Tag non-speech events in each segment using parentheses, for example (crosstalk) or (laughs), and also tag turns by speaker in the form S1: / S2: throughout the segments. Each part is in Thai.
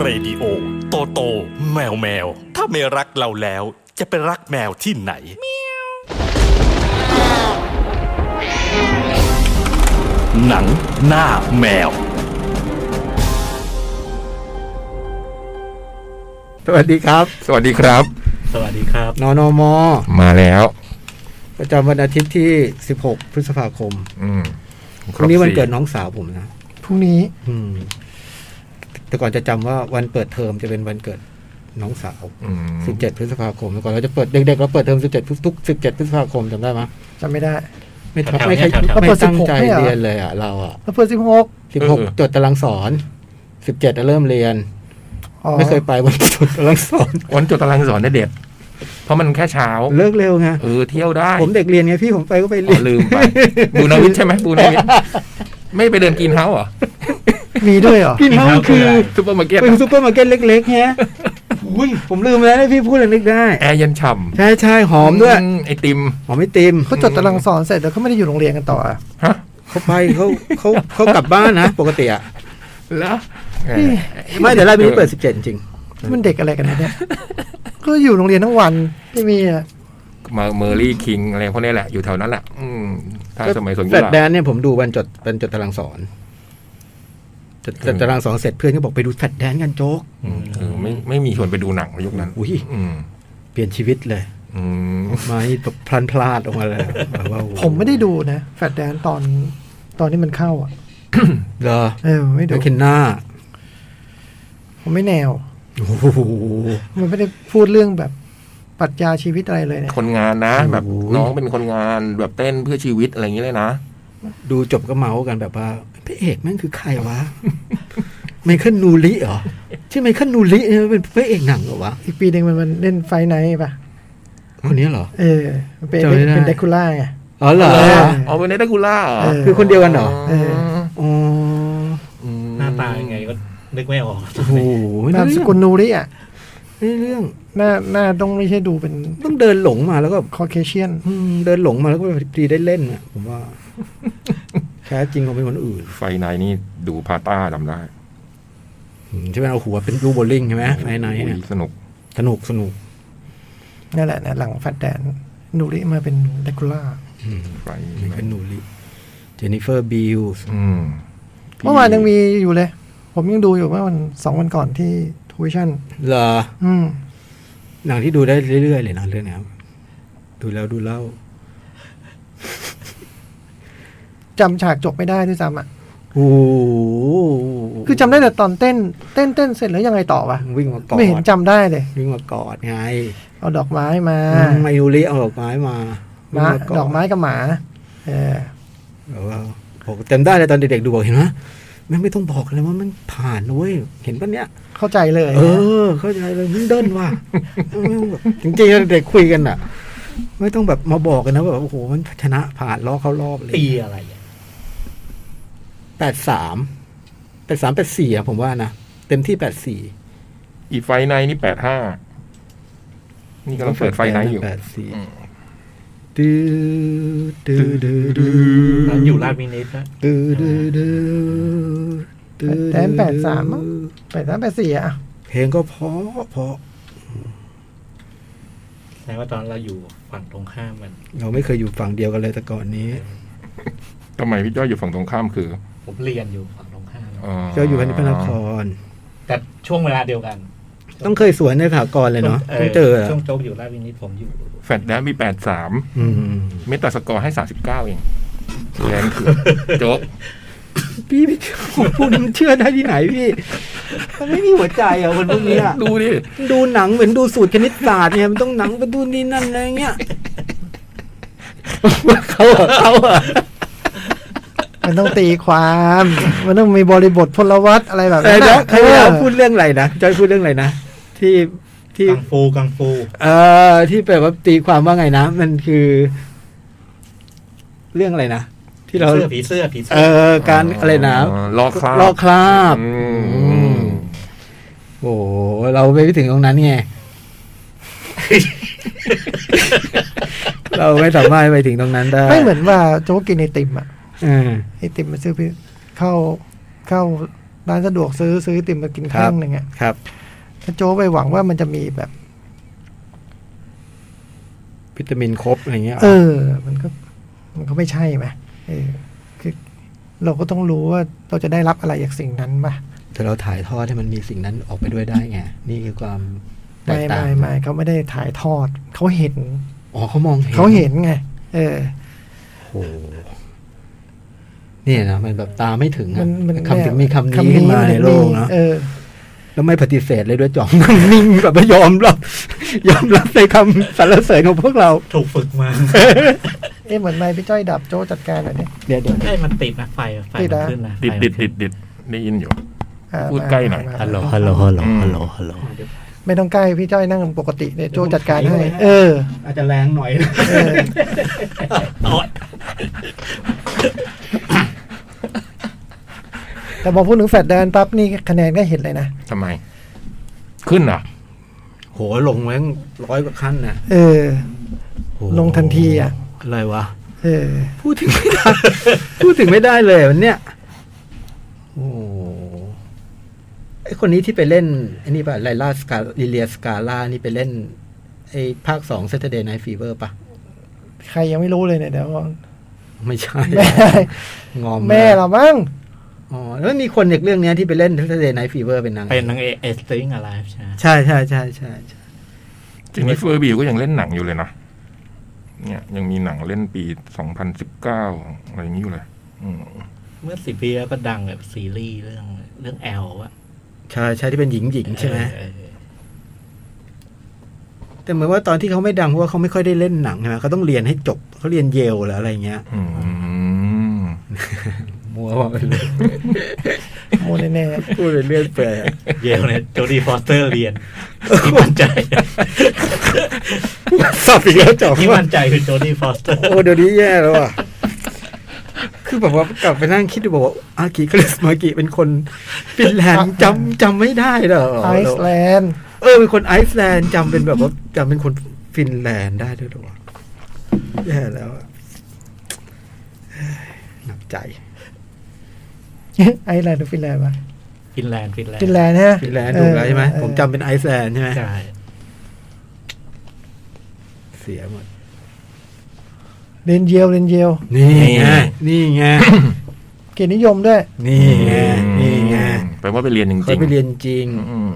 S1: เรดิโอ โตโต แมวแมว ถ้าไม่รักเราแล้ว จะไปรักแมวที่ไหน หนังหน้าแมว
S2: สวัสดีครับ
S3: สวัสดีครับ
S4: สวัสดีครับ
S2: นอนอมอ
S3: มาแล้ว
S2: ประจำวันอาทิตย์ที่ 16 พฤษภาคม
S3: อืม
S2: พรุ่งนี้วันเกิดน้องสาวผมนะ
S3: พรุ่งนี้
S2: อืม แต่ก่อนจะจำว่าวันเปิดเทอมจะเป็นวันเกิดน้องสาว
S3: อืม
S2: 17 พฤษภาคมแต่ก่อนเราจะเปิดเด็กๆเราเปิดเทอม17ทุกทุก17 พฤษภาคมจำได้ไหมย
S5: จำไม่ได้
S2: ไม่
S4: แถวๆ
S2: ไม่เคย
S4: แถวๆ
S2: ไม่ตั้ง
S5: 16
S2: ใจ
S5: ไม่เหรอ
S2: เรียนเลยอ่ะเราอ่ะ
S5: แล้วเพื่อนสิบหก
S2: 16 จดตารางสอน 17จะเริ่มเรียน
S5: อ๋อ
S2: ไม่เคยไปวันจดตารางสอน
S3: วันจดตารางสอนได้เด็ด เพราะมันแค่เช้า
S2: เลิกเร็วไง
S3: เออ เที่ยวได้
S2: ผมเด็กเรียนไงพี่ผมไปก็ไป
S3: อ๋
S2: เรี
S3: อย
S2: น
S3: ลืมไปบูนาวิทใช่ไหมบูนาวิทไม่ไปเดินกินเฮ้าส์เหรอ
S5: มีด้วยเหรอ
S2: กินเท่าคือ
S3: ซุปเปอร์มาร์เก็ต
S2: เป็นซูเปอร์มาร์เก็ตเล็กๆแฮะผมลืมแล้วนะพี่พูดแล้วนึกได้
S3: แอร์เย็นฉ่
S2: ใช่ใช่ห
S3: ำ
S2: อมด้วย
S3: ไอติม
S2: หอมไม่ติม
S5: เขาจดตารางสอนเสร็จแล้วเขาไม่ได้อยู่โรงเรียนกันต่ออะ
S3: ฮะ
S2: เขาไปเขาเขาเขากลับบ้านนะ ปกติอะ
S3: แล้ว
S2: ไม่แต่ไล่ไปนี้เปิดสิบเจ็ดจริง
S5: มันเด็กอะไรกันนะเนี่ย ก็อยู่โรงเรียนทั้งวันไม่มีอะ
S3: มาเมอรี่คิงอะไรพวกนี้แหละ อยู่แถวนั้นแหละ อืมถ้าสมัยสวน
S2: แฟ
S3: ยุ
S2: ด
S3: ฬา
S2: แดนเนี่ยผมดูวันจดวันจดตารางสอนจดจดตารางสอนเสร็จเพื่อนก็บอกไปดูแฟดแดนกันโจ๊ก
S3: อืมเออไม่ไม่มีชวนไปดูหนังในยุคนั้น
S2: อุ๊ย
S3: อืม
S2: เปลี่ยนชีวิตเลย
S3: อืม
S2: มานี่แบบพลันพลาดออกมาเลยแบบว่าโอ้โห
S5: ผมไม่ได้ดูนะ แฟดแดนตอนตอนที่มันเข้าอ่ะ
S2: เหรอ
S5: เออไม่ดู
S2: เคนน่า
S5: ผมไม่แนว
S2: โอ้โห
S5: มันไม่ได้พูดเรื่องแบบปรัชญาชีวิตอะไรเลยเนี่ย
S3: คนงานนะ แบบ
S2: โอ้ย
S3: น้องเป็นคนงานแบบเต้นเพื่อชีวิตอะไรอย่างเงี้ยเลยนะ
S2: ดูจบก็เมาส์กันแบบว่าพระเอกแม่งคือใครวะ (laughs) ไมเคิลนูริเหรอใช่ไมเคิลนูริเนี่ยเป็นพระเอกหนังเหรอวะ
S5: อีกปีหนึ่งมันมันเล่นไฟไนท์ป่ะ
S2: คนนี้เหรอ
S5: เออมันเป็น
S2: จำไม่ได้
S5: เป็นเดคูล่าไง
S2: อ๋อเหรอ
S5: เออ
S3: อ๋อเป็นเนตากูล่าเหรอ
S5: เออ
S2: คือคนเดียวกันเหรอ
S5: เออ
S2: อ๋อ
S3: ม
S4: หน้าตายังไงก็นึกไม่ออก
S2: โอ้โห
S5: นามสกุลนูริอ่ะ
S2: เรื่องเรื่อง
S5: หน้าหน้าต้องไม่ใช่ดูเป็น
S2: ต้องเดินหลงมาแล้วก็
S5: คอเคเชียน
S2: อืมเดินหลงมาแล้วก็ดีได้เล่นน่ะผมว่า แค่จริงของเป็นคนอื่น
S3: ไฟในนี่ดูพาต้าจำได้
S2: อืมใช่ไหมเอาหัวเป็นลูกโบว์ลิ่งใช่ไหมไหนไหนๆเนี่ย
S3: อุ๊ยสนุก
S2: สนุกสนุก
S5: นั่นแหละนะหลังแฟดแดนนูริมาเป็นเดคูล่า
S3: ไฟ
S2: ไมเคิลนูริเจนนิเฟอร์บิลส์
S3: อืม
S5: เมื่อวานยังมีอยู่เลย ผมยังดูอยู่เมื่อวันสองวันก่อนที่ทวิชั่น
S2: เหรอ
S5: อืม
S2: หนังที่ดูได้เรื่อยๆเลยนะเรื่องเนี้ยดูแล้วดูเล่า
S5: จำฉากจบไม่ได้ด้วยซ้ำอ่ะ
S2: โอ้โห
S5: คือจำได้แต่ตอนเต้น เต้นเต้นเสร็จแล้วยังไงต่อวะ
S2: วิ่งมากอด
S5: ไม่เห็นจำได้เลย
S2: วิ่งมากอดไง
S5: เอาดอกไม้มา
S2: ไมนูริเอาดอกไม้มา
S5: ห
S2: วิ่
S5: มาง
S2: า
S5: ดอกไม้กับหมา เออ
S2: แบบว่าผมจำได้เลยตอนเด็กๆดูบอกเห็นไหมแม่งไม่ต้องบอกเลยว่ามันผ่านนะเว้ยเห็นปะเนี่ย
S5: เข้าใจเลย
S2: เออ เข้าใจเลยมึงเดิน
S5: (laughs)
S2: ว่ะเออแบบจริงๆเด็กคุยกันอ่ะ ไม่ต้องแบบมาบอกกันนะแบบโอ้โหมันชนะผ่านรอบเข้ารอบเลย
S4: ปีอะไรอะ
S2: แปดสามแปดสามแปดสี่อะผมว่านะเต็มที่แปดสี่
S3: อีไฟในนี่แปดห้านี่กำลังเปิดไฟในอยู่
S2: แปดสี่
S3: อืม
S2: ดื้อดื้อดื้อดื้อ
S4: ร้านอยู่ลาดมินิทนะ
S2: ดื้อดื้อดื้อดื้อ
S5: แต่แปดสามแปดสามแปดสี่อ่ะ
S2: เพลงก็เพราะเพราะ
S4: แสดงว่าตอนเราอยู่ฝั่งตรงข้ามกัน
S2: เราไม่เคยอยู่ฝั่งเดียวกันเลยแต่ก่อนนี้
S3: ทำไมพี่จ้อยอยู่ฝั่งตรงข้ามคือ
S4: ผมเรียนอยู่ฝั่งตรงข้าม
S2: ก็อยู่พันธุ์พระนคร
S4: แต่ช่วงเวลาเดียวกัน
S2: ต้องเคยสวนในถากรณ์เลยเนาะต้องเจออะ
S4: ช่วงโจ๊กอยู่ลาดมินิทผมอยู่
S3: แฟดแดนมีแปดสาม
S2: อืม
S3: เมตาสกอร์ให้สามสิบเก้าเองแรงคือโจ๊ก
S2: พี่ (laughs) พี่พูดนี่มันเชื่อได้ที่ไหนพี่มันไม่มีหัวใจอ่ะคนพวกนี้อะ
S3: ดูดิ
S2: ดูหนังเหมือนดูสูตรคณิตศาสตร์เนี่ยมันต้องหนังไปดูนี่นั่นอะไรเงี้ยเขาอะเขาอะ
S5: มันต้องตีความ มันต้องมีบริบทพลวัตอะไรแบบ
S2: เออ
S5: นั้น
S2: เดี๋ยว
S5: นะ
S2: ใครเวลา
S5: เออ
S2: พูดเรื่องอะไรนะจอยพูดเรื่องอะไรนะที่ที่
S4: กังฟูกังฟู
S2: เอ่อที่แปลว่าตีความว่าไงนะ มันคือ เรื่องอะไรนะ ที่เรา
S4: เสื้อผีเสื้อผีเสื้
S2: เอ่อการอะไรนะ
S3: ลอกคราบ
S2: ลอกคราบ
S3: อืม
S2: อืมโอ้โหเราไม่ถึงตรงนั้นไง เราไม่สามารถไปถึงตรงนั้นได้
S5: ไม่เหมือนว่าโจ๊กกินไอติมอ่ะ
S2: เออ
S5: ไอติมมันซื้อไปเข้าเข้า ร้านสะดวกซื้อซื้อไอติมมากิน
S2: ค
S5: แข้
S2: รับ
S5: งหนึ่งอะ
S2: ครับ
S5: ถ้าโจกไปหวังว่ามันจะมีแบบ
S2: วิตามินครบอะไรเงี้ย
S5: เออ มันก็ มันก็ไม่ใช่ไหมเออคือเราก็ต้องรู้ว่าเราจะได้รับอะไรจากสิ่งนั้นปะ
S2: แต่เราถ่ายทอดให้มันมีสิ่งนั้นออกไปด้วยได้ไงนี่คือความแตก
S5: ไม่
S2: ต่าง
S5: ไม่ไม่เขาไม่ได้ถ่ายทอด เขาเห็น
S2: อ๋อเขามองเห็น
S5: เขาเห็นไง เออ
S2: โอ้โหเนี่ยนะมันแบบตาไม่ถึง
S5: มั
S2: อะ
S5: นมัน
S2: คำถึงมีคำนี้
S5: ำ
S2: ขึ้นมาในโลกเนาะ
S5: เออ
S2: แล้วไม่ปฏิเสธเลยด้วยจ่อง นิ่งแบบไม่ยอมรับยอมรับในคำสรรเสริญของพวกเรา
S4: ถูกฝึกมา
S5: เอ๊ะเหมือนไม่พี่จ้อยดับโจกจัดการหน่อยดิ
S2: เดี๋ยวเดี๋ยว
S4: ไอ้มันติดนะไฟอะไฟ
S5: ติด
S4: มั
S5: อะ
S4: นขึ้นนะ
S3: ดิด
S4: ไฟมัน
S3: ดิด
S4: ขึ้
S3: ดิ
S4: น
S3: ดดิดได้ยินอยู่
S5: อ่า
S3: พูดใกล้หน่อย
S5: มามา
S6: ฮัลโหล ฮัลโหล ฮัลโหล ฮัลโหล ฮัลโหล
S5: ไม่ต้องใกล้พี่จ้อยนั่งปกติเนี่ยโจกจัดการให้ เออ
S2: อาจจะแรงหน่อย
S5: เออ แต่พอพูดถึงแฟดแดนปั๊บนี่คะแนนก็เห็นเลยนะ
S3: ทำไม ขึ้นเหรอ่ะ
S2: โหลงแม่งร้อยกว่าขั้นนะ
S5: เออ
S2: โห
S5: ลงทันทีอะ
S2: อะไรวะ
S5: เออ
S2: พูดถึงไม่ได้ พูดถึงไม่ได้เลยวันเนี้ยโอ้โหไอคนนี้ที่ไปเล่นไอันนี้ป่ะไลลาสกาลิเลียสกาล่านี่ไปเล่น ไอภาคสอง Saturday Night Fever ป่ะ
S5: ใครยังไม่รู้เลยเนี่ยเดี๋ยว
S2: ไม่ใช่
S5: แม่
S2: งอม
S5: แม่เรามั้ง
S2: อ๋อแล้วมีคนจากเรื่องเนี้ยที่ไปเล่น Saturday Night Fever เป็นนาง
S4: เป็นนางเอกเอสติงอะไรใช่ไหม
S2: ใช่ใช่ใช่ใช่ใช่
S3: จริงนี่เฟอร์บิวก็ยังเล่นหนังอยู่เลยนะ เนี่ย ยังมีหนังเล่นปีสองพันสิบเก้าอะไรอย่างนี้อยู่เลย อืม
S4: เมื่อสิบปีแล้วก็ดังแบบซีรีส์เรื่องเรื่องแอลวะ
S2: ใช่ใช่ที่เป็นหญิงหญิงๆใช่ไหม
S4: เออเออ
S2: แต่เหมือนว่าตอนที่เขาไม่ดังเพราะว่าเขาไม่ค่อยได้เล่นหนังใช่ไหมเขาต้องเรียนให้จบเขาเรียนเยลหรืออะไรเงี้ย
S3: อืม
S2: มัวว่าไปเลย
S5: โมเดแน่
S2: (laughs) พูดไปเรื่อยเปื่อย
S4: เยลเนี่ยโจดีฟอสเตอร์เรียนที่มั่นใจ
S2: สอบอีกแล้วจบ
S4: ที่มั่นใจคือโจดีฟอสเตอร์
S2: โอ้เดี๋ยวนี้แย่แล้วอ่ะคือแบบว่ากลับไปนั่งคิดดูบอกว่าอากิคริสมากิเป็นคนฟินแลนด์จำจำไม่ได้เหรอ
S5: ไอซ์แลนด์ (laughs)
S2: เออเป็นคนไอซ์แลนด์จำเป็นแบบว่าจำเป็นคนฟินแลนด์ได้ด้วยเหรอวะแย่แล้วอะเอ้ยหนักใจ
S5: ไอซ์แลนด์หรือฟินแลนด์วะ
S4: ฟินแลนด์ฟินแลนด์
S5: ฟินแลนด์ฮะ
S2: ฟินแลนด์ถูกแล้วใช่ไหม
S5: เออ
S2: ผมจำเป็นไอซ์แลนด์ใช่ไหม
S4: ใช่
S2: เสียหมด
S5: เรนเยลเรนเยล
S2: นี่ไง นี่ไง
S5: เกียรตินิยมด้วย
S2: นี่ไง นี่ไง
S3: แปลว่าไปเรียนจริงๆ
S2: เคยไปเรียนจริง
S3: อืม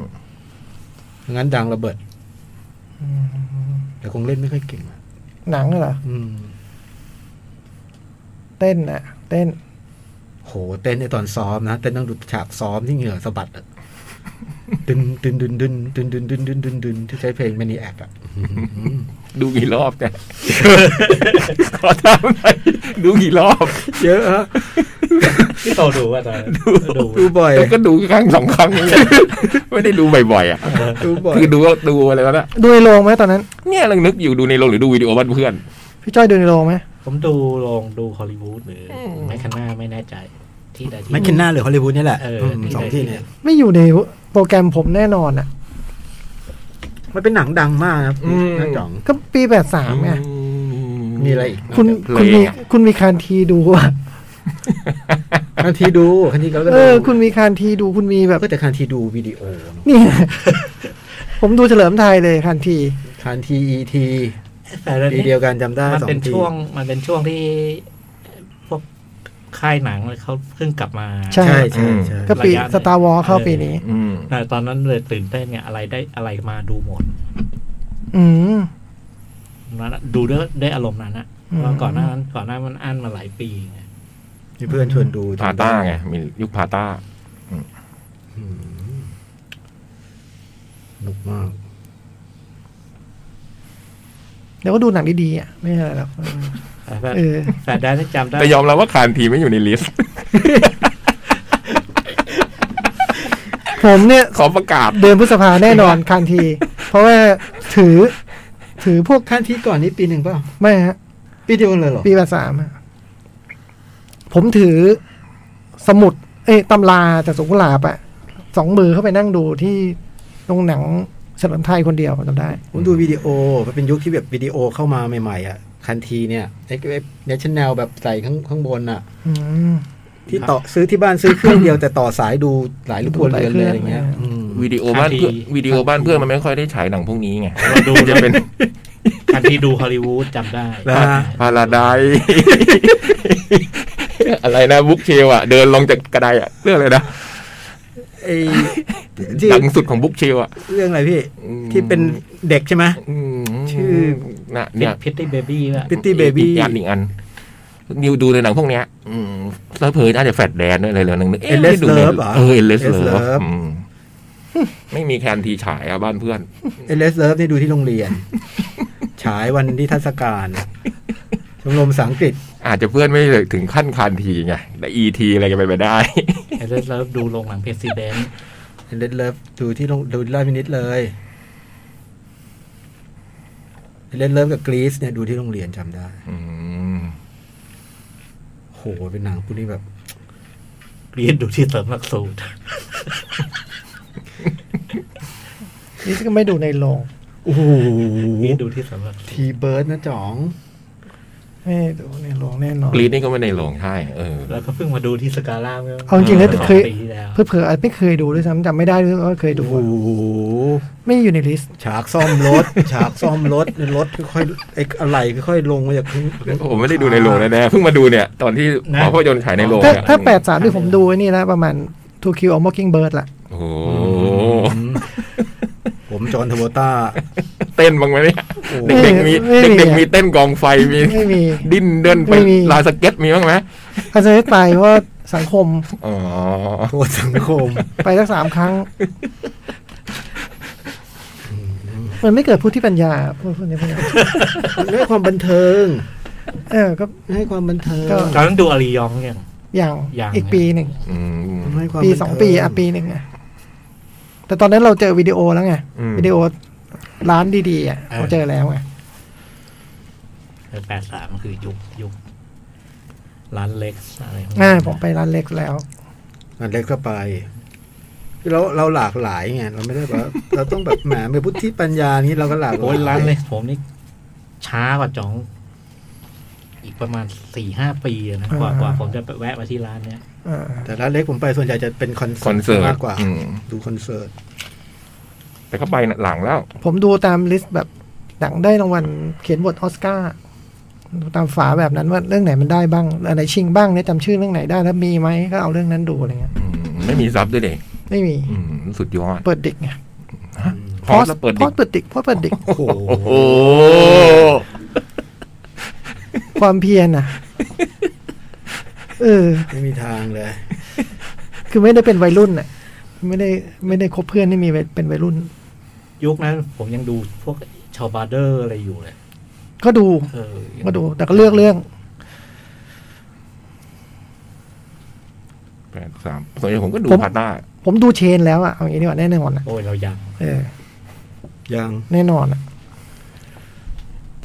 S2: งั้นดังระเบิด แต่คงเล่นไม่ค่อยเก่งอะ
S5: หนังเหรอ
S2: อืม
S5: เต้นอ่ะ เต้น
S2: โห เต้นในตอนซ้อมนะ เต้นต้องดูฉากซ้อมที่เหงื่อสะบัดอะ (laughs) ดึนดึนดึนดึนดึนดึนดึนดึนดึนดึนที่ใช้เพลงแมนีแอกอะ (laughs)
S3: ดูกี่รอบเนี่ย ขอถามหน่อยดูกี่รอบ
S2: เยอะฮะ
S4: พี่โตดูว่าตอนนั้นดู
S2: ดูบ่อย
S3: แต่ก็ดูครั้งสองครั้งอย่างเงี้ย
S2: (laughs)
S3: ไม่ได้ดูบ่อยๆอ่ะ
S2: ดูบ่อย
S3: คือดูก็ดูอะไรแล้วนะ
S5: ดูในโรงไหมตอนนั้น
S3: เนี่ยลังนึกอยู่ดูในโรงหรือดูวิดีโอบ้านเพื่อน
S5: พี่จ้อยดูในโรงไหม
S4: ผมดูลงดูฮอลลีวูดหรือแมคคาน่าไม่แน่ใจ ที่ใดที่ห
S2: แม
S4: นึ่
S2: ค
S4: ง
S2: คินนาหรือฮอลลีวูดนี่แหละ
S4: เออ
S2: ม
S4: ที่
S2: สอง
S4: ไหน
S2: ที่เนี่ย
S5: ไม่อยู่ในโปรแกรมผมแน่นอนอ่ะ
S2: มันเป็นหนังดังมากครับ
S3: อืม
S2: น้าจ่อง
S5: ก็ปีแปดสามไง
S2: มีอะไรอีก
S5: คุณ
S3: เพล
S5: คุณ
S3: ง
S5: มี
S3: อะ
S5: คุณมีคานทีดูอ่ะ
S2: คันทีดูคันทีก็
S5: เอ
S2: ดู
S5: อ คุณมีคานทีดูคุณมีแบบ
S2: ก็แต่คันทีดูวิดีโอเนอะ
S5: นี่ (laughs) ผมดูเฉลิมไทยเลยคานที
S2: คันทีอีที
S4: แต่ละ
S2: ปีเดียวกันจำได้ส
S4: มัน
S2: อง
S4: เป็น
S2: ปี
S4: ช่วงมันเป็นช่วงที่พวกค่ายหนังเลยเขาเพิ่งกลับมา
S5: ใช่
S2: ใช่ใช่ใช่
S5: ก็ปี
S4: ระยะหนึ่ง
S5: สตาร์วอลเข้า
S4: เออ
S5: ปีนี้
S3: อืม
S4: แต่ตอนนั้นเลยตื่นเต้นเนี่ยอะไรได้อะไรมาดูหมด
S5: อืม
S4: นั้นอะดูด้วยด้วยอารมณ์นั้นอะ
S5: อืม
S4: ว่าก่อนหน้านั้นก่อนหน้ามันอั้นมาหลายปีไง
S2: มีเพื่อนชวนดู
S3: พา
S2: จำด้
S3: ต้าไง มียุคพาต้า
S2: อืมสนุกมาก
S5: เดี๋ยวก็ดูหนังดีๆอ่ะ ไม่ใช่อะไรหรอก
S4: แต่แบบ
S5: เออ
S4: แต่ได้ที่จำได้
S3: แต่ยอมรับว่าคานทีไม่อยู่ในลิสต์ (laughs)
S5: ผมเนี่ย
S3: ขอประกาศ
S5: เดือนพฤษภาแน่นอนคานที เพราะว่าถือ ถือพวก
S2: ขั้นที่ก่อนนี้ปีหนึ่งเปล่า
S5: ไม่ฮะ
S2: ปีเดียวกันเลยเหรอ
S5: ปีแปดสามผมถือสมุด เอ้ยตำราจากสวนกุหลาบอะสองมือเข้าไปนั่งดูที่โรงหนังเฉลิมไทยคนเดียวจำได้
S2: ผมดูวิดีโอมันเป็นยุคที่แบบวิดีโอเข้ามาใหม่ๆอ่ะคันทีเนี่ยไอ้ไอ้เนชั่นแนลแบบใส่ข้างข้างบนอ่ะ
S5: อืม
S2: ที่ต่อซื้อที่บ้านซื้อเครื่องเดียวแต่ต่อสายดูหลายลูกครัวเรือนเลยอย่างเงี้ยอืม
S3: วิดีโอบ้านเพื่อน
S4: ภาคี
S3: วิดีโอบ้านเพื่อนมันไม่ค่อยได้ฉายหนังพวกนี้ไง
S4: เราดู
S3: จะเป็น
S4: ทันที่ดูฮอลลีวูดจำได้
S2: แล้วฮะ
S3: พาราได (laughs) อะไรนะบุ๊กเชลอะเดินลงจากกระไดอะเรื่องอะไรนะ
S2: ไอ้ที่
S3: ดังสุดของบุ๊กเชลอะ
S2: เรื่องอะไรพี่
S3: อืม
S2: ที่เป็นเด็กใช่ไหม
S3: ม
S2: ชื่อ
S3: น่ะเนี่ย
S4: พิตตี้เบบี้ละ
S2: พิตตี้เบบี้
S3: อีกอันอีกอันนิวดูในหนังพวกเนี้ยอืมแล้วเผยน่าจะแฟดแดนด้วยอะไรเลยหนึ่งนึง
S2: Endless
S3: ไม่ดูใน
S2: Love เหรอ
S3: เออเอเลส
S2: Endless
S3: เลิ
S2: Love
S3: ฟไม่มีแคนทีฉายอะบ้านเพื่อน
S2: เอเลสเลิฟนี่ดูที่โรงเรียน
S3: (laughs)
S2: ฉายวันนิทรรศการชมรมภาษาอังกฤษ
S3: อาจจะเพื่อนไม่ถึงขั้นคานทีไงแต่อีทีอะไรกันไปไม่ได้
S4: เอเลสเลิฟดูลงหนังเพรสิดเดนต์
S2: เอเลสเลิฟดูที่โรงดูที่ราชวินิตเลยเอเลสเลิฟกับกรีซเนี่ยดูที่โรงเรียนจำได้
S3: อืม
S2: โหเป็นหนังพวกนี้แบบ
S4: เรียนดูที่เสริมหลักสูตร
S5: นี่ก็ไม่ดูในโรง
S2: โอ้โห
S4: เรียนดูที่เสริมหลักสูตร
S2: ทีเบิร์ดนะจ๋อง
S5: ไม่ดูในโรงแน่นอน
S3: กรีดนี่ก็ไม่ในโรงใช่เออ
S4: แล้วก็เพิ่งมาดูที่สกาล่าเมื่อ
S5: เอาจริงๆแล้วเคย
S4: สองปีที่แล้ว
S5: เพื่อเผื่ออาจไม่เคยดูด้วยซ้ำจำไม่ได้ด้วยว่าเคยดู
S2: โอ้โห
S5: ไม่อยู่ในลิสต์
S2: ฉากซ่อมรถ (laughs) ฉากซ่อมรถรถค่อยๆไอ้อะไรค่อยๆลงมาจากข้าง
S3: ผมไม่ได้ดูในโรงแน่ๆเพิ่งมาดูเนี่ย ตอนที่หมอ
S4: นะ
S3: ภาพยนตร์ฉายในโรง
S5: ถ้า
S3: เนี่ย
S5: ถ้าแปดสามที่ผมดูไอ้นี่นะประมาณ two kill a mocking bird ละ
S3: โอ้โห
S2: อืม (laughs) ผมจอห์นทโวต้า
S3: เต้นบ้างไหมเนี่ย
S2: โอ้
S3: เด็กๆมีเด็กๆมีเต้นกองไฟมี
S5: ไม่มี
S3: ดิ้นเดินไป
S5: ไม่มี
S3: ลานสเก็ตมีบ้างไหม
S5: อาจจะได้ตายเพราะว่าสังคม
S3: อ๋อ
S2: โทษสังคม
S5: ไปสักสามครั้ง มันไม่เกิดผู้ที่ปัญญาพวกพวกนี้พวกนี้
S2: ให้ความบันเทิง
S5: เออก็
S2: ให้ความบันเทิง
S5: ก็
S4: ตอนนั้นดูอารียองยัง
S5: อย่าง
S4: อย่าง
S5: อีกปีหนึ่ง
S3: อืม
S2: ให้ความ
S5: ปี
S2: บันเทิ
S5: สองปีอ่ะปีหนึ่งอะแต่ตอนนั้นเราเจอวิดีโอแล้วไง
S3: อืม
S5: วิดีโอร้านดีๆอ่ะเราเจอแล้วไง
S4: แปดสามคือยุคยุคร้านเล็กอะไรพวก
S5: อ่า
S4: นี้
S5: ผมไปร้านเล็กแล้ว
S2: อันเล็กก็ไปเราเราหลากหลายไงเราไม่ได้แบบว่า (laughs) เราต้องแบบแหมมีพุทธิปัญญานี้เราก็หลากหลาย
S4: โอ้ยร้านเล็กผมนี่ช้ากว่าจ๋อง อีกประมาณสี่ห้าปีอะนะกว่า
S5: อ่า
S4: กว่าผมจะไปแวะมาที่ร้านเนี้ย
S5: อ่า
S2: แต่ร้านเล็กผมไปส่วนใหญ่จะเป็นคอน
S3: คอนเสิร์ต
S2: มากกว่า
S3: อืม
S2: ดูคอนเสิร์ต
S3: แต่เขาไปหลังแล้ว
S5: ผมดูตามลิสต์แบบหนังได้รางวัลเขียนบทออสการ์ดูตามฝาแบบนั้นว่าเรื่องไหนมันได้บ้างอะไรชิงบ้างเนี่ยจำชื่อเรื่องไหนได้แล้วมีไหมก็เอาเรื่องนั้นดูอะไรเงี้ย
S3: อืมไม่มีซับด้วยเด็ก
S5: ไม่มี
S3: สุดยอด
S5: เปิดดิกไง
S3: พอสแล้วเปิด
S5: พ
S3: ดิ
S5: อสเปิดดิกพอสเปิดดิก
S2: โอ้โห
S3: โอ้โห
S5: ความเพียรน่ะเออ
S2: ไม่มีทางเลย
S5: คือไม่ได้เป็นวัยรุ่นน่ะ ไม่ได้ไม่ได้คบเพื่อนที่มีเป็นวัยรุ่น
S4: ยุคนั้นผมยังดูพวกชาวบาร์เดอร์อะไรอยู่เลย
S5: ก็ดู
S4: เออยัง
S5: ก็ดู แต่ก็เลือกเรื่อง
S3: แปดสามส่วนใหญ่ผมก็ดู
S5: ผม
S3: พาต้า
S5: ผมดูเชนแล้วอะเอาอย่างนี้ดีกว่าแน่นอนนะ
S4: โอ้ยเรายัง
S5: เออ
S2: ยัง
S5: แน่นอนอะ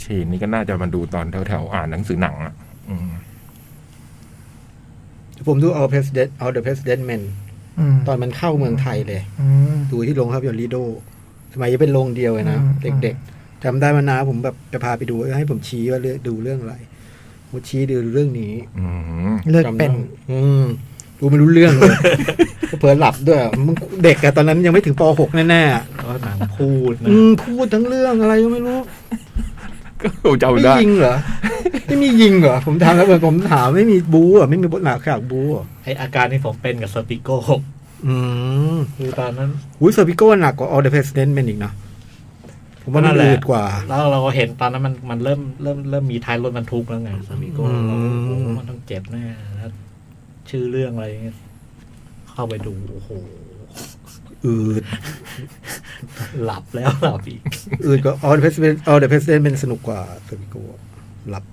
S3: เชนนี่ก็น่าจะมาดูตอนแถวๆ อ่านหนังสือหนังอ่ะอืม
S2: ผมดู All President All the President Men
S5: อืม
S2: ตอนมันเข้าเมืองไทยเลย
S5: อืม
S2: ดูที่โรงภาพยนตร์ลีโดสมัยยังเป็นโรงเดียวเลยนะ
S5: อืม
S2: เด็กๆจำได้มานาผมแบบจะพาไปดูให้ผมชี้ว่าเลือกดูเรื่องอะไรผมชี้ดูเรื่องนี้
S3: อืม (laughs)
S5: เลือก
S2: จำ
S5: เป็
S2: ได้
S5: น
S2: อืมดูไม่รู้เรื่องเลย เผลอหลับด้วยมึงเด็กอะตอนนั้นยังไม่ถึงป .6 แน่
S4: ก็หนังพูด
S2: ๆ
S4: นะ
S2: อืมพูดทั้งเรื่องอะไรก็ไม่รู้
S3: ก็
S2: ไม่
S3: จำได้
S2: ยิงเหรอ ไม่มียิงเหรอ ผมถามแล้วเหมือนผมถามไม่มีบู๊เหรอ่ะไม่มีบทหนาขากบู๊เหรอ่ะ
S4: ไออาการที่ผมเป็นกับสปิโก้
S2: อืม
S4: คือตอนนั้น
S2: อุ้ยเซอร์พิโก้หนักกว่า All the President Men อีกเนอะผมว่ามัน
S4: นั่นแหละ
S2: อืดกว่า
S4: แล้วเราเห็นตอนนั้นมันมันเริ่มเริ่มเริ่มมีท้ายรถบรรทุกแล้วไงสปิโก้
S2: อืม
S4: เราโอ้โหมันต้องเจ็บแน่แล้วชื่อเรื่องอะไรเงี้ยเข้าไปดูโอ้โห
S2: อืด
S4: หลับแล้วหลับอีก
S2: อื่นก็ออเดอร์เพสเดนออเดอร์เพสเดนเป็นสนุกกว่าเซอร์วิโกหลับ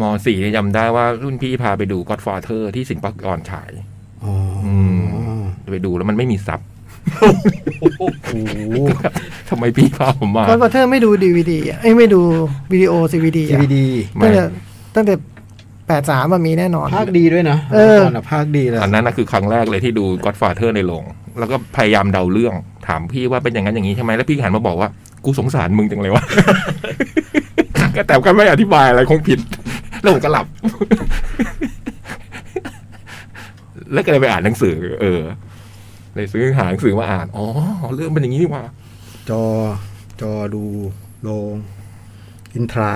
S3: มสี่เนี่ยจำได้ว่ารุ่นพี่พาไปดูก็ d f ฟาเธอร์ที่สิงห์ปักออนฉาย
S2: อ๋อ
S3: อืม ไปดูแล้วมันไม่มีซับ (laughs)
S2: โอ้โห
S3: ทำไมพี่พาผมมา
S5: ก็ว่าเธอไม่ดูดีวีดีไอ้ยไม่ดูวิดีโอซีวีดี
S2: ทีวีดี
S3: ไม่
S5: ตั้งแต่ตั้งแต่แปดสามมีแน่นอน
S2: ภาคดีด้วยนะ
S5: เออ
S2: ตอนน่ะภาคดีแล้ว
S3: อันนั้นนะคือครั้งแรกเลยที่ดู Godfather ในโรง แล้วก็พยายามเดาเรื่อง ถามพี่ว่าเป็นอย่างนั้นอย่างนี้ใช่ไหม แล้วพี่หันมาบอกว่า กูสงสารมึงจังเลยวะ (laughs) ก็แต่ก็ไม่อธิบายอะไรคงผิด แล้วผมก็หลับ (laughs) แล้วก็เลยไปอ่านหนังสือ เออเลยซื้อหาหนังสือมาอ่านอ๋อเรื่องเป็นอย่างนี้นี่หว่า
S2: จอ จอดูโรงอินทรา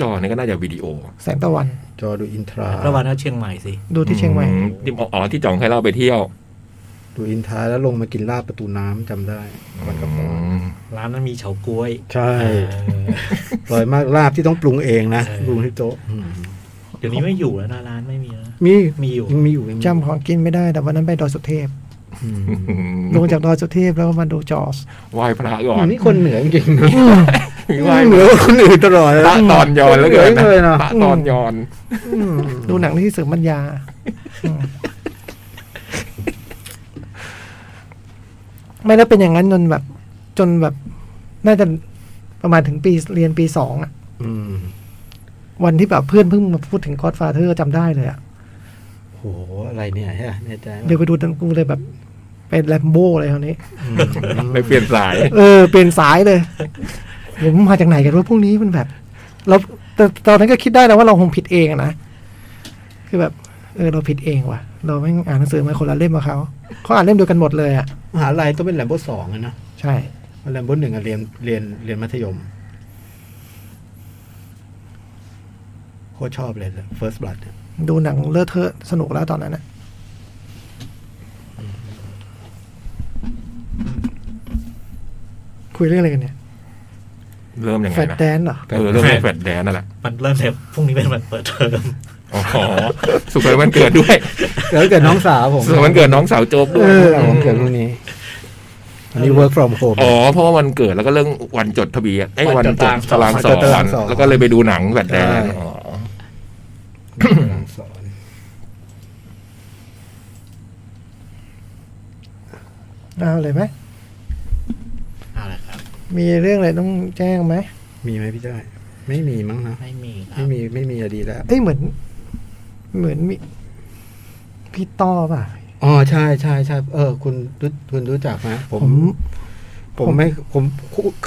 S3: จอเนี่ยก็น่าจะวิดีโอ
S5: แสงตะวัน
S2: จอดูอินทรา
S4: ระหว่างนั้นเชียงใหม่สิ
S5: ดูที่เชียงใหม่
S3: อืที่อ๋อที่จ่องเคยเล่าไปเที่ยว
S2: ดูอินทราแล้วลงมากินลาบประตูน้ำจำได้วันกับ
S3: อืม
S4: ร้านนั้นมีเฉาก๊วย
S2: ใช่
S4: เออ
S2: อร่อยมากลาบที่ต้องปรุงเองนะ
S4: ใช่
S2: ปรุงที่โต๊ะอืม
S4: เดี๋ยวนี้ไม่อยู่แล้วนะร้านไม่มีแล้วนะ
S5: มี
S4: มีอยู่
S2: ยังมีอยู่ยังมีอยู่
S5: จำของกินไม่ได้ แต่วันนั้นไปดอยสุเทพ
S2: อืม
S5: ลงจากดอยสุเทพแล้วก็มาดูจอส
S3: (laughs) ไหว้พระก่อ
S2: อั
S3: น
S2: นนี้คนเหนือจริงๆนะ
S3: ไหว้
S2: เหนือคนอื่นตลอดเลย
S3: พระตอนยอนแล้วเกิน
S2: หอเลยนะ
S3: นะพระตอนยอน
S2: อืม
S5: ดูหนังที่เสริมปัญญาอืมไม่ได้เป็นอย่างนั้นจนแบบ จนแบบ น่าจะประมาณถึงปีเรียนปีสองอะ
S2: อืม
S5: วันที่แบบเพื่อนเพิ่งมาพูดถึง Godfather จำได้เลยอะ
S2: โหอะไรเนี่ยฮะเนี่ยอาจารย์
S5: เดี๋ยวไปดูดังกูเลยแบบ เป็นแลมโบ้เลยคราวนี้
S2: อืม
S3: ไปเปลี่ยนสาย
S5: เออ เป็นสายเลยเดี๋ยวมันมาจากไหนกันว่าพวกนี้มันแบบเราแต่ตอนนั้นก็คิดได้นะว่าเราคงผิดเองอะนะคือแบบ เออ เราผิดเองว่ะ เราไม่งอ่านหนังสือมาคนละเล่มกับเขาเขาอ่านเล่มเดียวกันหมดเลยอ่ะ
S2: มหาลัยต้องเป็นแลมโบ้สองอะนะ
S5: ใช่
S2: เพราะแลมโบ้หนึ่งอะเรียนเรียนเรียนมัธยมโคตรชอบเลย first blood เนี่ย
S5: ดูหนังเลอะเทอะสนุกแล้วตอนนั้นนะคุยเรื่องอะไรกันเนี่ย
S3: เริ่มยังไง
S5: แฟด
S3: นะ
S5: แดนเหรอ
S3: เออเริ่มในแฟดแดนนั่นแหละ
S4: มันเริ่มแต่พรุ่งนี้เป็นวันเปิดเทอม
S3: อ๋อสุขสันต์วันเกิดด้วย
S2: แล้วเกิดน้องสาวผม
S3: สุขสันต์วันเกิดน้องสาวโจ๊กด้วย
S2: เออผมเกิดรุ่นนี้ อันนี้ work from home
S3: อ๋อ เพราะว่าวันเกิดแล้วก็เรื่องวันจดทะเบียนไอ้ย
S4: วั
S3: วัน น
S4: จ
S3: จ
S4: ด
S3: ด
S4: ตารางส
S2: วันจ
S3: ตารางส
S4: อบ
S2: ดตารางสอ
S3: อบ นแล้วก็เลยไปดูหนังแบบแดนอ๋อ
S2: สอน
S5: เอาเลยไหม
S4: เอาละครับ
S5: มีเรื่องอะไรต้องแจ้งไหม
S2: มีไหมพี่จ้อยไม่มีมั้งนะ
S4: ไม่มีครั
S2: ไม่
S4: บ
S2: มีไม่มีอะดีแล้ว
S5: เอ้ยเหมือน เหมือนมีพี่ต้อป่ะ
S2: อ๋อใช่ใช่ใช่เออ คุณรู้คุณรู้จักไหมผ
S5: ผม ม
S2: ผมไม่ผม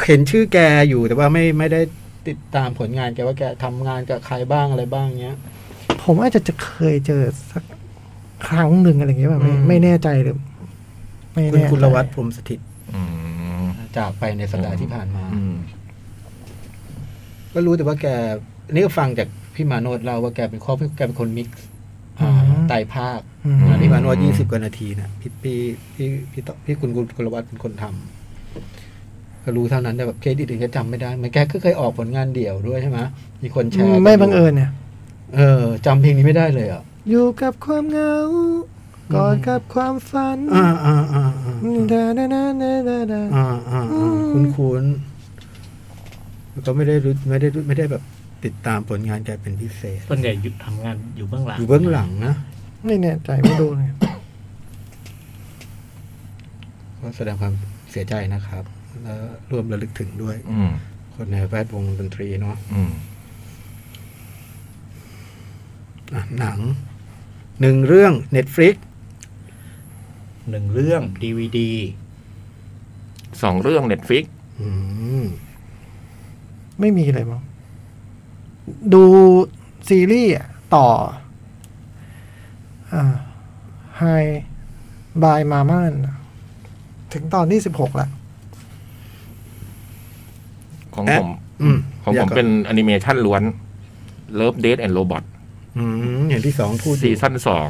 S2: เห็นชื่อแกอยู่แต่ว่าไม่ไม่ได้ติดตามผลงานแกว่าแกทำงานกับใครบ้างอะไรบ้างเงี้ย
S5: ผมอาจจะจะเคยเจอสักครั้งหนึ่งอะไรอย่างเงี้ยแบบไม่
S2: อืม
S5: ไม่แน่ใจหรือไม่
S2: คุณ
S5: แน่ใจ
S2: คุณรวัตรพรหมสถิตย์
S3: อืม
S2: จากไปในสัปดาห์ที่ผ่านมา
S3: อืม
S2: ก็รู้แต่ว่าแกอันนี่ก็ฟังจากพี่มาโนดเราว่าแกเป็นครอบแกเป็นคนมิกซ์อ่าไตรภาค
S5: อืม
S2: งานที่มานวดยี่สิบกว่านาทีนะพี่พี่พี่พี่ตพี่คุณกุลกุลวัฒน์เป็นคนทำก็รู้เท่านั้นแต่แบบเคสอื่นๆก็จำไม่ได้เหมือนแกก็เคยออกผลงานเดี่ยวด้วยใช่ไหมมีคนแชร์กัน
S5: ไม่บังเอิญเนี่ย
S2: เออจำเพลงนี้ไม่ได้เลยอ่ะ
S5: อยู่กับความเหงา กอดกับความฝัน
S2: อ่าอ่าอ่าอ่า
S5: ดาดาดาดาดาดา
S2: อ่าอ่าอ่าคุ้นคุ้นแล้วก็ไม่ได้รู้ไม่ได้รู้ไม่ได้แบบติดตามผลงานแกเป็นพิเศษ
S4: ส่วนใหญ่หยุดทำงานอยู่เบื้องหลัง
S2: อยู่เบื้องหลังนะ
S5: ไม่แน่ใจไม่ดูเลย
S2: ก็แสดงความเสียใจนะครับ แล้วร่วมระลึกถึงด้วย
S3: อืม
S2: คนในแวดวงดนตรีเนาะ
S3: อืม
S2: อ่ะหนังหนึ่งเรื่อง Netflix
S4: หนึ่งเรื่องดีวดี
S3: สองเรื่องเน็ตฟิก
S2: อืม
S5: ไม่มีเลยมั้งดูซีรีส์อะต่อ อ่าไฮบายมาม่านถึงตอนที่สิบหกละ
S3: ของผม
S2: อืม
S3: ของผมเป็นแอนิเมชันล้วน Love, Death and Robot
S2: อืมอย่างที่สองพูด
S3: ซีซั่นสอง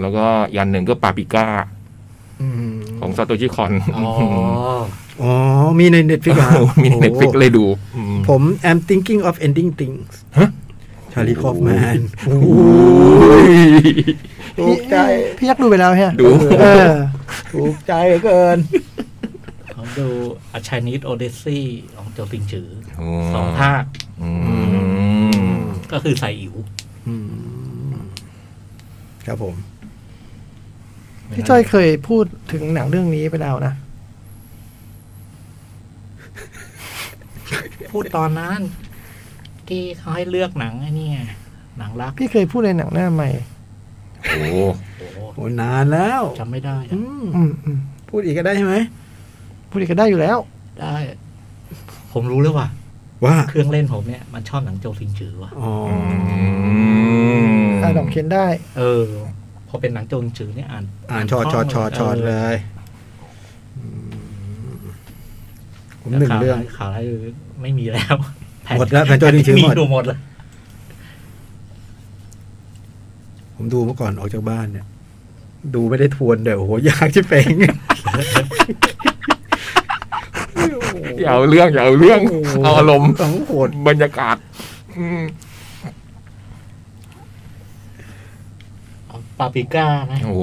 S3: แล้วก็ยันหนึ่งก็ปาปิก้า
S2: อืม
S3: ของซาโตชิคอน
S4: อ๋อ
S2: อ๋อ มีใน Netflix เหรอ
S3: (laughs) มีเน็ตฟิกเลยดูอืม
S2: ผม I'm thinking of ending things
S3: ฮะ
S2: ชาลีคอฟแมน
S3: อุ้ย
S2: (laughs) ถูกใจ
S5: พี่ยักษ์ดูไปแล้วฮะ
S3: ดู
S5: เออ
S2: ถูกใจเหลือเกิน
S4: เขาดูอาชานิดโอเดซี่ของโจติงจือ
S3: โอ้
S4: สองภาค
S3: อืม
S4: ก็คือใส่อิ๋ว
S2: อืมครับผม
S5: พี่จ้อยเคยพูดถึงหนังเรื่องนี้ไปแล้วนะ
S4: พูดตอนนั้น ที่เขาให้เลือกหนังไอ้เนี่ย หนังรัก
S5: พี่เคยพูดในหนังหน้าใหม่
S3: โอ้
S4: โอ้โห
S2: โอ้นานแล้ว
S4: จำไม่ได้อะ
S2: อืม
S5: อืมอืม
S2: พูดอีกก็ได้ใช่ไหม
S5: พูดอีกก็ได้อยู่แล้ว
S4: ได้ ผมรู้แล้วว่า
S2: ว่า
S4: เครื่องเล่นผมเนี่ย มันชอบหนังโจติงจือว่ะ
S2: อ๋อ
S3: อืม
S5: อ่าดอกเขียนได้
S4: เออ ผ อเป็นหนังโจงจือเนี่ยอ่าน
S2: อ่านชอดชอดชอดชอดเลย ยผมหนึ่งเรื่อง
S4: ข่าวอะไรไม่มีแล้ว
S2: หมด
S4: (laughs)
S2: แล้วแผนโจรจริงๆหมด
S4: ดูหมดแล้ว
S2: ผมดูเมื่อก่อนออกจากบ้านเนี่ย ดูไม่ได้ทวนเดี๋ยวโหยากที่เป่ง
S3: อย่าเอาเรื่องอย่าเอาเรื่อง
S2: โอ้โห
S3: เอาอารมณ์
S2: สองโหด
S3: บรรยากาศ อืม
S4: ปาปริก้านะ
S3: โอ้โห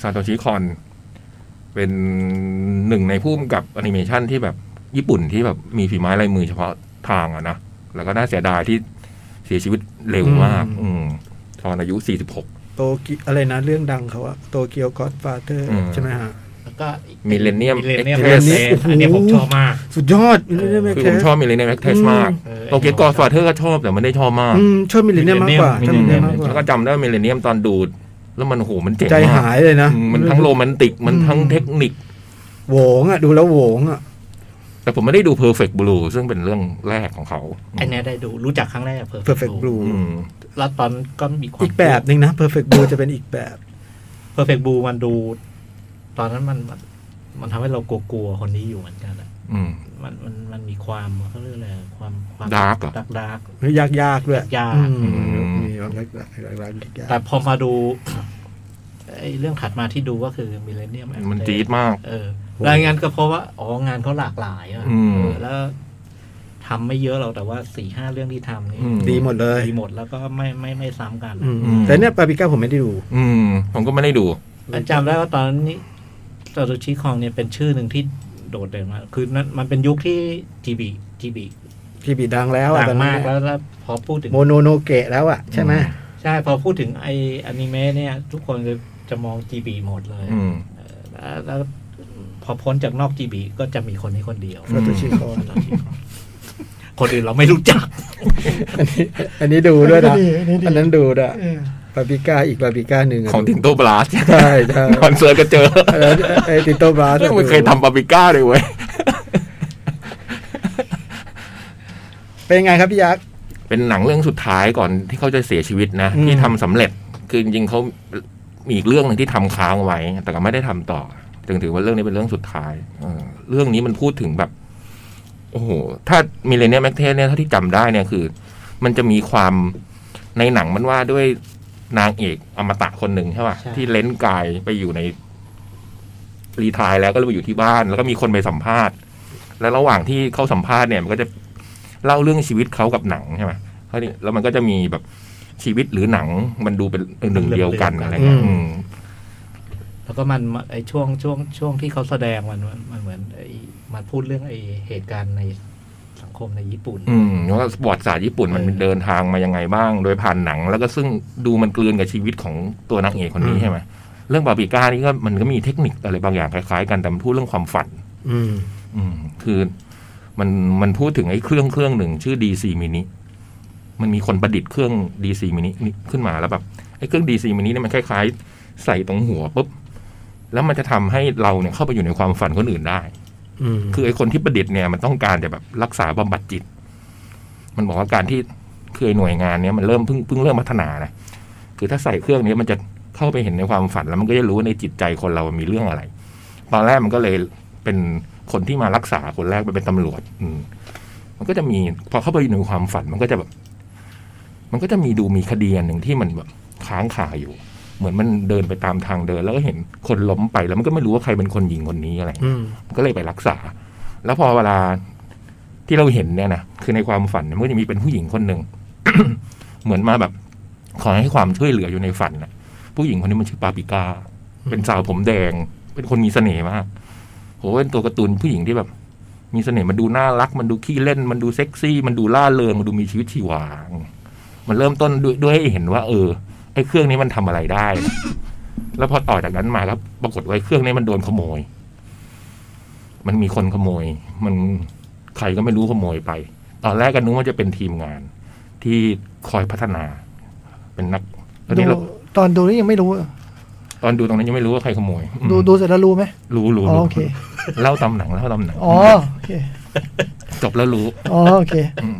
S3: ซาโตชิคอน เป็นหนึ่งในผู้กำกับแอนิเมชันที่แบบญี่ปุ่นที่แบบมีฝีไม้ลายมือเฉพาะทางอะนะแล้วก็น่าเสียดายที่เสียชีวิตเร็วมาก อืมตอนอายุ 46
S2: โตเกียวอะไรนะ เรื่องดังเขาอะโตเกียวก็อดฟาเธอร์
S3: อืม
S2: ใช่ไหมฮะ
S4: แล้วก็
S3: มิเลเนียม
S4: มิเลเนียม
S3: Express
S4: อันนี้ผมชอบมาก
S2: สุดยอดมิลเลนเนียม
S3: คือ
S2: แค
S3: ผม
S2: ส
S3: ชอบมิเลเนียมแอคเทสมาก
S4: เออ
S3: โตเกียวกอฟาเธอร์ก็ชอบแต่ไม่ได้ชอบมาก
S2: อืมชอบมิลเลนเนียมมากกว่าชอบมิลเลนเนียมมากก
S3: แล้วก็
S2: ว่า
S3: จำได้มิเลเนียมตอนดูด แล้วมันโอ้โหมันเจ๋ง
S2: ใจ
S3: มา
S2: หาก ยเลยนะ
S3: อืมมันทั้งโรแมนติก มันทั้งเทคนิค
S2: โหวงอะดูแล้วโหวงอะ
S3: แต่ผมไม่ได้ดู Perfect Blue ซึ่งเป็นเรื่องแรกของเขา
S4: ไอันนี้ยได้ดูรู้จักครั้งแรกเพอร์
S2: เพอร์เฟกต์บลู
S3: อืม
S4: แล้วตอนก็มีความ
S2: อีกแบบหนึ่งนะเพอร์เฟกต์บลูจะเป็นอีกแบบ
S4: เพอร์เฟกบูมันดู ตอนนั้นมันมันมันทำให้เรากลัวๆคนนี้อยู่เหมือนกันอะ
S3: อืม
S4: มันมันมันมีความเขาเรียกอะไรความความ
S3: Dark เหรอ
S4: ดักดัก
S2: ยากยากๆด้วย
S4: ยาก
S2: อืม
S3: อืม
S2: มีความยากยากยากยากยาก
S4: แต่พอมาดูไอ้เรื่องถัดมาที่ดูก็คือมิเลเนียม
S3: มันจี๊ดมาก
S4: เออแล้วงานก็เพราะว่าอ๋องานเขาหลากหลายอะ
S3: อืม
S4: เออแล้วทำไม่เยอะเราแต่ว่าสี่ห้าเรื่องที่ทำนี่
S3: อืม
S2: ดีหมดเลย
S4: ดีหมดแล้วก็ไม่ไม่ไม่ซ้ำกัน
S2: อืมแต่เนี่ยปาปิก้าผมไม่ได้ดู
S3: อืม ผมก็ไม่ได้ดู
S4: แล้วจำได้ว่าตอนนั้นนี้ซาโตชิคองเนี่ยเป็นชื่อหนึ่งที่โดดเด่นมากคือนั้นมันเป็นยุคที่จีบีจีบี
S2: พี่บีดังแล้วอะ
S4: ดั
S2: ตอน
S4: ง
S2: นั้
S4: มาก
S2: น
S4: แล้วแล้วพอพูดถึง
S2: โมโนโนเกะแล้วอะใช่ไหม
S3: อืม
S4: ใช่พอพูดถึงไออนิเมะเนี่ย ทุกคนจะจะมองจีบีหมดเลย
S3: อืม
S4: เออแล้วแล้วพอพ้นจากนอกจีบีก็จะมีคนนี้คนเดียว
S2: ซาโตชิคอง
S4: ซาโตชิคองคนอื่นเราไม่รู้จัก
S2: อันนี้อันนี้ดูด้วยนะ
S5: อันนี้ดีอั
S2: อั
S5: น
S2: น
S5: นี้ดี
S2: นั้นดูด้วย
S5: เออ
S2: ปาปิก้าอีกปาปิก้าหนึ่งอะ
S3: ของตินโตบลาส
S2: ใช่ใช่
S3: คอนเสิร์ตก็เจอ
S2: แล้วไอ้ติโตบราสอะ
S3: ไม่เคยทำปาปริก้าเลยเว้ย
S2: เป็นไงครับพี่ยักษ์
S3: เป็นหนังเรื่องสุดท้ายก่อนที่เขาจะเสียชีวิตนะ
S5: อืม
S3: ที่ทำสำเร็จคือจริงๆเขามีอีกเรื่องหนึ่งที่ทำค้างไว้ แต่ก็ไม่ได้ทำต่อจึงถือว่าเรื่องนี้เป็นเรื่องสุดท้ายเออเรื่องนี้มันพูดถึงแบบ โอ้โห ถ้ามิเลเนียมแม็กเทสเนี่ยเท่าที่จำได้เนี่ยคือ มันจะมีความในหนังมันว่าด้วยนางเอกอมตะคนหนึ่งใช่ป่ะ
S4: ใช่
S3: ที่เล้นกายไปอยู่ใน รีไทายแล้วก็เลยมาอยู่ที่บ้าน แล้วก็มีคนไปสัมภาษณ์ แล้วระหว่างที่เขาสัมภาษณ์เนี่ยมันก็จะเล่าเรื่องชีวิตเขากับหนังใช่ไหมเขาเนี่ยแล้วมันก็จะมีแบบชีวิตหรือหนังมันดูเป็นหนึ่งเดียวกันอะไรเงี้ยอืม
S4: แล้วก็มันไอช่วงช่วงช่วงที่เขาแสดงมันมันมันเหมือนไอมันพูดเรื่องไอเหตุการณ์ในสังคมในญี่ปุ่น
S3: อืมแล้วก็ประวัติศาสตร์ญี่ปุ่นมัน
S4: เออ
S3: เดินทางมายังไงบ้าง โดยผ่านหนัง แล้วก็ซึ่งดูมันกลืนกับชีวิตของตัวนางเอกคนนี้ใช่ไหมเรื่องบาบิก้านี่ก็มันก็มีเทคนิคอะไรบางอย่างคล้ายๆกันแต่มันพูดเรื่องความฝัน
S2: อืม
S3: อืม คือมันมันพูดถึงไอ้เครื่องเครื่องหนึ่งชื่อ DC Mini มันมีคนประดิษฐ์เครื่อง DC Mini นี่ขึ้นมาแล้วแบบไอ้เครื่อง DC Mini เนี่ยมันคล้ายๆ ใส่ตรงหัวปุ๊บแล้วมันจะทำให้เราเนี่ยเข้าไปอยู่ในความฝันคนอื่นได้
S2: อืม
S3: คือไอ้คนที่ประดิษฐ์เนี่ยมันต้องการจะแบบรักษาบำบัดจิต มันบอกว่าการที่คือไอ้หน่วยงานเนี้ยมันเริ่มเพิ่งเพิ่งเริ่มพัฒนานะคือถ้าใส่เครื่องเนี้ยมันจะเข้าไปเห็นในความฝันแล้วมันก็จะรู้ว่าในจิตใจคนเรามันมีเรื่องอะไร ตอนแรกมันก็เลยเป็นคนที่มารักษาคนแรกไปเป็นตำรวจ อืม มันก็จะมีพอเข้าไปอยู่ในความฝันมันก็จะแบบ มันก็จะมีดูมีคดีอันหนึ่งที่มันแบบค้างคาอยู่ เหมือนมันเดินไปตามทางเดิน แล้วก็เห็นคนล้มไปแล้วมันก็ไม่รู้ว่าใครเป็นคนยิงคนนี้อะไรอย่างเงี้ย
S2: อืม
S3: ก็เลยไปรักษา แล้วพอเวลาที่เราเห็นเนี่ยนะ คือในความฝันเนี่ยมันก็จะมีเป็นผู้หญิงคนหนึ่ง (coughs) เหมือนมาแบบ ขอให้ความช่วยเหลืออยู่ในฝันนะผู้หญิงคนนี้มันชื่อปาปิกา เป็นสาวผมแดง เป็นคนมีเสน่ห์มากโหเป็นตัวการ์ตูนผู้หญิงที่แบบ มีเสน่ห์มันดูน่ารัก มันดูขี้เล่น มันดูเซ็กซี่ มันดูล่าเริง มันดูมีชีวิตชีวา มันเริ่มต้นด้วยด้วยให้เห็นว่า เออ ไอ้เครื่องนี้มันทำอะไรได้ แล้วพอต่อจากนั้นมาครับ ปรากฏว่าไอ้เครื่องนี้มันโดนขโมย มันมีคนขโมย มันใครก็ไม่รู้ขโมยไป ตอนแรกก็นึกว่าจะเป็นทีมงาน ที่คอยพัฒนา เป็นนักตอน
S5: ดู
S3: นี้เรา
S5: ตอนดูนี่ยังไม่รู้อะ
S3: ตอนดูตรงนั้นยังไม่รู้ว่าใครขโมยอืม
S5: ดูดูเสร็จแล้วรู้ไหม
S3: รู้รู้
S5: อ๋อ
S3: รู้
S5: โอเค
S3: เล่าตำหนังเล่าตำหนัง
S5: อ๋อโอเค
S3: จบแล้วรู้
S5: อ๋อโอเค
S3: อืม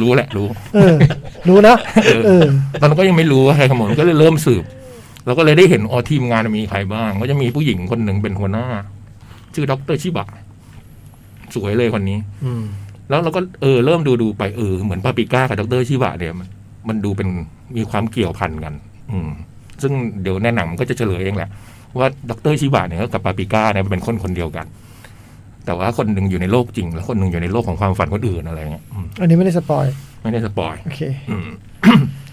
S3: รู้แหละรู้
S5: เออ รู้นะ เออ
S3: ตอนนั้นก็ยังไม่รู้ว่าใครขโมยก็เลยเริ่มสืบ เราก็เลยได้เห็นออทีมงานมีใครบ้าง ก็จะมีผู้หญิงคนหนึ่งเป็นหัวหน้า ชื่อดรชิบะ สวยเลยคนนี้
S2: อืม
S3: แล้วเราก็เออเริ่มดูดูไปเออเหมือนปาปริก้ากับดรชิบะเนี่ยมันมันดูเป็นมีความเกี่ยวพันกัน อืม ซึ่งเดี๋ยวในหนังมันก็จะเฉลยเองแหละ ว่าดรชิบะเนี่ยกับปาปริก้าเนี่ยเป็นคนคนเดียวกัน แต่ว่าคนหนึ่งอยู่ในโลกจริง แล้วคนหนึ่งอยู่ในโลกของความฝันคนอื่นอะไรเงี้ยอืม
S5: อันนี้ไม่ได้สปอย
S3: ไม่ได้สปอย
S5: โอเค
S3: อืม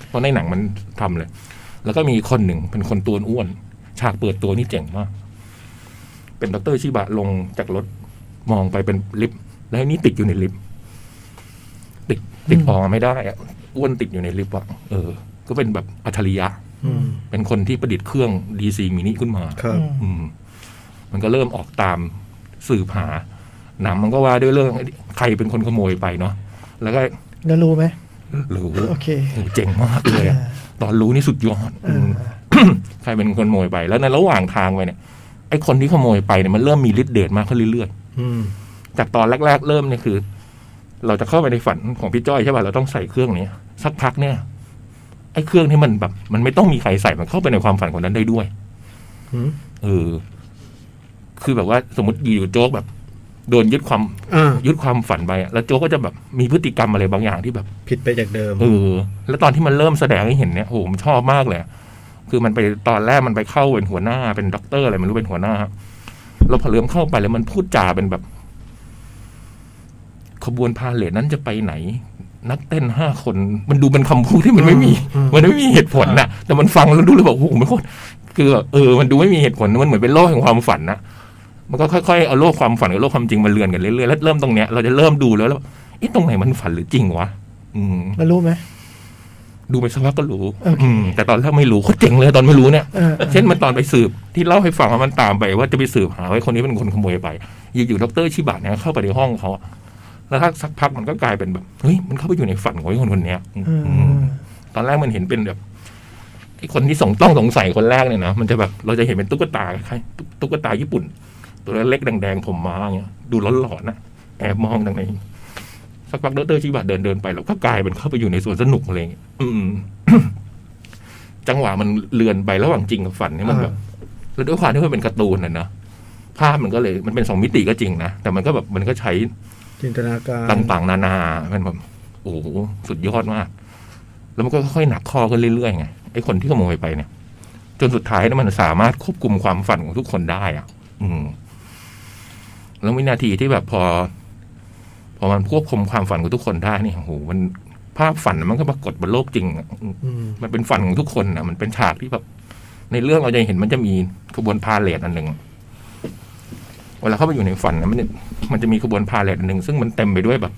S3: เพราะในหนังมันทำเลย แล้วก็มีคนหนึ่งเป็นคนตัวอ้วน ฉากเปิดตัวนี่เจ๋งมาก เป็นดรชิบะลงจากรถมองไปเป็นลิฟต์แล้วไอ้นี่ติดอยู่ในลิฟต์ติดติดออกมาไม่ได้อะอ้วนติดอยู่ในลิฟต์อะเออ ก็เป็นแบบอัจฉริยะ
S2: อืม
S3: เป็นคนที่ประดิษฐ์เครื่องดีซีมินิขึ้นมา
S2: ครับ
S3: อืม มันก็เริ่มออกตามสืบหาหนังมันก็ว่าด้วยเรื่องไอ้ใครเป็นคนขโมยไปเนาะแล้วก็
S5: แล้วรู้ไหม
S3: หรือ
S5: โอเค
S3: โอ้โหเจ๋งมากเลยอะ
S5: อ่า
S3: ตอนรู้นี่สุดยอดอืม ใครเป็นคนขโมยไป แล้วในระหว่างทางไปเนี่ย ไอ้คนที่ขโมยไปเนี่ยมันเริ่มมีฤทธิ์เดชมากขึ้นเรื่อย
S2: อืม
S3: ๆ จากตอนแรก ๆ เริ่มเนี่ยคือ เราจะเข้าไปในฝันของพี่จ้อยใช่ป่ะ เราต้องใส่เครื่องนี้สักพักเนี่ย ไอ้เครื่องที่มันแบบ มันไม่ต้องมีใครใส่ มันเข้าไปในความฝันคนนั้นได้ด้วย
S2: อืม
S3: เออ คือแบบว่าสมมติอยู่ๆโจ๊กแบบ โดนยึดความ
S2: อ่า
S3: ยึดความฝันไปอะแล้วโจ๊กก็จะแบบมีพฤติกรรมอะไรบางอย่างที่แบบ
S2: ผิดไปจากเดิม
S3: เออ แล้วตอนที่มันเริ่มแสดงให้เห็นเนี่ยโอ้โหผมชอบมากเลยอะคือมันไปตอนแรกมันไปเข้าเป็นหัวหน้าเป็นด็อกเตอร์อะไรไมันรู้เป็นหัวหน้าแล้วพอเริ่มเข้าไปแล้วมันพูดจาเป็นแบบ ขบวนพาเหรดนั้นจะไปไหน นักเต้นห้าคน มันดูเป็นคำพูดที่มันไม่มี
S2: อืม
S3: มันไม่มีเหตุผลนะแต่มันฟังแล้วดูแล้วแบบโอ้โหมันโคตรคือแบบเออ มันดูไม่มีเหตุผลมันเหมือนเป็นโลกแห่งความฝันนะมันก็ค่อยๆเอาโลกความฝันกับโลกความจริงมาเลือนกันเรื่อยๆแล้วเริ่มตรงเนี้ยเราจะเริ่มดูแล้วแล้วเอ๊ะตรงไหนมันฝันหรือจริงวะอืม
S5: แล้วรู้ไหม
S3: ดูไปสักพักก็รู้
S5: โอเค
S3: อืมแต่ตอนแรกไม่รู้โคตรเจ๋งเลยตอนไม่รู้เนี่ย
S5: เออ
S3: เช่นมันตอนไปสืบที่เล่าให้ฟังว่ามันตามไปว่าจะไปสืบหาว่าคนนี้เป็นคนขโมยไป อยู่ๆดรชิบะเนี่ยเข้าไปในห้องเขาอะแล้วถ้าสักพักมันก็กลายเป็นแบบเฮ้ยมันเข้าไปอยู่ในฝันของไอ้คนคนเนี้ย
S5: เออ
S3: อืมตอนแรกมันเห็นเป็นแบบไอ้คนที่สงต้องสงสัยคนแรกเนี่ยนะมันจะแบบเราจะเห็นเป็นตุ๊กตาคล้ายๆตุ๊กตาญี่ปุ่น ตัวเล็กๆแดงๆผมม้าอย่างเงี้ยดูหลอนๆนะแอบมองทางในสักพักดรชิบะเดินเดินๆไปแล้วก็กลายเป็นเข้าไปอยู่ในสวนสนุกอะไรอย่างเงี้ยอืม (coughs) จังหวะมันเลือนไประหว่างจริงกับฝันเนี่ยมันแบบ แล้วด้วยความที่มันเป็นการ์ตูนน่ะเนอะภาพมันก็เลยมันเป็นสองมิติก็จริงนะ แต่มันก็แบบมันก็ใช้
S2: จินตนาการ
S3: ต่างๆ นานามันแบบโอ้โหสุดยอดมาก แล้วมันก็ค่อยๆหนักข้อขึ้นเรื่อยๆไงไอ้คนที่ขโมยไปเนี่ย จนสุดท้ายเนี่ยมันสามารถควบคุมความฝันของทุกคนได้อ่ะ อืม แล้ววินาทีที่แบบพอ พอมันควบคุมความฝันของทุกคนได้เนี่ยโอ้โหมันภาพฝันมันก็ปรากฏบนโลกจริงอะอืม
S2: อืม
S3: มันเป็นฝันของทุกคนนะมันเป็นฉากที่แบบ ในเรื่องเราจะเห็นมันจะมีขบวนพาเหรดอันหนึ่งเวลาเข้าไปอยู่ในฝันนะมันจะมันจะมีขบวนพาเหรดอันหนึ่งซึ่งมันเต็มไปด้วยแบบ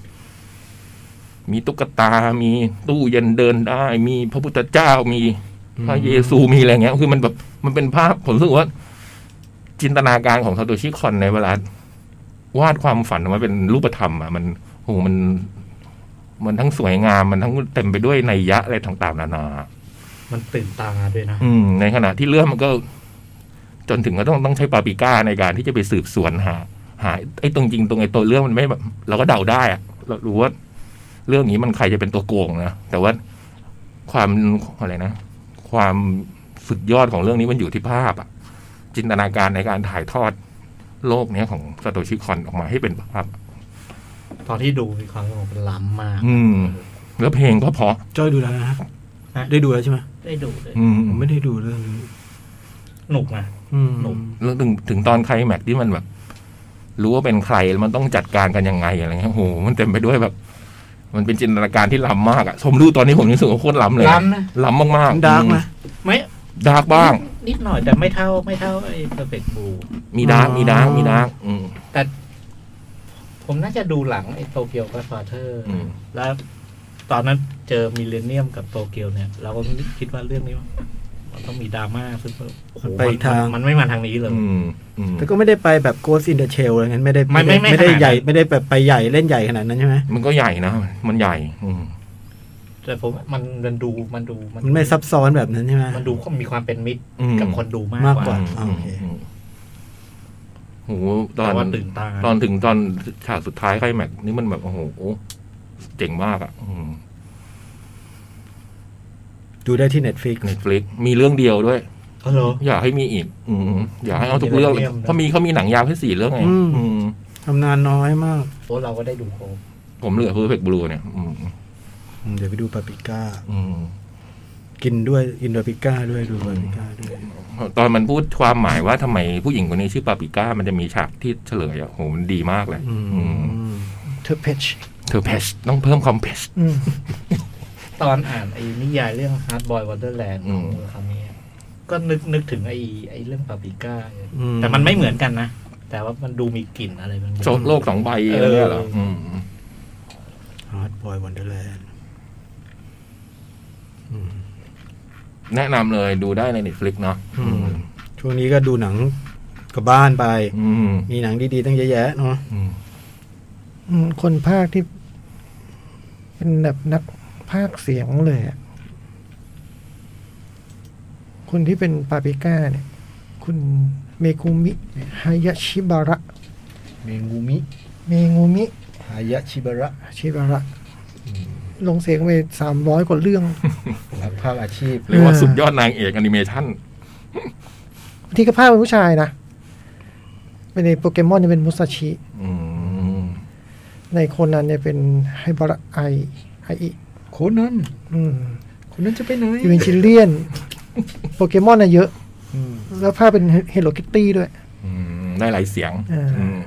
S3: มีตุ๊กตา มีตู้เย็นเดินได้ มีพระพุทธเจ้า มีพระเยซูมีอะไรเงี้ย คือมันแบบมันเป็นภาพผมรู้สึกว่า จินตนาการของซาโตชิคอนในเวลาวาดความฝันออกมาเป็นรูปธรรมอ่ะมันโหมัน มันทั้งสวยงาม มันทั้งเต็มไปด้วยนัยยะอะไรต่างๆนานา
S4: มันตื่นตาด้วยนะ
S3: อืมในขณะที่เรื่องมันก็ จนถึงก็ต้องต้องใช้ปาปริก้าในการที่จะไปสืบสวนหา หาไอ้ตรงจริงตรงไอ้ตัวเรื่องมันไม่แบบ เราก็เดาได้อะเรารู้ว่าเรื่องนี้มันใครจะเป็นตัวโกงนะแต่ว่าความอะไรนะความสุดยอดของเรื่องนี้มันอยู่ที่ภาพอะจินตนาการในการถ่ายทอดโลกเนี้ยของซาโตชิคอนออกมาให้เป็นภาพ
S4: ตอนที่ดูมีความรู้สึกมันล้ำมาก
S3: อืม แล้วเพลงก็เพราะ
S7: จ้อยดูแล้วนะฮะ
S4: ฮะ
S7: ได้ดูแล้วใช่ไหม
S4: ได้ดูเลย
S3: อืม
S7: ผมไม่ได้ดูเรื่องนี้
S4: หนุกนะ
S7: อืม
S4: หนุ่ม
S3: แล้วถึงถึงตอนไคลแม็กซ์ที่มันแบบ รู้ว่าเป็นใครแล้วมันต้องจัดการกันยังไงอะไรเงี้ยโอ้โหมันเต็มไปด้วยแบบ มันเป็นจินตนาการที่ล้ำมากอะผมดูตอนนี้ผมยังรู้สึกว่าโคตรล้ำเลย
S4: ล้ำนะ
S3: ล้ำมาก
S7: มัน
S3: ๆ
S7: ดาร์กไหม
S4: ไม่
S3: ดาร์กบ้าง
S4: นิดหน่อยแต่ไม่เท่าไม่เท่าไอ้ Perfect Blue
S3: มีดาร์ก
S7: อ๋อ
S3: มีดาร์กมีดาร์กอืม
S4: แต่ผมน่าจะดูหลังไอ้โตเกียวกับฟาเธอร์
S3: อืม
S4: แล้วตอนนั้นเจอมิเลเนียมกับโตเกียวเนี่ย เราก็คิดว่าเรื่องนี้มันต้องมีดราม่าซึ่งแบบโอ้โห
S2: มันไปทาง
S4: มันไม่มาทางนี้เลย
S3: อืมอืม
S2: แต่ก็ไม่ได้ไปแบบ Ghost in the Shell อะไรเงี้ยไม่ได้
S4: ไม่ไม่ไม่
S2: ไม่ได้
S4: ขนาดนั้น
S2: ใหญ่ไม่ได้แบบไปใหญ่เล่นใหญ่ขนาดนั้นใช่ไหม
S3: มันก็ใหญ่นะมันใหญ่ อืม
S4: แต่ผมมันมันดูมันดู
S2: มันไม่ซับซ้อนแบบนั้นใช่ไหม
S4: มันดูมีความเป็นมิตร
S3: อืม
S4: กับคนดูมาก
S2: มาก
S4: ก
S2: ก
S4: ว่า
S2: ว่า
S3: อืมอืมโอ้โหตอ
S4: แต่ว่าน ตื่นตา
S3: ตอนถึงตอนฉากสุดท้ายไคลแม็กซ์นี่มันแบบโอ้โหเจ๋งมากอะอืม
S2: ดูได้ที่ Netflix
S3: เน็ตฟลิกมีเรื่องเดียวด้วย
S4: ฮัลโหล
S3: อยากให้มีอีก อืมอยากให้เอาทุกเรื่องเลย
S4: เยี่ยมนะ
S3: ถ้ามีเขามีหนังยาวแค่สี่เรื่องไง
S5: อืม
S3: อืม
S5: ทำนานน้อยมาก
S4: โอ้เราก็ได้ดูโคม
S3: ผมเหลือเพอร์เฟกต์บลูเนี่ย อืม
S2: อืมเดี๋ยวไปดูปาปริก้า
S3: อืม
S2: กินด้วยกินปาปริก้าด้วยดูปาปริก้าด้วย
S3: ตอนมันพูดความหมายว่าทำไมผู้หญิงคนนี้ชื่อปาปริก้า มันจะมีฉากที่เฉลยอ่ะโหมันดีมากเลย
S2: อื
S3: อืม
S2: ม
S5: เธอเพช
S3: เธอเพชต้องเพิ่มความเพช
S4: ตอนอ่านไอ้นิยายเรื่อง Hard Boy Wonderland
S3: อื
S4: ขอ
S3: ม
S4: งคำนี้ก็นึกนึกถึงไอ้ไอ้เรื่องปาปริก้า
S2: อืม
S4: แต่มันไม่เหมือนกันนะ แต่ว่ามันดูมีกลิ่นอะไรบางอย่าง
S3: โซโลกสองใบอะไรเนี่ยเหรอ
S4: เอออื
S3: อืม
S2: ฮาร์ดบอยวันเดอร์แลนด์
S3: แนะนำเลยดูได้ในเน็ตฟลิกเนาะอืม
S2: ช่วงนี้ก็ดูหนังกับบ้านไป
S3: อืม
S2: มีหนังดีๆตั้งเยอะแยะเนาะ
S3: อืม
S5: คนภาคที่ เป็นแบบนักภาคเสียงเลยอะคนที่เป็นปาปริก้าเนี่ย คุณเมกุมิฮายาชิบาระ
S2: เมงูมิ
S5: เมกุมิ
S2: ฮายะชิบาระ
S5: ฮายาชิบาระ ลงเสียงไปสามร้อยกว่าเรื่อง (laughs)
S2: นักภาพอาชีพ
S3: เรียกว่าสุดยอดนางเอกแอนิเมชัน
S5: บางทีก็ภาพเป็นผู้ชายนะ เป็นในโปเกมอนจะเป็นมุสาชิ
S3: อืม
S5: ในโคนนั้นเนี่ยเป็นไฮบาระไอไออิ
S2: โคนนั้น
S5: อืม
S2: คนนั้นจะไปไหน
S5: อีเวนจิเลี (laughs) ยน โปเกมอนอะเยอะ
S2: อืม
S5: แล้วภาพเป็นเฮโลคิตตี้ด้วย
S3: อืมได้หลายเสียง
S5: เอออื
S3: ม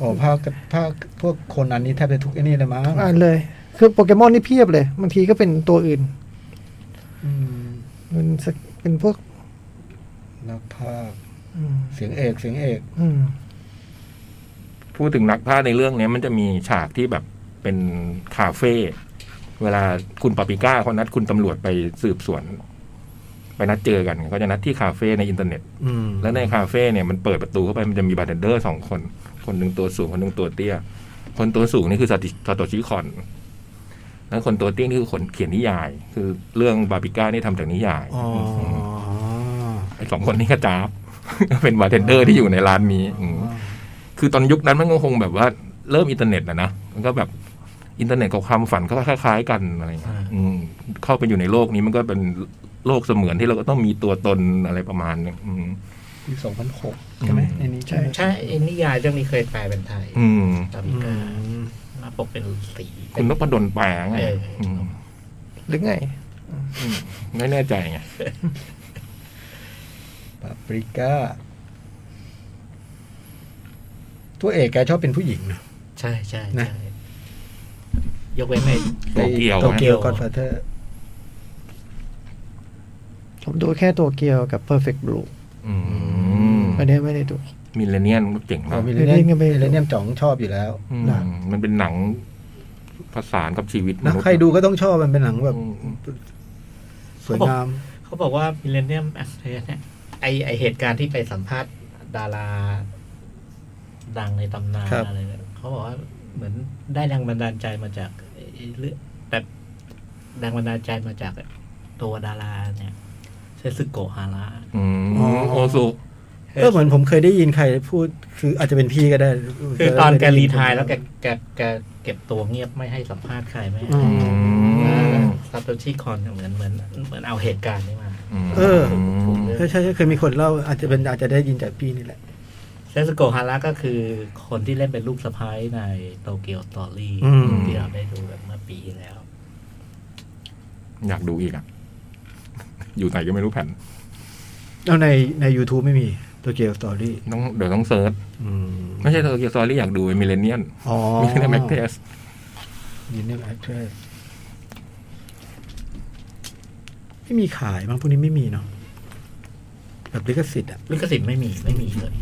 S2: อ๋อภาคภาคพวกโคนนั้นนี่แทบจะทุกไอ้นี่เลยมั้ง
S5: ทุกอันเลย คือโปเกมอนนี่เพียบเลย บางทีก็เป็นตัวอื่น
S2: อืม
S5: เป็นสักเป็นพวก
S2: นักภาพ
S5: อืม
S2: เสียงเอกเสียงเอก
S5: อืม
S3: พูดถึงนักพากย์ในเรื่องเนี้ยมันจะมีฉากที่แบบเป็นคาเฟ่เวลาคุณปาปริก้าเขานัดคุณตำรวจไปสืบสวน ไปนัดเจอกันเขาจะนัดที่คาเฟ่ในอินเทอร์เน็ต
S2: อืม
S3: แล้วในคาเฟ่เนี่ยมันเปิดประตูเข้าไปมันจะมีบาร์เทนเดอร์สองคน คนหนึ่งตัวสูง คนหนึ่งตัวเตี้ย คนตัวสูงนี่คือสติสตอชิคอน แล้วคนตัวเตี้ยนี่คือคนเขียนนิยาย คือเรื่องบาบิก้านี่ทำจากนิยาย
S2: อ๋อ
S3: มไอ้สองคนนี้ก็จ้าบ (laughs) เป็นบาร์เทนเดอร์ที่อยู่ในร้านนี้อืมคือตอนยุคนั้นมันก็คงแบบว่าเริ่มอินเทอร์เน็ตนะนะมันก็แบบอินเทอร์เน็ตกับความฝันก็คล้ายๆกันอะไรอย่างเงี้ย
S4: อ่า
S3: อืมเข้าไปอยู่ในโลกนี้มันก็เป็นโลกเสมือนที่เราก็ต้องมีตัวตนอะไรประมาณนึงอืม
S2: ปีสองพันหกใช่ไหม
S3: อืม
S2: ในนี้ใช่ไหม
S4: ใช่ไอ้นิยายเรื่องนี้เคยแปลเป็นไทย
S3: อืม
S4: ปาปริ
S2: อื
S4: ก้าม หน้าปกเป็นสี
S3: คุณนพดลแปลไง
S4: เออ
S3: อืม
S5: หรือไง
S3: ไม่แน่ใจไง
S2: ปาปริก้า ตัวเอกแกชอบเป็นผู้หญิงนะ
S4: ใช่ใช่
S2: นะ
S4: ใช่ยกเว้นใน
S3: โตเกียว
S2: ไอ้โตเกียว
S4: นะ
S2: กอนฟาเธอร์
S5: ผมดูแค่ตัวเกียวกับ Perfect Blue อันนี้ไม่ได้ดู
S3: มิเลเนียนเจ๋งมาก
S2: มิเล
S5: เดี๋ยว
S2: เนีย
S5: เล่นกัน
S2: ม
S5: ไป
S2: มิเลเนียมจ๋องชอบอยู่แล้ว
S3: อืม
S5: นะ
S3: มันเป็นหนังผสานกับชีวิตม
S2: นะ
S3: นุษย์
S2: ใครดูก็ต้องชอบมันเป็นหนังแบบ
S3: อืม
S2: สวยงาม
S4: เขาบอกว่ามิเลเนียมแอคเทเนี่ยไอไอเหตุการณ์ที่ไปสัมภาษณ์ดารา ดังในตำนาน
S2: ครับ
S4: อะไรเนี่ยเขาบอกว่าเหมือนได้แรงบันดาลใจมาจากไอ้เรื่องแต่แรงบันดาลใจมาจากตัวดาราเนี่ยเซซึโกะฮาระ
S3: อืม
S2: อ๋อ
S3: โอซุ
S2: เออเหมือนผมเคยได้ยินใครพูด คืออาจจะเป็นพี่ก็ได้
S4: คือตอนแกรีไทายแล้วแกแกแกเก็บตัวเงียบไม่ให้สัมภาษณ์ใครไม่ให้
S2: อื
S3: อื
S2: ม
S3: ม
S4: ซาโตชิคอนเนี่ยเหมือนเหมือนเหมือนเอาเหตุการณ์นี้มา
S2: เออ
S3: ม
S2: ใช่ใช่ใช่เคยมีคนเล่าอาจจะเป็นอาจจะได้ยินจากพี่นี่แหละ
S4: เซสโกะฮาระก็คือคนที่เล่นเป็นลูกสะพ้ายในโตเกียวสตอรี่
S2: อืม
S4: ที่เราได้ดูแบบเมื่อปีที่แล้ว
S3: อยากดูอีกอ่ะ (laughs) อยู่ไหนก็ไม่รู้แผ่น
S2: แล้วในใน YouTube ไม่มีโตเกียวสตอรี่
S3: ต้องเดี๋ยวต้องเซิร์ชไม่ใช่เธอเกียวซอรี่อยากดูมิเลเนียน
S2: อ๋อ
S3: มิเลเนียนแม็กเทส
S2: มิเลเนียมแอคเทสไม่มีขายมั้งพวกนี้ไม่มีเนาะแบบลิขสิทธิ์อ่ะ
S4: ลิขสิทธิ์ไม่มีไม่มีเลย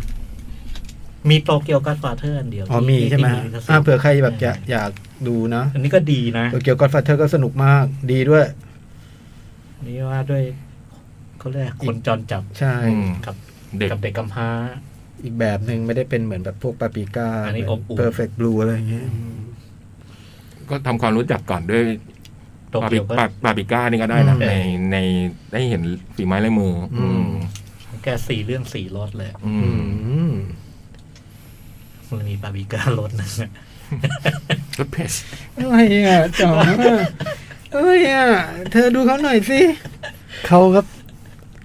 S4: มีโตเกียวกัสฟาเธอร์อันเดียว
S2: อ๋อมี
S4: ที่
S2: ใช่ไหม
S4: ที่ลิขสิทธิ์
S2: อ่าเผื่อใครแบบอยากอยากดูนะ
S4: อันนี้ก็ดีนะ
S2: เกี่ยวกับฟัตเธอร์ก็สนุกมาก ดีด้วย
S4: นี่ว่าด้วยเขาเรียกคนจรจับ
S2: ใช่
S3: อืม
S4: กับ
S3: เด็ก
S4: กับเด็กกำพร้า
S2: อีกแบบหนึ่งไม่ได้เป็นเหมือนแบบพวกปาปริก้า
S4: อันนี้อบอุ่น
S2: เพอร์เฟกต์บลูอะไรอย่างเงี้ย
S3: ก็ทำความรู้จักก่อนด้วย
S4: โตเกียวก็
S3: ปาปาปิก้านี่ก็ได้นะในในได้เห็นฝีไม้ลายมือ อืม
S4: แกสี่เรื่องสี่รสเลย
S3: อื
S2: อื
S3: ม
S2: ม
S4: มันมีบาร์บีก้ารสนึงอะ
S3: รถเพช
S2: อะไรอ่ะจ๋องอะไรอ่ะ เธอดูเขาหน่อยสิ
S5: เขาก็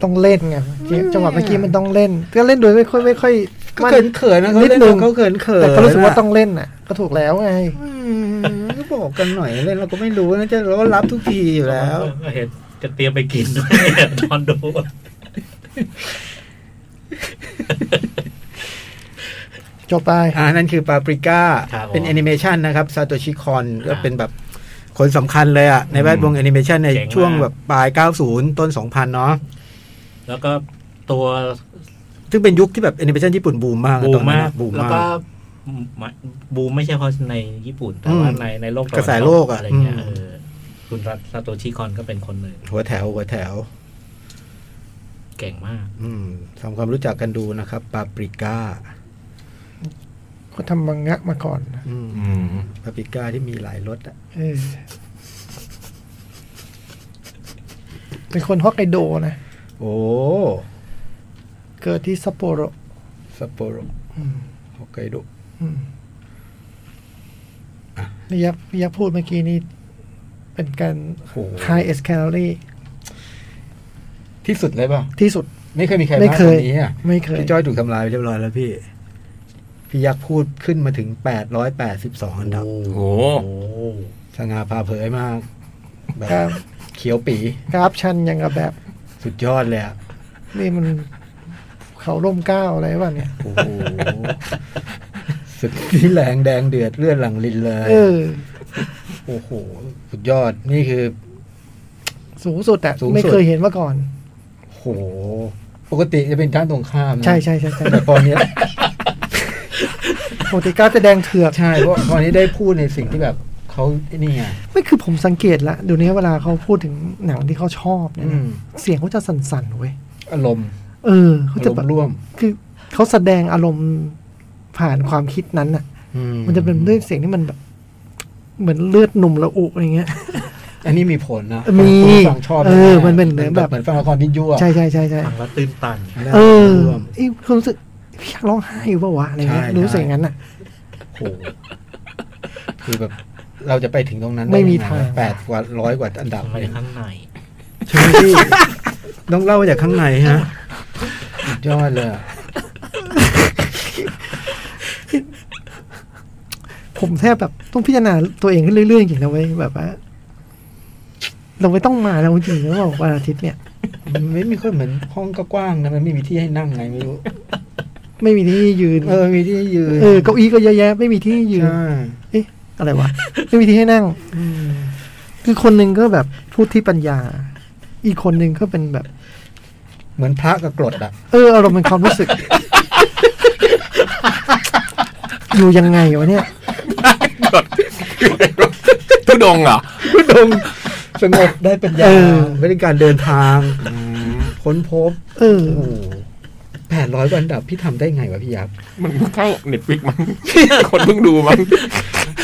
S5: ต้องเล่นไงเมื่อกี้จังหวะเมื่อกี้มันต้องเล่น ก็เล่นโดยไม่ค่อยไม่ค่อย
S2: ก็เขินเขินนะเขา
S5: นิด
S2: เล่น
S5: นึง
S2: เขาเขินเขิน
S5: แต่ก็รู้สึกว่าต้องเล่นน่ะ ก็ถูกแล้วไง
S2: ก็บอกกันหน่อยเล่นเราก็ไม่รู้นะจะเราก็รับทุกทีอยู่แล้ว
S4: ก็เห็นจะเตรียมไปกินด้วย (laughs) นอนดู
S5: จบไป
S2: อ่านั่นคือปาปริก้า
S4: ครับผม
S2: เป็นแอนิเมชันนะครับซาโตชิคอนก็
S4: อ่า
S2: เป็นแบบคนสำคัญเลยอะในแวดวงแอนิเมชันใน
S4: เจ๋งมาก
S2: ช่วงแบบปลาย 90 ต้น 2000 เนาะ
S4: แล้วก็ตัว
S2: ซึ่งเป็นยุคที่แบบแอนิเมชันญี่ปุ่นบูมมากอะ
S4: บู
S2: ต
S4: ม
S2: อนนั้น
S4: มาก
S2: อะบูม
S4: แล้ว
S2: มา
S4: ก็
S2: ก
S4: บูมไม่ใช่เพราะในญี่ปุ่น แต่ว่าในในโลกตวัน
S2: ก
S4: ต
S2: ระแสโลกอะ
S4: ไรเงี้ย
S2: อืม
S4: เออคุณซาโตชิคอนก็เป็นคนหนึ่ง
S2: หัวแถวหัวแถว
S4: เก่งมาก
S2: อืมทำความรู้จักกันดูนะครับปาปริก้า
S5: ก็ทำมังงะมาก่อนนะ
S2: อืม
S3: อืม
S2: ปาปริก้าที่มีหลายรสอะ
S5: เออเป็นคนฮอกไกโดนะ
S2: โอ้
S5: เกิดที่ซัปโปโร
S2: ซัปโปโร
S5: อืม
S2: ฮอกไกโด
S5: อืมนี่ยักษ์นี่ยักษ์พูดเมื่อกี้นี่ เป็นการ
S2: โอ้โห
S5: high S calorie
S2: ที่สุดเลยป่ะ
S5: ที่สุด
S2: ไม่เคยมีใคร
S5: ไม่
S2: มาก
S5: เค
S2: ก
S5: ย
S2: ว่านี้อะ
S5: ไม่เคย
S2: พี่จ้อยถูกทำลายไปเรียบร้อยแล้วพี่ พี่ยักษ์พูดขึ้นมาถึง 882 อันดับ
S3: โอ้โห
S4: โอ้
S2: สง่าพาเผยมาก แบ
S5: ครับ บ
S2: เขียวปี
S5: กราฟชันยังกับแบบ
S2: สุดยอดเลยอะ
S5: นี่มันเขาร่มเกล้าอะไรวะเนี่ย
S2: โอ้โหสุดที่แรงแดงเดือดเลือดหลังลินเลย
S5: เออ
S2: โอ้โห สุดยอดนี่คือ
S5: สูงสุดอะ
S2: สูงสุด
S5: ไม่เคยเห็นมาก่อน
S2: โอ้โห ปกติจะเป็นด้านตรงข้ามนะ
S5: ใช่ใช่ใช่ใช่
S2: แต่ตอนเนี้ย
S5: ปกติกราฟจะแดงเถือก
S2: ใช่เพราะตอนนี้ได้พูดในสิ่งที่แบบเขาไอ้นี่ไง
S5: ไม่คือผมสังเกตละเดี๋ยวนี้เวลาเขาพูดถึงหนังที่เขาชอบเนี่ย
S2: อื
S5: นะ
S2: ม
S5: เสียงเขาจะสั่นๆเว้ย
S2: อารมณ์
S5: เออเขา
S2: อาร
S5: จะ
S2: ม
S5: แบบ
S2: ณ์ร่วม
S5: คือเขาแสดงอารมณ์ผ่านความคิดนั้นน่ะ
S2: อื
S5: มันจะเป็นด้วยเสียงที่มันแบบ เหมือนเลือดหนุ่มระอุอะไรเงี้ย
S2: อันนี้มีผลนะ
S5: มี
S2: คุณฟังชอบ
S5: เออมันเป็น
S2: แ
S5: แบบ
S2: เหมือนฟังละครวิทยุอะ
S5: ใช่ใช่ใช่ใช่
S4: ฟังแล้วตื้นตัน
S2: ได้
S5: เออ
S2: ารมณ์ร่วม
S5: ไอ้เขารู้สึกพี่อยากร้องไห้อยู่ปะวะอะไรเงี้ย
S2: ใช่
S5: รู้สึกอย่างนั้นน่ะ
S2: โอ้โหคือแบบเราจะไปถึงตรงนั้นด้
S5: ไม่มีทาง
S2: แปดกว่าร้อยกว่าอันดับ
S4: ทำไม
S2: เนี่ย
S4: ข้างใน
S2: ใช่ไหมพี่ ต้องเล่าจากข้างในฮะสุดยอดเลยอะ
S5: ผมแทบแบบต้องพิจารณาตัวเองขึ้นเรื่อยๆจริงๆนะเว้ยแบบว่า เราไม่ต้องมาแล้วจริงๆแล้วบอกวันอาทิตย์เนี่ย
S2: มันไม่มีคนเหมือนห้องก็กว้างนะมันไม่มีที่ให้นั่งไงไม่รู้
S5: ไม่มีที่ยืน
S2: เออมีที่ให้ยืน
S5: เออเก้าอี้ก็เยอะแยะไม่มีที่ให้ยืน
S2: ใช่
S5: เอ๊ะ อะไรวะ ไม่มีที่ให้นั่ง คือคนหนึ่งก็แบบพูดที่ปัญญา อีกคนหนึ่งก็เป็นแบบ
S2: เหมือนพระกับกรดอะ
S5: เอออารมณ์เป็นความรู้สึก (laughs) อยู่ยังไงวะเนี่ย
S3: ทุดงค์เหรอ
S2: ดงสงบได้ปัญญา
S5: เออ
S2: ไม่ได้การเดินทางค้นพบ
S5: เออ
S2: โอ้แปดร้อยอันดับพี่ทำได้ไงวะพี่ยักษ์
S3: มันเข้าเน็ตฟิกมั้ง (laughs) คนเพิ่งดูมั้ง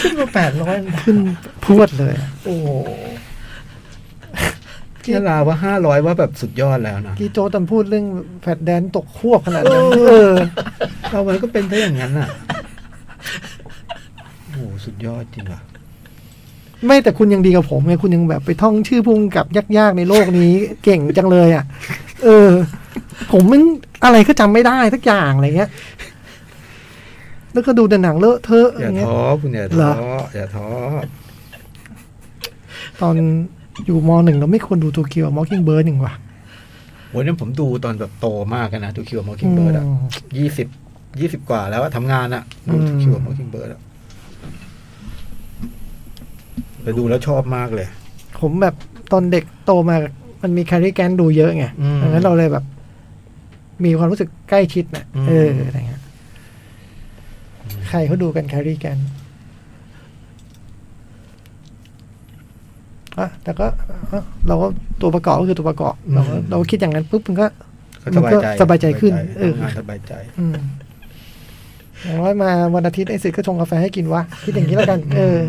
S2: ขึ้นมาแปดร้อยอันดับ
S5: ขึ้นพรวดเลยอะ
S2: โอ้โหพี่ลาว่าห้าร้อยว่าแบบสุดยอดแล้วนะ
S5: กีโจตันพูดเรื่องแฟดแดนตกควบขนาดนั้นเออ
S2: เรามันก็เป็นได้อย่างนั้นอ่ะ โอ้โหสุดยอดจริงว่ะ
S5: ไม่แต่คุณยังดีกับผมไงคุณยังแบบไปท่องชื่อพุ่งกับยากๆในโลกนี้ เก่งจังเลยอ่ะ (laughs) เออ ผมมันอะไรก็จำไม่ได้สักอย่างอะไรเงี้ย แล้วก็ดูแต่หนังเลอะเทอะอ
S2: อย่า
S5: ย่างเงี้ย
S2: ท้อคุณอย่า
S5: เหร
S2: ท้อ
S5: อ
S2: อย่าท้อ
S5: ตอนอยู่มหนึ่งเราไม่ควรดูโตเกียวมอคกิ้งเบิร์ดหนึ่งว่ะ
S2: วันนั้นผมดูตอนแบบโตมากอะนะทูคิวมอคิงเบิร์ดอ่ะ
S5: อืม
S2: ยี่สิบยี่สิบกว่าแล้วอะทำงานอ่ะ ดู
S5: อืม
S2: ทูคิวมอคิงเบิร์ดอ่ะไปดูแล้วชอบมากเลย
S5: ผมแบบตอนเด็กโตมา มันมีแคริแกนดูเยอะไง
S2: อืม
S5: ดังนั้นเราเลยแบบ มีความรู้สึกใกล้ชิดนะ
S2: อืม
S5: เอออะไรเงี้ยใครเขาดูกันแคริแกนอะแต่ก็อ่ะเราก็ตัวประกอบก็คือตัวประกอบเราก็เราก็คิดอย่างนั้นปุ๊บมันก็
S2: ก็สบายใจ
S5: มันก็สบายใจขึ้นเออ
S2: ทำงานสบายใจ
S5: อืมอย่างน้อยมาวันอาทิตย์ไอ้สิทธิ์ก็ชงกาแฟให้กินวะคิดอย่างนี้แล้วกัน เออ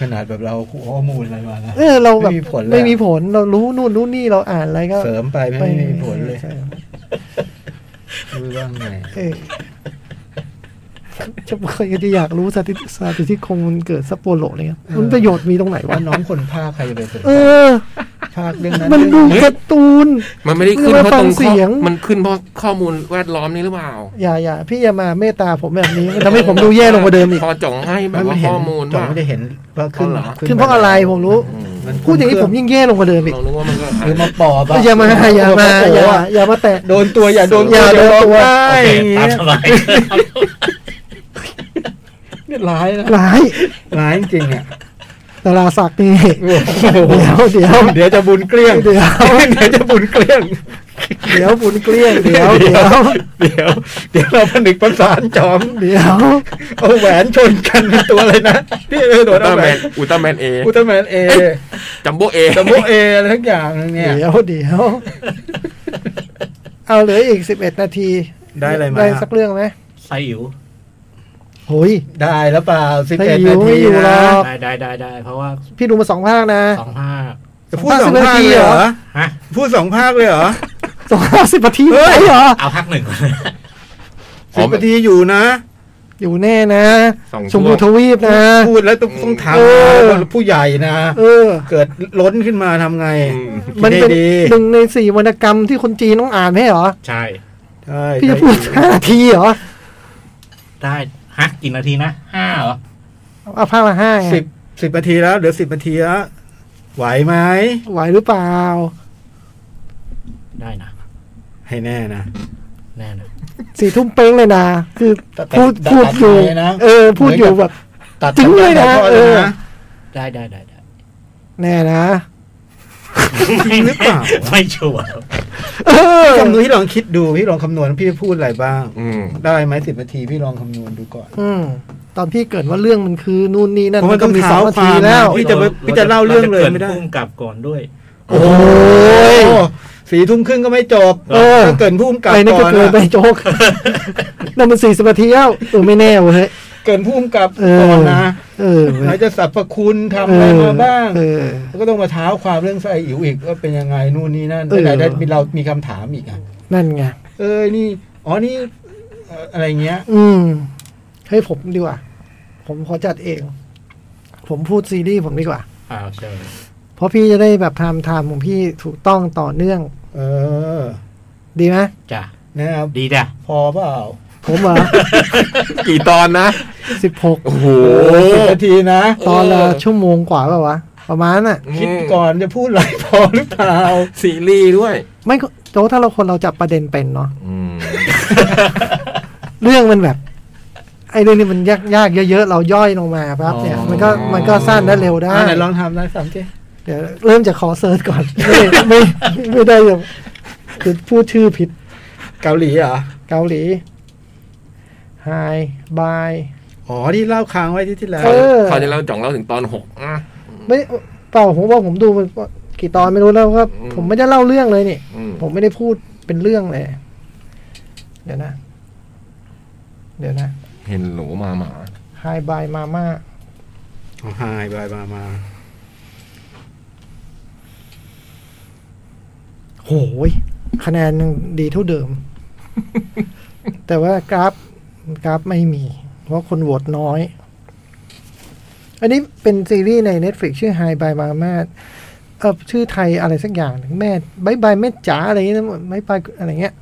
S2: ขนาดแบบเราข้อมูลอะไรมานะ
S5: เออเราแบบ
S2: ไม่มีผลเลยอะ
S5: ไม่มีผลเรารู้นู่นรู้นี่เราอ่านอะไรก็
S2: เสริมไปไม่ไม่มีผลเลย
S5: ใช่
S2: รู้บ้างไง
S5: เออ จะเคยจะอยากรู้สถิติสถิติคงมันเกิดซัปโปโรอะไรเงี้ยมันประโยชน์มีตรงไหน
S2: ว่าว
S5: ะ
S2: น้องคนภาคใครจะเป็นคน
S5: เออ
S2: ภาคเรื่องนั้น
S5: มันดู
S2: เรื่องนี้
S5: การ์ตูน
S3: มันไม่ได้ขึ้นเพราะตรง
S5: เสี
S3: ข้อย
S5: ง
S3: มันขึ้นเพราะข้อมูลแวดล้อมนี่หรือเปล่า
S5: อย่าอย่าพี่อย่ามาเมตตาผมแบบนี้มันทำให้ผมดูแย่ลงกว่าเดิมอีก
S3: พอจ่องให้แบบว่า
S2: เห็น
S3: ข้อมูล
S2: จอ
S3: ว่า
S2: ไม่ได้เห็นว่าขึ้น
S3: อ๋อเหรอ
S5: ขึ้นเพราะอะไรผมรู้
S2: มัน
S5: พูดอย่างนี้ผมยิ่งแย่ลงกว่าเดิมอีก
S3: เรานึกว่ามันก็
S2: หรือมาปอบะ
S5: อย่ามาอย่ามา
S2: โโห
S5: อย่าอย่ามาแตะ
S2: โดนตัวอย่าโดน
S5: อย่าโดนตัว
S2: ได้อย่าง
S4: ตา
S2: เงี้
S4: ม
S2: ย
S4: สบาย
S2: เนี่ยร้ายนะ
S5: ร้าย
S2: ร้ายจริงๆอ่ะ
S5: ดาราศักดิ์นี่
S2: โอ้โห
S5: เดี๋ยวเดี๋ยว
S2: เดี๋ยวจะบุญเกลี้ยง
S5: เดี๋ยว
S2: เดี๋ยวจะบุญเกลี้ยง
S5: เดี๋ยวบุญเกลี้ยงเดี๋ยว
S2: เดี๋
S5: เดี๋
S2: ย
S5: ยว ว
S2: เดี๋ยว เดี๋ยวเราผนึกประสานจอม
S5: เดี๋ยว
S2: เอาแหวนชนกันเป็นตัวอะไรนะที่เออโด
S3: อุ
S2: น
S3: ลต
S2: เอา
S3: ร้า
S2: แหว
S3: แม
S2: น
S3: นอุลตร้าแมนเอ
S2: อุลตร้าแมนเอ
S3: จัมโบเอ
S2: จัมโบเออะไรทั้งอย่างนึงเนี่ย
S5: เดี๋ยวเดี๋ยวเอาเหลืออีกสิบเอ็ดนาที
S2: ได้อะไรมา
S5: ได้สักเรื่องไหม
S4: ไซอิ๋ว
S5: โอ้ย
S2: ได้แล้วเปล่าสิบ
S5: ไม่
S2: เอ็ด
S5: อยู่
S2: นาที
S5: ไม่อยู่หร
S2: นะ
S5: อก
S4: ได้ได้ได้ได้เพราะว่า
S5: พี่ดูมาสองภาคนะ
S4: สองภาค
S2: จะพูดส
S5: ส
S2: อ
S5: อง ง
S2: ภา
S5: ภา
S2: ค
S5: ค
S2: เลย
S5: เลย
S2: เห
S5: เห
S2: ร
S5: ร
S2: อ
S5: อ
S2: พูดสองภาคเลยเหรอ
S5: สองภาคสิบนาทีไหนเหรอ
S4: เอาภาคหนึ่งก่อน
S2: สิบนาทีอยู่นะ
S5: อยู่แน่นะ
S3: สอง
S5: ช
S3: ช่
S5: ม
S3: ว
S5: พู
S3: ง
S5: ทวีปนะ
S2: พูดแล้วต้องต้องถาม
S5: เออ
S2: ผู้ใหญ่นะ
S5: เออ
S2: เกิดล้นขึ้นมาทำไง
S3: อืม
S5: มัน
S2: คิดให้
S5: เป็น
S2: ดี
S5: หนึ่งในสี่วรรณกรรมที่คนจีนต้องอ่านไม่ใช่เหรอ
S4: ใช่
S2: ใช่
S5: พี่จะพูดห้านาทีเหรอ
S4: ได้ฮะกี่นาทีนะห้าเหรอ
S5: เอาภาคละห้าไง
S2: สิบสิบนาทีแล้วเหลือสิบนาทีแล้วไหวไหม
S5: ไหวหรือเปล่า
S4: ได้นะ
S2: ให้แน่นะ
S4: แน่นะ
S5: สี่ทุ่มเป้งเลยนะ คือ
S2: แต่แต่
S5: พูด
S2: แต่
S5: พูดอยู่
S2: ตัดไปนะ
S5: เออ พูดอยู่แบบ
S2: ตัด
S5: จริงเลยนะ
S2: ตัด
S5: เออ
S4: ได้ได้ได้ได้
S5: แน่นะ
S2: จริงหรือเปล่า
S4: ไม่ชัวร์
S5: เออ
S2: คำนวณพี่ลองคิดดูพี่ลองคำนวณพี่พูดอะไรบ้าง
S3: อืม
S2: ได้ไหมสิบนาทีพี่ลองคำนวณดูก่อน
S5: อืม ตอนพี่เกิดว่าเรื่องมันคือนู่นนี่นั่น
S2: เพราะมัน
S5: ก็
S2: ต้อง
S5: มี
S2: เท้า
S5: ส
S2: ควา
S5: องนาที
S2: ม
S5: แล้ว
S2: พี่จะไปพี่จะเล่าเรื่องเลยไม่ได้
S4: พุ่มกับก่อนด้วย
S2: โอ้ยสี่ทุ่มครึ่งก็ไม่จบ
S5: เออ
S2: ถ้าเกินพุ่มกับ
S5: ไปนั่นก็
S2: ก่อน
S5: เกินไป
S2: อะ
S5: โจ๊ก (laughs) นั่นมันสี่สิบนาทีแล้วเออไม่แน่เว้ย
S2: เกินพุ่มกับ
S5: เออ
S2: ก่อนนะ
S5: เออเว้
S2: ไหน
S5: ย
S2: จะสรรพคุณทำอะไรมาบ้าง
S5: เออ
S2: แล้วก็ต้องมาเท้าความเรื่องไส้อิ๋วอีกว่าเป็นยังไงนู่นนี่นั่น
S5: เออ
S2: ไหนได้มีเรามีคำถามอีกอ่ะ
S5: นั่นไง
S2: เออนี่อ๋อนี่เอ่ออะไรเงี้ย
S5: อืม ให้ผมดีกว่า ผมขอจัดเอง ผมพูดซีรีส์ผมดีกว่า
S4: อ้าวเชิญ
S5: เพราะพี่จะได้แบบไทม์ไทม์ของพี่ถูกต้องต่อเนื่อง
S2: เออ
S5: ดีไหม
S4: จ้ะ
S2: นะครับ
S4: ดีจ้ะ
S2: พอเปล่า
S5: ผม
S2: (laughs)
S5: เหรอ
S3: กี่ตอนนะ
S5: สิบหก
S3: โอ้โห
S2: สิบนาทีนะ
S5: ตอนละชั่วโมงกว่าป่าวะ ประมาณน่ะ
S2: คิดก่อนจะพูดอะไรพอหรือเปล่า
S3: ซีรีส์ด้วย
S5: ไม่ก็โจ๊กถ้าเราคนเราจับประเด็นเป็นเนาะ
S3: อืม
S5: เรื่องมันแบบ ไอ้เรื่องนี้มันยากยากเยอะๆ เราย่อยลงมาปั๊บเนี่ย
S2: อ๋อ
S5: มันก็มันก็สั้นและเร็วได้
S2: อ่าไหนลองทำนะสามเจ
S5: เดี๋ยวเริ่มจากขอเซิร์ชก่อน ไม่ไม่ไม่ได้แบบคือพูดชื่อผิด
S2: เกาหลีเหรอ
S5: เกาหลีไฮบาย
S2: อ๋อ ที่เล่าค้างไว้ที่ที่แล้ว
S5: เออ
S3: เขาจะเล่าจ่องเล่าถึงตอนหกอ่ะ
S5: ไม่เปล่าผมว่าผมดูมันกี่ตอนไม่รู้แล้วครับ
S3: อืม
S5: ผมไม่ได้เล่าเรื่องเลยนี่
S3: อืม
S5: ผมไม่ได้พูดเป็นเรื่องเลย เดี๋ยวนะ เดี๋ยวนะ
S3: เห็นหนูมาหมา
S5: ไฮบายมาม่า
S2: ของไฮบายมามา
S5: โหยคะแนนยังดีเท่าเดิม (laughs) แต่ว่ากราฟกราฟไม่มี เพราะคนโหวตน้อย อันนี้เป็นซีรีส์ใน Netflix ชื่อ High by Mama เออชื่อไทยอะไรสักอย่างหนึ่งแม่บายบายแม่จ๋าอะไรอย่างเงี้ยนะบายบายอะไรเงี้ย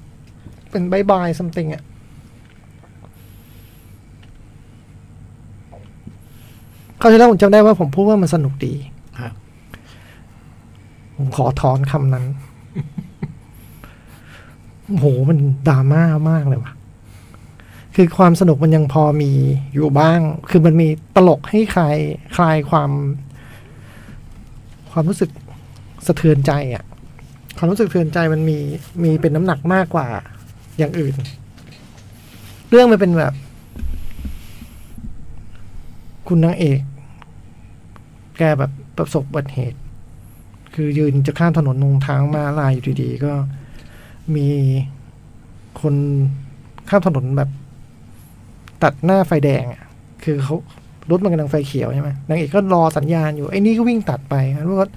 S5: เป็นบายบาย something อะเขาวที่แล้วผมจำได้ว่าผมพูดว่ามันสนุกดี
S4: ครับ
S5: ผมขอถอนคำนั้น โอ้โห มันดราม่ามากเลยว่ะ คือความสนุกมันยังพอมีอยู่บ้าง คือมันมีตลกให้คลายคลายความ ความรู้สึกสะเทือนใจอะ่ะ ความรู้สึกสะเทือนใจมันมีมีเป็นน้ำหนักมากกว่าอย่างอื่น เรื่องมันเป็นแบบ คุณนางเอก แกแบบประสบอุบัติเหตุ คือยืนจะข้ามถนนลงทางมาลายอยู่ดีๆ ก็มีคนข้ามถนนแบบ ตัดหน้าไฟแดงอะคือเขารถมันกำลังไฟเขียวใช่ไหมนางเอกก็รอสัญญาณอยู่ไอ้นี่ก็วิ่งตัดไปงั้นรถ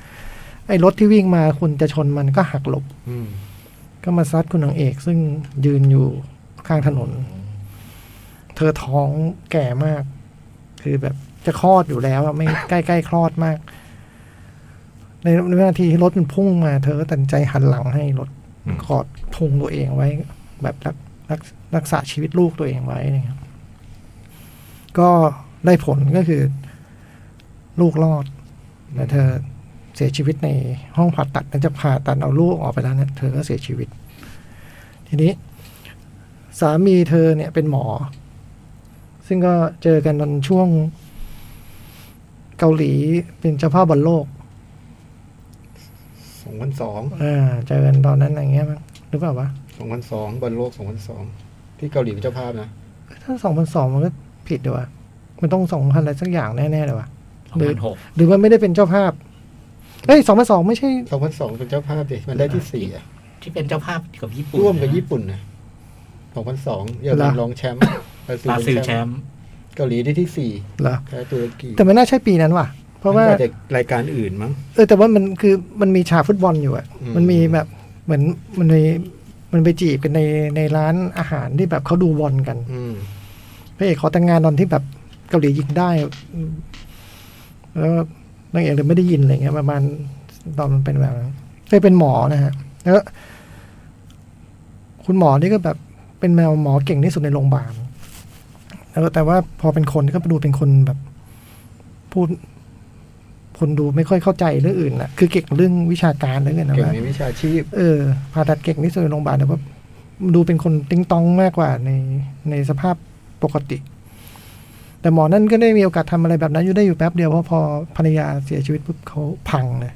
S5: ไอ้รถที่วิ่งมาคุณจะชนมันก็หักหลบ
S2: อืม
S5: ก็มาซัดคุณนางเอกซึ่งยืนอยู่ข้างถนน เธอท้องแก่มาก คือแบบจะคลอดอยู่แล้วอะไม่ ใกล้ใกล้ๆคลอดมาก ในในวินาทีที่รถมันพุ่งมา เธอก็ตัดสินใจหันหลังให้รถ
S3: อืม
S5: กอดพุงตัวเองไว้ แบบรักรักรักษาชีวิตลูกตัวเองไว้นะครับก็ได้ผลก็คือ ลูกรอดแต่เธอเสียชีวิตในห้องผ่าตัดนั้นจะผ่าตัดเอาลูกออกไปแล้วเนี่ยเธอก็เสียชีวิต ทีนี้ สามีเธอเนี่ยเป็นหมอ ซึ่งก็เจอกันตอนช่วงเกาหลีเป็นเจ้าภาพบอลโลก
S2: สองพันสอง
S5: อ่าเจอกันตอนนั้นอะไรเงี้ยมั้งหรือเปล่าวะ
S2: สองพันสองบอลโลกสองพันสองที่เกาหลีเป็นเจ้าภาพนะ
S5: ถ้าสองพันสองมันก็ผิดดีวะมันต้องสองพันอะไรสักอย่างแน่ๆเลยวะ
S4: สองพันหก
S5: หรือมันไม่ได้เป็นเจ้าภาพเอ้ยสองพันสองไม่ใช่
S2: สองพันสองเป็นเจ้าภาพดิมันได้ที่สี่อะ
S4: ที่เป็นเจ้าภาพกับญี่ปุ่น
S2: ร่วมกับญี่ปุ่นนะสองพันสองเยอรมั
S5: เหร
S2: น
S5: อ
S2: รองแชมป์บรา
S4: บราซิ
S2: เป็
S4: ล
S2: น
S4: แชมป์
S2: เกาหลีได้ที่สี่
S5: เหรอ
S2: แพ้ตุรกี
S5: แต่มันน่าใช่ปีนั้นว่ะ เพราะว่า
S2: มันมจากรายการอื่นมั้ง
S5: เออแต่ว่ามันคือมันมีฉากฟุตบอลอยู่อะ
S2: อืม
S5: มันมีแบบเหมือนมันในมันไปจีบกันในในร้านอาหารที่แบบเขาดูบอลกัน
S2: อืม
S5: พระเอกขอแต่งงานตอนที่แบบเกาหลียิงได้อืมแล้วนางเอกเลยไม่ได้ยินอะไรเงี้ยประมาณตอนมันเป็นแบบนั้นเคยเป็นหมอนะฮะ แล้ว คุณหมอนี่ก็แบบเป็นแมวหมอเก่งที่สุดในโรงพยาบาลแล้วแต่ว่าพอเป็นคนก็ดูเป็นคนแบบ พูด คนดูไม่ค่อยเข้าใจเรื่องอื่นนะคือเก่งเรื่องวิชาการเรื่องอื่นนะ
S2: เก่ง
S5: ว่า
S2: ในวิชาชีพ
S5: เออผ่าตัดเก่งที่สุดในโรงพยาบาลแต่ว่าดูเป็นคนติ้งตองมากกว่าในในสภาพปกติ แต่หมอนั่นก็ได้มีโอกาสทำอะไรแบบนั้นอยู่ได้อยู่แป๊บเดียวเพราะพอภรรยาเสียชีวิตปุ๊บเขาพังเลย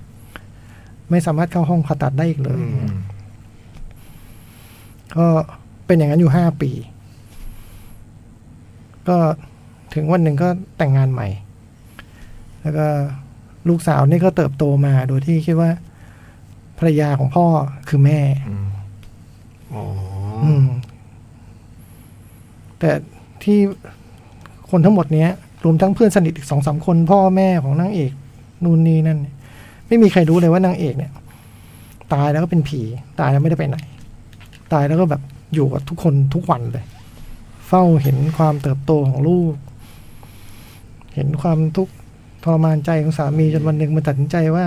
S5: ไม่สามารถเข้าห้องผ่าตัดได้อีกเลย
S2: อืม
S5: ก็เป็นอย่างนั้นอยู่ห้าปี ก็ถึงวันหนึ่งก็แต่งงานใหม่ แล้วก็ลูกสาวนี่ก็เติบโตมาโดยที่คิดว่าภรรยาของพ่อคือแม่
S3: อืม
S2: อ๋อ
S5: อืม แต่ที่คนทั้งหมดเนี้ย รวมทั้งเพื่อนสนิทอีกสองสามคนพ่อแม่ของนางเอก นู่นนี่นั่นเนี่ยไม่มีใครรู้เลยว่านางเอกเนี่ย ตายแล้วก็เป็นผี ตายแล้วไม่ได้ไปไหน ตายแล้วก็แบบอยู่กับทุกคนทุกวันเลย เฝ้าเห็นความเติบโตของลูก เห็นความทุกข์ทรมานใจของสามีจนวันหนึ่งมันตัดสินใจว่า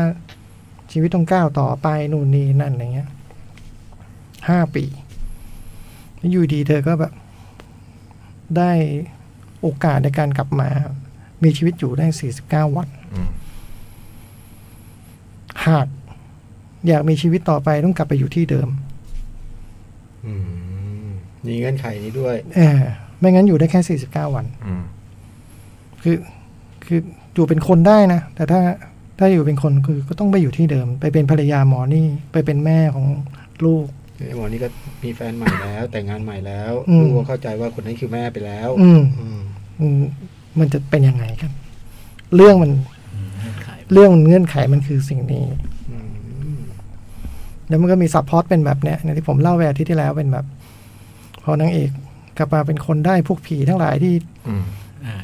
S5: ชีวิตต้องก้าวต่อไปนู่นนี่นั่นอะไรเงี้ยห้าปี แล้วอยู่ดีเธอก็แบบ ได้โอกาสในการกลับมา มีชีวิตอยู่ได้ 49 วัน
S3: อืม
S5: หากอยากมีชีวิตต่อไปต้องกลับไปอยู่ที่เดิม
S2: อืมมีเงื่อนไขนี้ด้วย
S5: เออไม่งั้นอยู่ได้แค่ 49 วัน
S3: อืม
S5: คือคืออยู่เป็นคนได้นะ แต่ถ้าถ้าอยู่เป็นคนคือก็ต้องไปอยู่ที่เดิม ไปเป็นภรรยาหมอนี่ ไปเป็นแม่ของลูก
S2: ไอ้หมอนี่ก็มีแฟนใหม่แล้ว แต่งงานใหม่แล้ว
S5: อืม
S2: ลูกก็เข้าใจว่าคนนั้นคือแม่ไปแล้ว
S5: อืม
S2: อืม
S5: อืมมันจะเป็นยังไงกัน เรื่องมัน
S4: เงื่อนไข
S5: เรื่องมันเงื่อนไขมันคือสิ่งนี้
S2: อืม
S5: แล้วมันก็มีซับพล็อตเป็นแบบเนี้ยอย่างที่ผมเล่าไปอาทิตย์ที่แล้วเป็นแบบ พอนางเอกกลับมาเป็นคนได้พวกผีทั้งหลายที่
S3: อืม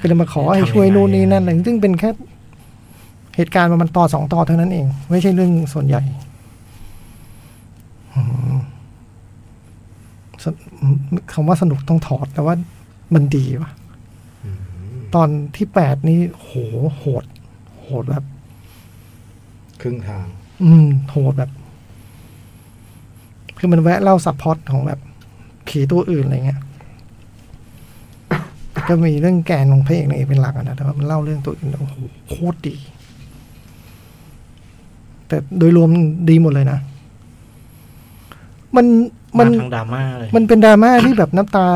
S5: ก็เลยมาขอให้ช่วยนู่นนี่นั่นอะไรซึ่งเป็นแค่เหตุการณ์มันตอนสองตอนเท่านั้นเอง ไม่ใช่เรื่องส่วนใหญ่อืมสนคำว่าสนุกต้องถอด แต่ว่ามันดีว่ะ ตอนที่แปดนี่โหโหด โหดแบบ
S2: ครึ่งทาง
S5: อืมโหดแบบ คือมันแวะเล่าซับพล็อตของแบบผีตัวอื่นอะไรเงี้ย ก็มีเรื่องแกนของพระเอกนางเอกเป็นหลักอะนะแต่ว่ามันเล่าเรื่องตัวอื่นโอ้โหโคตรดี แต่โดยรวมดีหมดเลยนะ มัน
S4: มั
S5: มัน น
S4: ทางดราม่าเลย
S5: มันเป็นดราม่าที่แบบน้ำตา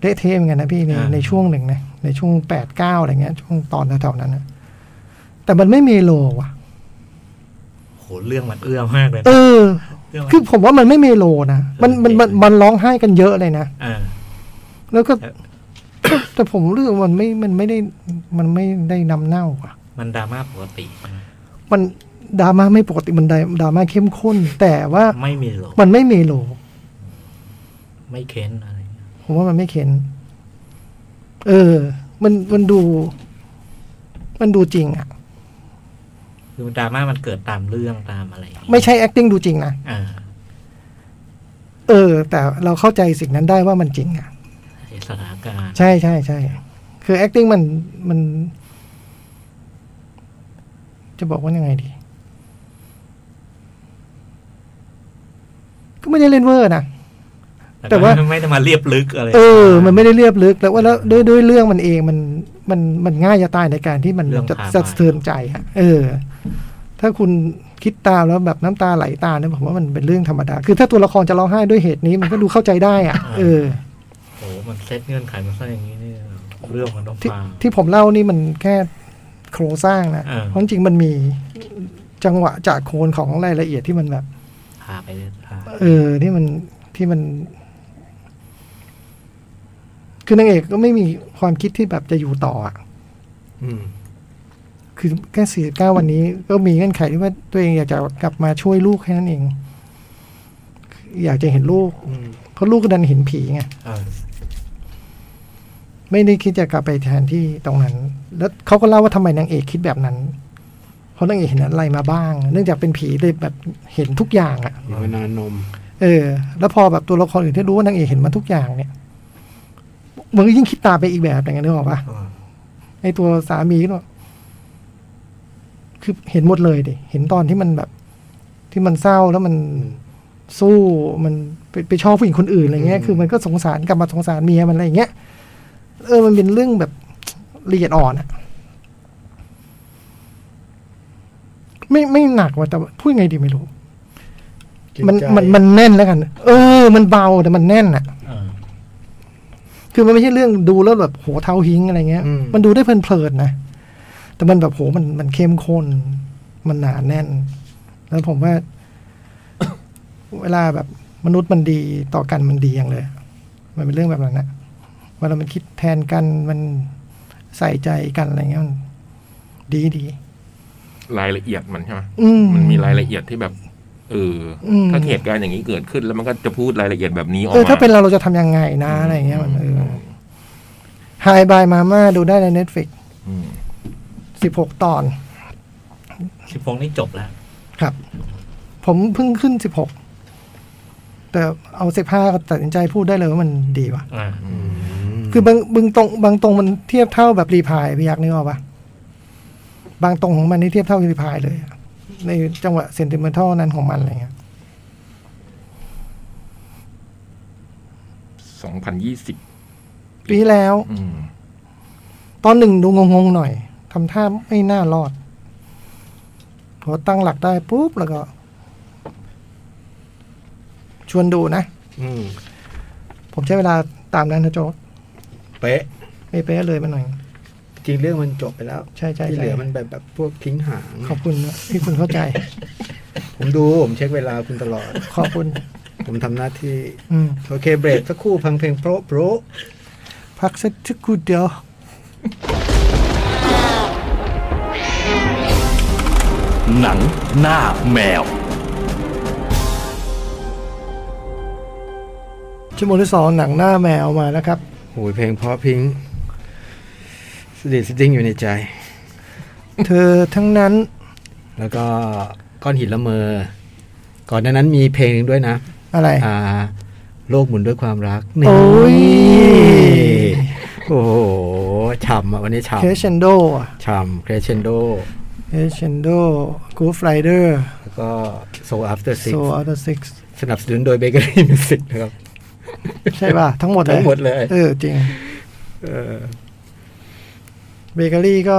S5: เละเทะเหมือนกันนะพี่ใน
S4: อ่า
S5: ในช่วงหนึ่งนะในช่วงแปดเก้าอะไรเงี้ย ช่วงตอนแถวๆนั้นนะแต่มันไม่เมโลว่ะ
S4: โหเรื่องมันเอื้อมากเลยนะ
S5: เออ
S4: เรื่องมัน
S5: คือผมว่ามันไม่เมโลนะ มันมันมันมันร้องไห้กันเยอะเลยนะ
S4: อ่า
S5: แล้วก็
S4: ครับ
S5: แต่แต่ผมรู้สึกว่ามันไม่ มันไม่ได้ มันไม่ได้นำเน่าอ่ะ
S4: มันดราม่าปกติใช่ไหม
S5: มันดราม่าไม่ปกติ มันดราม่าเข้มข้น แต่ว่า
S4: ไม่มีโลก
S5: มันไม่เมโล
S4: ไม่เค้นอะไรเงี้ย
S5: ผมว่ามันไม่เข็น เออ มันมันดู มันดูจริงอ่ะ
S4: คือดราม่ามันเกิดตามเรื่องตามอะไรอย่างเงี้ย
S5: ไม่ใช่ acting ดูจริงนะ
S4: อ่า
S5: เออ แต่เราเข้าใจสิ่งนั้นได้ว่ามันจริงอ่ะ
S4: ใช่ สถานการณ์
S5: ใช่ใช่ใช่คือ acting มันมัน จะบอกว่ายังไงดี ก็ไม่ได้เล่นเวอร์นะ แต่ว่า
S4: ไม่ได้มาเรียบลึกอะไร
S5: เออ มันไม่ได้เรียบลึกแล้วว่าแล้วด้วยด้วยเรื่องมันเองมันมันมันง่ายจะตายในการที่มันจะสะเทือนใจอะเออ ถ้าคุณคิดตามแล้วแบบน้ำตาไหลตามเนี่ยผมว่ามันเป็นเรื่องธรรมดา คือถ้าตัวละครจะร้องไห้ด้วยเหตุนี้มันก็ดูเข้าใจได้อ่ะ เออ
S4: โอ้โหมันเซตเงื่อนไขมาซะอย่างนี้นี่เรื่องมันต้อง
S5: ที่
S4: ฟัง
S5: ที่ผมเล่านี่มันแค่โครงสร้างนะ
S4: อ่า
S5: เพราะจริงๆมันมีจังหวะจากโคนของรายละเอียดที่มันแบบ
S4: พาไปเลยพา
S5: เออที่มันที่มัน คือนางเอกก็ไม่มีความคิดที่แบบจะอยู่ต่ออะ
S1: อืม
S5: คือแค่สี่เก้าวันนี้ ก็มีเงื่อนไขที่ว่าตัวเองอยากจะกลับมาช่วยลูกแค่นั้นเอง อยากจะเห็นลูกเพราะลูกก็ดันเห็นผีไง
S4: เออ
S5: ไม่ได้คิดจะกลับไปแทนที่ตรงนั้น แล้วเขาก็เล่าว่าทำไมนางเอกคิดแบบนั้น เพราะนางเอกเห็นอะไรมาบ้าง เนื่องจากเป็นผีเลยแบบเห็นทุกอย่างอะ่ะ
S7: อยู่มานานนม
S5: เออ แล้วพอแบบตัวละครอื่นที่รู้ว่านางเอกเห็นมาทุกอย่างเนี่ย มันก็ยิ่งคิดตามไปอีกแบบอย่างเงี้ยนึกออกปะ
S4: เออ
S5: ไอตัวสามีก็บอกคือเห็นหมดเลยดิ เห็นตอนที่มันแบบ ที่มันเศร้าแล้วมันสู้ มันไปไปชอบผู้หญิงคนอื่นอะไรเงี้ย คือมันก็สงสารกลับมาสงสารเมียมันอะไรอย่างเงี้ย เออ มันเป็นเรื่องแบบ ละเอียดอ่อนอะไม่ไม่หนักว่ะแต่ว่าพูดไงดีไม่รู้ มันมันมันแน่นแล้วกัน เออ มันเบาแต่มันแน่นอะ
S4: เออ
S5: คือมันไม่ใช่เรื่องดูแล้วแบบโหเท้าหิงอะไรเงี้ย
S2: อืม
S5: มันดูได้เพลินๆนะ แต่มันแบบโหมันมันเข้มข้น มันหนาแน่น แล้วผมว่า (coughs) เวลาแบบมนุษย์มันดีต่อกันมันดีอย่างเลย มันเป็นเรื่องแบบนั้นนะเวลามันคิดแทนกันมันใส่ใจกันอะไรเงี้ยมันดีดี
S3: รายละเอียดมันใช่ไหม
S5: อืม
S3: มันมีรายละเอียดที่แบบเอออ
S5: ม
S3: ถ้าเหตุการณ์อย่างนี้เกิดขึ้น แล้วมันก็จะพูดรายละเอียดแบบนี้ออก
S5: เออ
S3: มา
S5: ถ้าเป็นเราเราจะทำยังไงนะอะไรเงี้ยมันเออไฮบายมาม่าดูได้ในเน็ตฟลิก
S3: อืม
S5: สิบหกตอน
S4: สิบโมงนี่จบแล้ว
S5: ครับ ผมเพิ่งขึ้นสิบหก แต่เอาสิบห้าก็ตัดสินใจพูดได้เลยว่ามันดีว่ะ
S4: อ่า
S5: คือบางบางตรงบางตรงมันเทียบเท่าแบบรีพายพี่ยักษ์นึกออกปะบางตรงของมันนี่เทียบเท่ารีพายเลยอะในจังหวะเซนติเมนทัลนั้นของมันอะไรเงี้ย
S3: สองพันยี่สิบ
S5: ปีที่แล้ว
S3: อืม
S5: ตอนหนึ่งดูงงๆหน่อยทำท่าไม่น่ารอด พอตั้งหลักได้ปุ๊บ แล้วก็ ชวนดูนะ
S7: อืม
S5: ผมใช้เวลาตามนั้นนะโจ๊ก
S2: เป๊ะ
S5: ไม่เป๊ะเลยมาหน่อย
S2: จริงเรื่องมันจบไปแล้ว
S5: ใช่ใช่
S2: ที่
S5: ใช่
S2: เหลือมันแบบแบบพวกทิ้งหาง
S5: ขอบคุณนะที่คุณ (laughs) เข้าใจ
S2: ผมดู ผมเช็คเวลาคุณตลอด
S5: ขอบคุณ
S2: ผมทำหน้าที่
S5: อืม
S2: โอเคเบรกสักครู่พังเพลงโปรโปร
S5: พักสักทีกูเดียว
S1: หนังหน้าแมว
S5: ชั่วโมงที่สองหนังหน้าแมวมานะครับ
S2: โอ้ยเพลงเพราะพิงค์สดิสดิ้งอยู่ในใจ
S5: (laughs) เธอทั้งนั้น
S2: แล้วก็ก้อนหินละเมอ ก่อนหน้านั้นมีเพลงหนึ่งด้วยนะ
S5: อะไร
S2: อ่า โลกหมุนด้วยความรัก
S5: โอ้ย
S2: โอ้โหช่ำอ่ะวันนี้
S5: เคช
S2: ช่ำ
S5: เชนโดอะ
S2: ช่ำเครเชนโด
S5: เคชเชนโดกูฟไรเดอร์
S2: แล้วก็ So After
S5: โซ
S2: Six
S5: อัลเดอร์ซิก
S2: สนับสนุนโดยเบเกอรี่มิวสิกนะครับ
S5: ใช่ (laughs) ป่ะ ทั้งหมดเลย
S2: ทั้งหมดเลย
S5: เออ จริง
S2: เออ
S5: เบเกอรี่ก็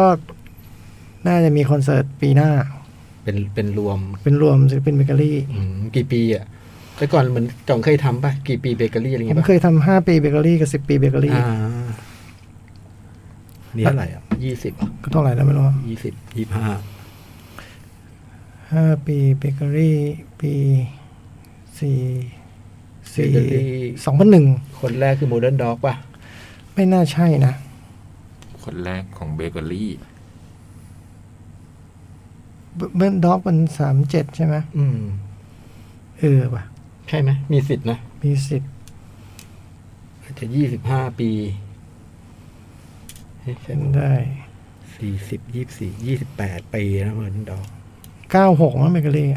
S5: น่าจะมีคอนเสิร์ตปีหน้า
S2: เป็นเป็นรวม
S5: เป็นรวมศิลปินเบเกอรี่
S2: อืมกี่ปีอ่ะแต่ก่อนเหมือนจ่องเคยทำป่ะ กี่ปีเบเกอรี่อะไร
S5: ผม
S2: เงี้ยป่ะ
S5: เคยทำห้าปีเบเกอรี่กับสิบปีเบเกอรี่
S2: อ่านี่เท่าไหร่อ่ะยี่สิบ
S5: ก็เท่าไหร่แล้วไม่รู้
S2: ยี่สิบยี่ห้า
S5: ห้าปีเบเกอรี่ ปีสี่สี่สองพันหนึ่ง
S2: คนแรกคือโมเดิร์นด็อกป่ะ
S5: ไม่น่าใช่นะ
S3: คนแรกของเบเกอรี่
S5: เบิร์นด็อกมันสามเจ็ดใช่ไหม
S2: อืม
S5: เออว่ะ
S2: ใช่ไหมมีสิทธิ์นะ
S5: มีสิทธิ์
S2: อาจจะยี่สิบห้าปีเฮ้ยใช่
S5: เป็นได้
S2: สี่สิบยี่สิบสี่ยี่สิบแปดปีนะโมเดิร์นด็อก
S5: เก้าหกมั้งเบเกอรี่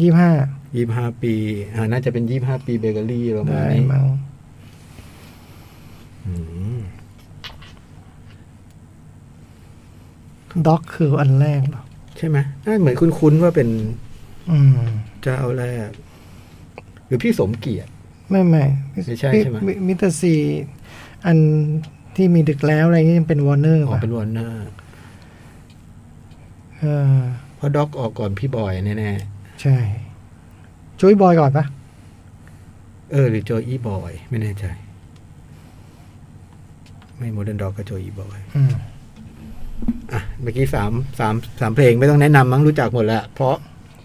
S5: ยี่ห้า
S2: ยี่ห้าปีอ่าน่าจะเป็นยี่ห้าปีเบเกอรี่ประมา
S5: ได้
S2: ณนี้
S5: มั้ง
S3: อื
S5: ด็อกคืออันแรกเหรอ
S2: ใช่ไหมน่าเหมือนคุ้นๆว่าเป็น
S5: อืม
S2: เจ้าแรก หรือพี่สมเกียรติ
S5: ไม่ไม่
S2: ไม่ใช่ใช่ไหม
S5: มิเตอร์ซีอันที่มีดึกแล้วอะไรเงี้ยยังเป็นวอร์เนอร์
S2: ออก
S5: ป่ะ
S2: เป็นวอร์เนอร์
S5: เออ
S2: เพราะด็อกออกก่อนพี่บอยแน่
S5: ใช่ช่วยบอยก่อนปะ
S2: ๆเออ หรือโจอี้บอย ไม่แน่ใจ ไม่โมเดิร์นด็อกก็โจอี้บอย
S5: อืม
S2: อ่ะ เมื่อกี้สามสามสามเพลงไม่ต้องแนะนำมั้งรู้จักหมดแล้ว เพราะ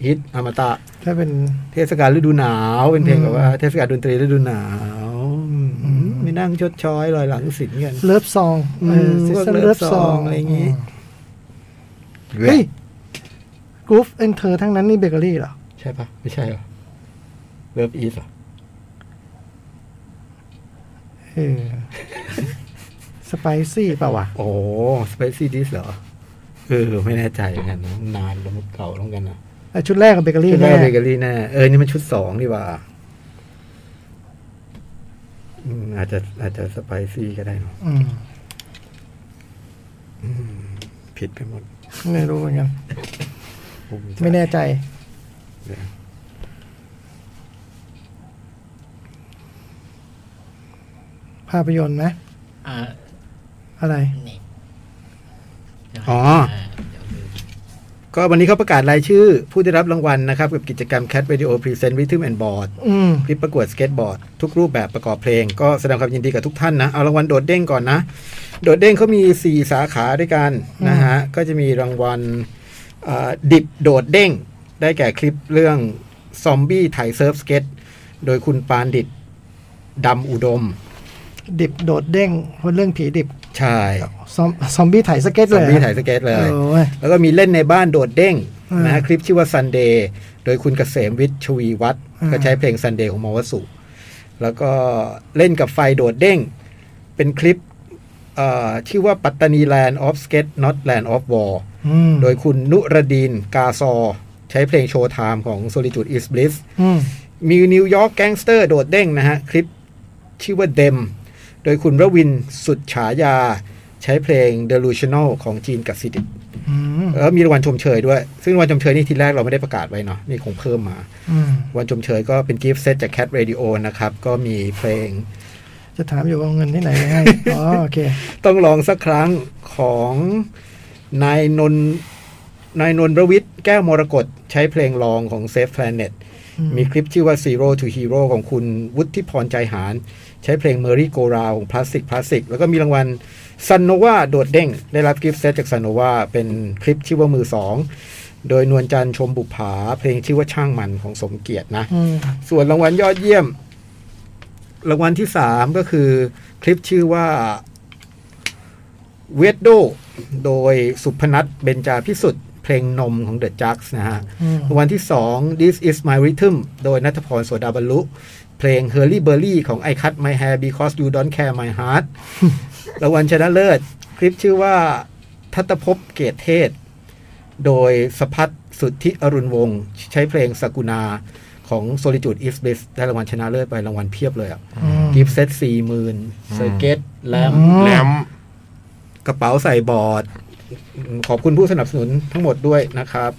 S2: ฮิตอมตะ
S5: ถ้าเป็น
S2: เทศกาลฤดูหนาว เป็นเพลง
S5: อืม
S2: แบบว่าเทศกาลดนตรีฤดูหนาวอืม
S5: อืม
S2: ไม่นั่งชดช้อยลอยหลังสินกัน
S5: เลิฟซอง
S2: อืม
S5: ซิสเตอ
S2: พวก
S5: ร์เลิฟซอง
S2: Love Song อะไรอย่างงี้
S5: เฮ้ยกรูฟเอนเธอทั้งนั้นนี่เบเกอรี่เหรอ
S2: ใช่ปะไม่ใช่เหรอเลิฟอีสอ่ะ
S5: เอ
S2: (laughs)
S5: อ สไปซี่ป่าวะ
S2: โอ้สเปซี่ดิสเหรอเออไม่แน่ใจเหมือนกันนะนานแล้วมันเก่าแล้วกันนะ
S5: แต่ชุดแรกกับเบเกอรี่
S2: ชุดแร
S5: แน่
S2: กเบเกอรี่แน่เออนี่มันชุดสองนี่หว่าอืมอาจจะอาจจะสไปซี่ก็ได้เนอะ
S5: อืม
S2: ผิดไปหมด
S5: ไม่รู้เหมือนกัน
S2: ภูใจ
S5: ไม่แน่ใจ ภาพยนตร์ไหม
S4: อ่า
S5: อะไร
S4: นี่
S2: อ๋อ
S4: าเดี๋ยวลืม
S2: ก็วันนี้เขาประกาศรายชื่อ ผู้ได้รับรางวัลนะครับ กับกิจกรรม Cat Radio Present Rhythm and Board
S5: อืม
S2: คลิปประกวดสเก็ตบอร์ด ทุกรูปแบบประกอบเพลง ก็แสดงความยินดีกับทุกท่านนะ เอารางวัลโดดเด้งก่อนนะ โดดเด้งเขามี 4 สาขาด้วยกันนะฮะ ก็จะมีรางวัลเอ่อดิบโดดเด้ง ได้แก่คลิปเรื่องซอมบี้ไถ่เซิร์ฟสเก็ตโดยคุณปานดิตดำอุดม
S5: ดิบโดดเด้งเพราะเรื่องผีดิบ
S2: ใช่
S5: ซอมซอมบี้ถ่ายสเก็ต
S2: ซ
S5: เล
S2: อม
S5: ย
S2: บี้ไถ่สเก็ตเลย
S5: โอ้ย
S2: แล้วก็มีเล่นในบ้านโดดเด้ง
S5: อืม
S2: นะฮะคลิปชื่อว่า Sunday โดยคุณเกษมวิทย์ชวีวัฒน์
S5: อืม
S2: ก็ใช้เพลง Sunday ของมอวสุ แล้วก็เล่นกับไฟโดดเด้ง เป็นคลิปเอ่อชื่อว่าปัตตานี Land of Skate Not Land of War
S5: อืม
S2: โดยคุณนุรดีนกาซอ ใช้เพลงโชว์ไทม์ของ Solitude is Bliss
S5: อืม
S2: มีนิวยอร์กแก๊งสเตอร์โดดเด้งนะฮะ คลิปชื่อว่าเดม โดยคุณระวินสุดฉายา ใช้เพลง Delusional ของจีนกับซิดิ
S5: อืม
S2: เออมีรางวัลชมเชยด้วย ซึ่งรางวัลชมเชยนี่ทีแรกเราไม่ได้ประกาศไว้เนาะ นี่คงเพิ่มมา
S5: อืม
S2: วันชมเชยก็เป็นกิฟต์เซตจาก Cat Radio นะครับ ก็มีเพลง
S5: จะถามอยู่ว่าเงินที่ไหนไปให้ อ๋อโอเค
S2: ต้องลองสักครั้งของนายนนท์นายนนท์ประวิทย์แก้วมรกตใช้เพลงลองของ Safe Planet
S5: อืม
S2: มีคลิปชื่อว่า Zero to Hero ของคุณวุฒิพรใจหาร ใช้เพลง Merry Go Round ของ Plastic Plastic แล้วก็มีรางวัล Sanova โดดเด้ง ได้รับกิฟต์เซตจาก Sanova เป็นคลิปชื่อว่ามือสองโดยนวลจันทร์ชมบุภาเพลงชื่อว่าช่างมันของสมเกียรตินะ
S5: อืม
S2: ส่วนรางวัลยอดเยี่ยม รางวัลที่สามก็คือ คลิปชื่อว่าเวดโดโดยสุพนัทเบญจาพิสุทธิ์เพลงนมของ The j u c k s นะฮะ
S5: อืม
S2: รางวัลที่สอง This is my rhythm โดยนัทพรโสดาบรรลุ เพลง h u r l y b u r l y ของ I cut my hair because you don't care my
S5: (laughs)
S2: heart รางวัลชนะเลิศ คลิปชื่อว่า ทัตภพเกตเทศ โดยสพัฒน์สุทธิอรุณวงศ์ใช้เพลงสกุณาของ Solitude is b l i s s ได้รางวัลชนะเลิศไปรางวัลเพียบเลยอ่ะ
S5: อืม
S2: กิฟต์เซตสี่หมื่นสเก็ตแลม
S5: อืม
S3: แหลม
S2: กระเป๋าใส่บอร์ด ขอบคุณผู้สนับสนุนทั้งหมดด้วยนะครับ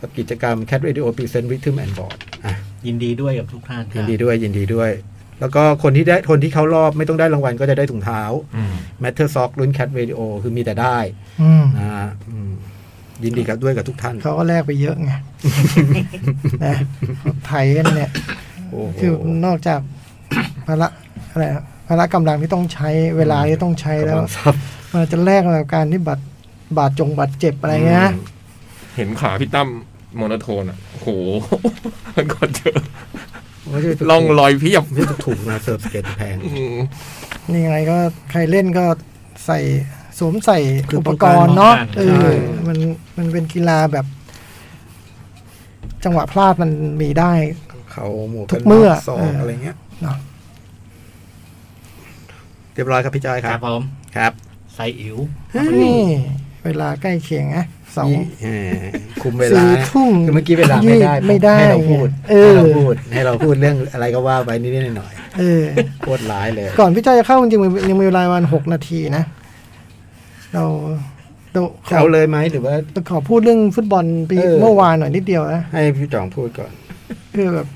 S2: กับกิจกรรม Cat Radio Present Rhythm and Board อ่ะ
S4: ยินดีด้วยกับทุกท่านค
S2: ยิ
S4: รั
S2: น
S4: บ
S2: ดีด้วยยินดีด้วย แล้วก็คนที่ได้คนที่เขารอบไม่ต้องได้รางวัลก็จะได้ถุงเท้า
S3: อืม
S2: Matter Sock รุ่น Cat Radio คือมีแต่ได้
S5: อืม
S2: นะอืมยินดีกับด้วยกับทุกท่าน
S5: เขาก็แลกไปเยอะไง (laughs) นะไทยกันเนี่ย
S2: โอ้โห
S5: คือนอก (coughs) จากภาระอะไรนะภาระกำลังที่ต้องใช้เวลาที่ต้องใช้แล้ว
S2: กำลังซับ
S5: มันจะแลกกับการที่บัตรบาดจงบาดเจ็บอะไรเงี้ย
S3: เห็นขาพี่ตั้มโมโนโทนอ่ะโอ้โห (laughs) มันก่อนเจอ
S2: ไม่ใช่ถูก
S3: ล่องรอยเพียบ
S2: ไม่ใช่ถูกนะเซิร์ฟสเก็ตแพง
S3: อืม
S5: นี่ไงก็ใครเล่นก็ใส่สวมใส่
S2: คือ
S5: อุปกรณ์เนาะ
S4: ป้องกัน
S5: เอ
S2: ใช่
S5: อมันมันเป็นกีฬาแบบ จังหวะพลาดมันมีได้
S2: เขาหมวก
S5: ทุ
S2: กัน
S5: กเมื่อ
S2: น็อกศอก
S5: เอออ
S2: อะไรเงี้ย
S5: เนาะ
S2: เรียบร้อยครับพี่จอยค
S4: ค
S2: รั
S4: รั
S2: บบ
S4: ผม
S2: ครับ
S4: ไซอิ๋ว
S5: นี่เวลาใกล้เคียงนะสอง
S2: เออคุมเวลา
S5: สี่ทุ่ม
S2: คือเมื่อกี้เวลาไม่ได้
S5: ยืดไม่ได้
S2: ให้เราพูด
S5: เอ
S2: ให้
S5: อ
S2: เราพูดให้เราพูดเรื่องอะไรก็ว่าไปนิดๆหน่อย
S5: เออ
S2: ๆโคตรร้ายเลย
S5: ก่อนพี่จ้อยจะเข้าจริงๆมันยังมีเวลาวันหกนาทีนะ เรา เดี๋ยวข
S2: จะ
S5: อ
S2: เอาเลยไหมหรือว่า
S5: เดี๋ยวขอพูดเรื่องฟุตบอลปี
S2: เออ
S5: เมื่อวานหน่อยนิดเดียวนะ
S2: ให้พี่จ่องพูดก่อน
S5: คือแบบ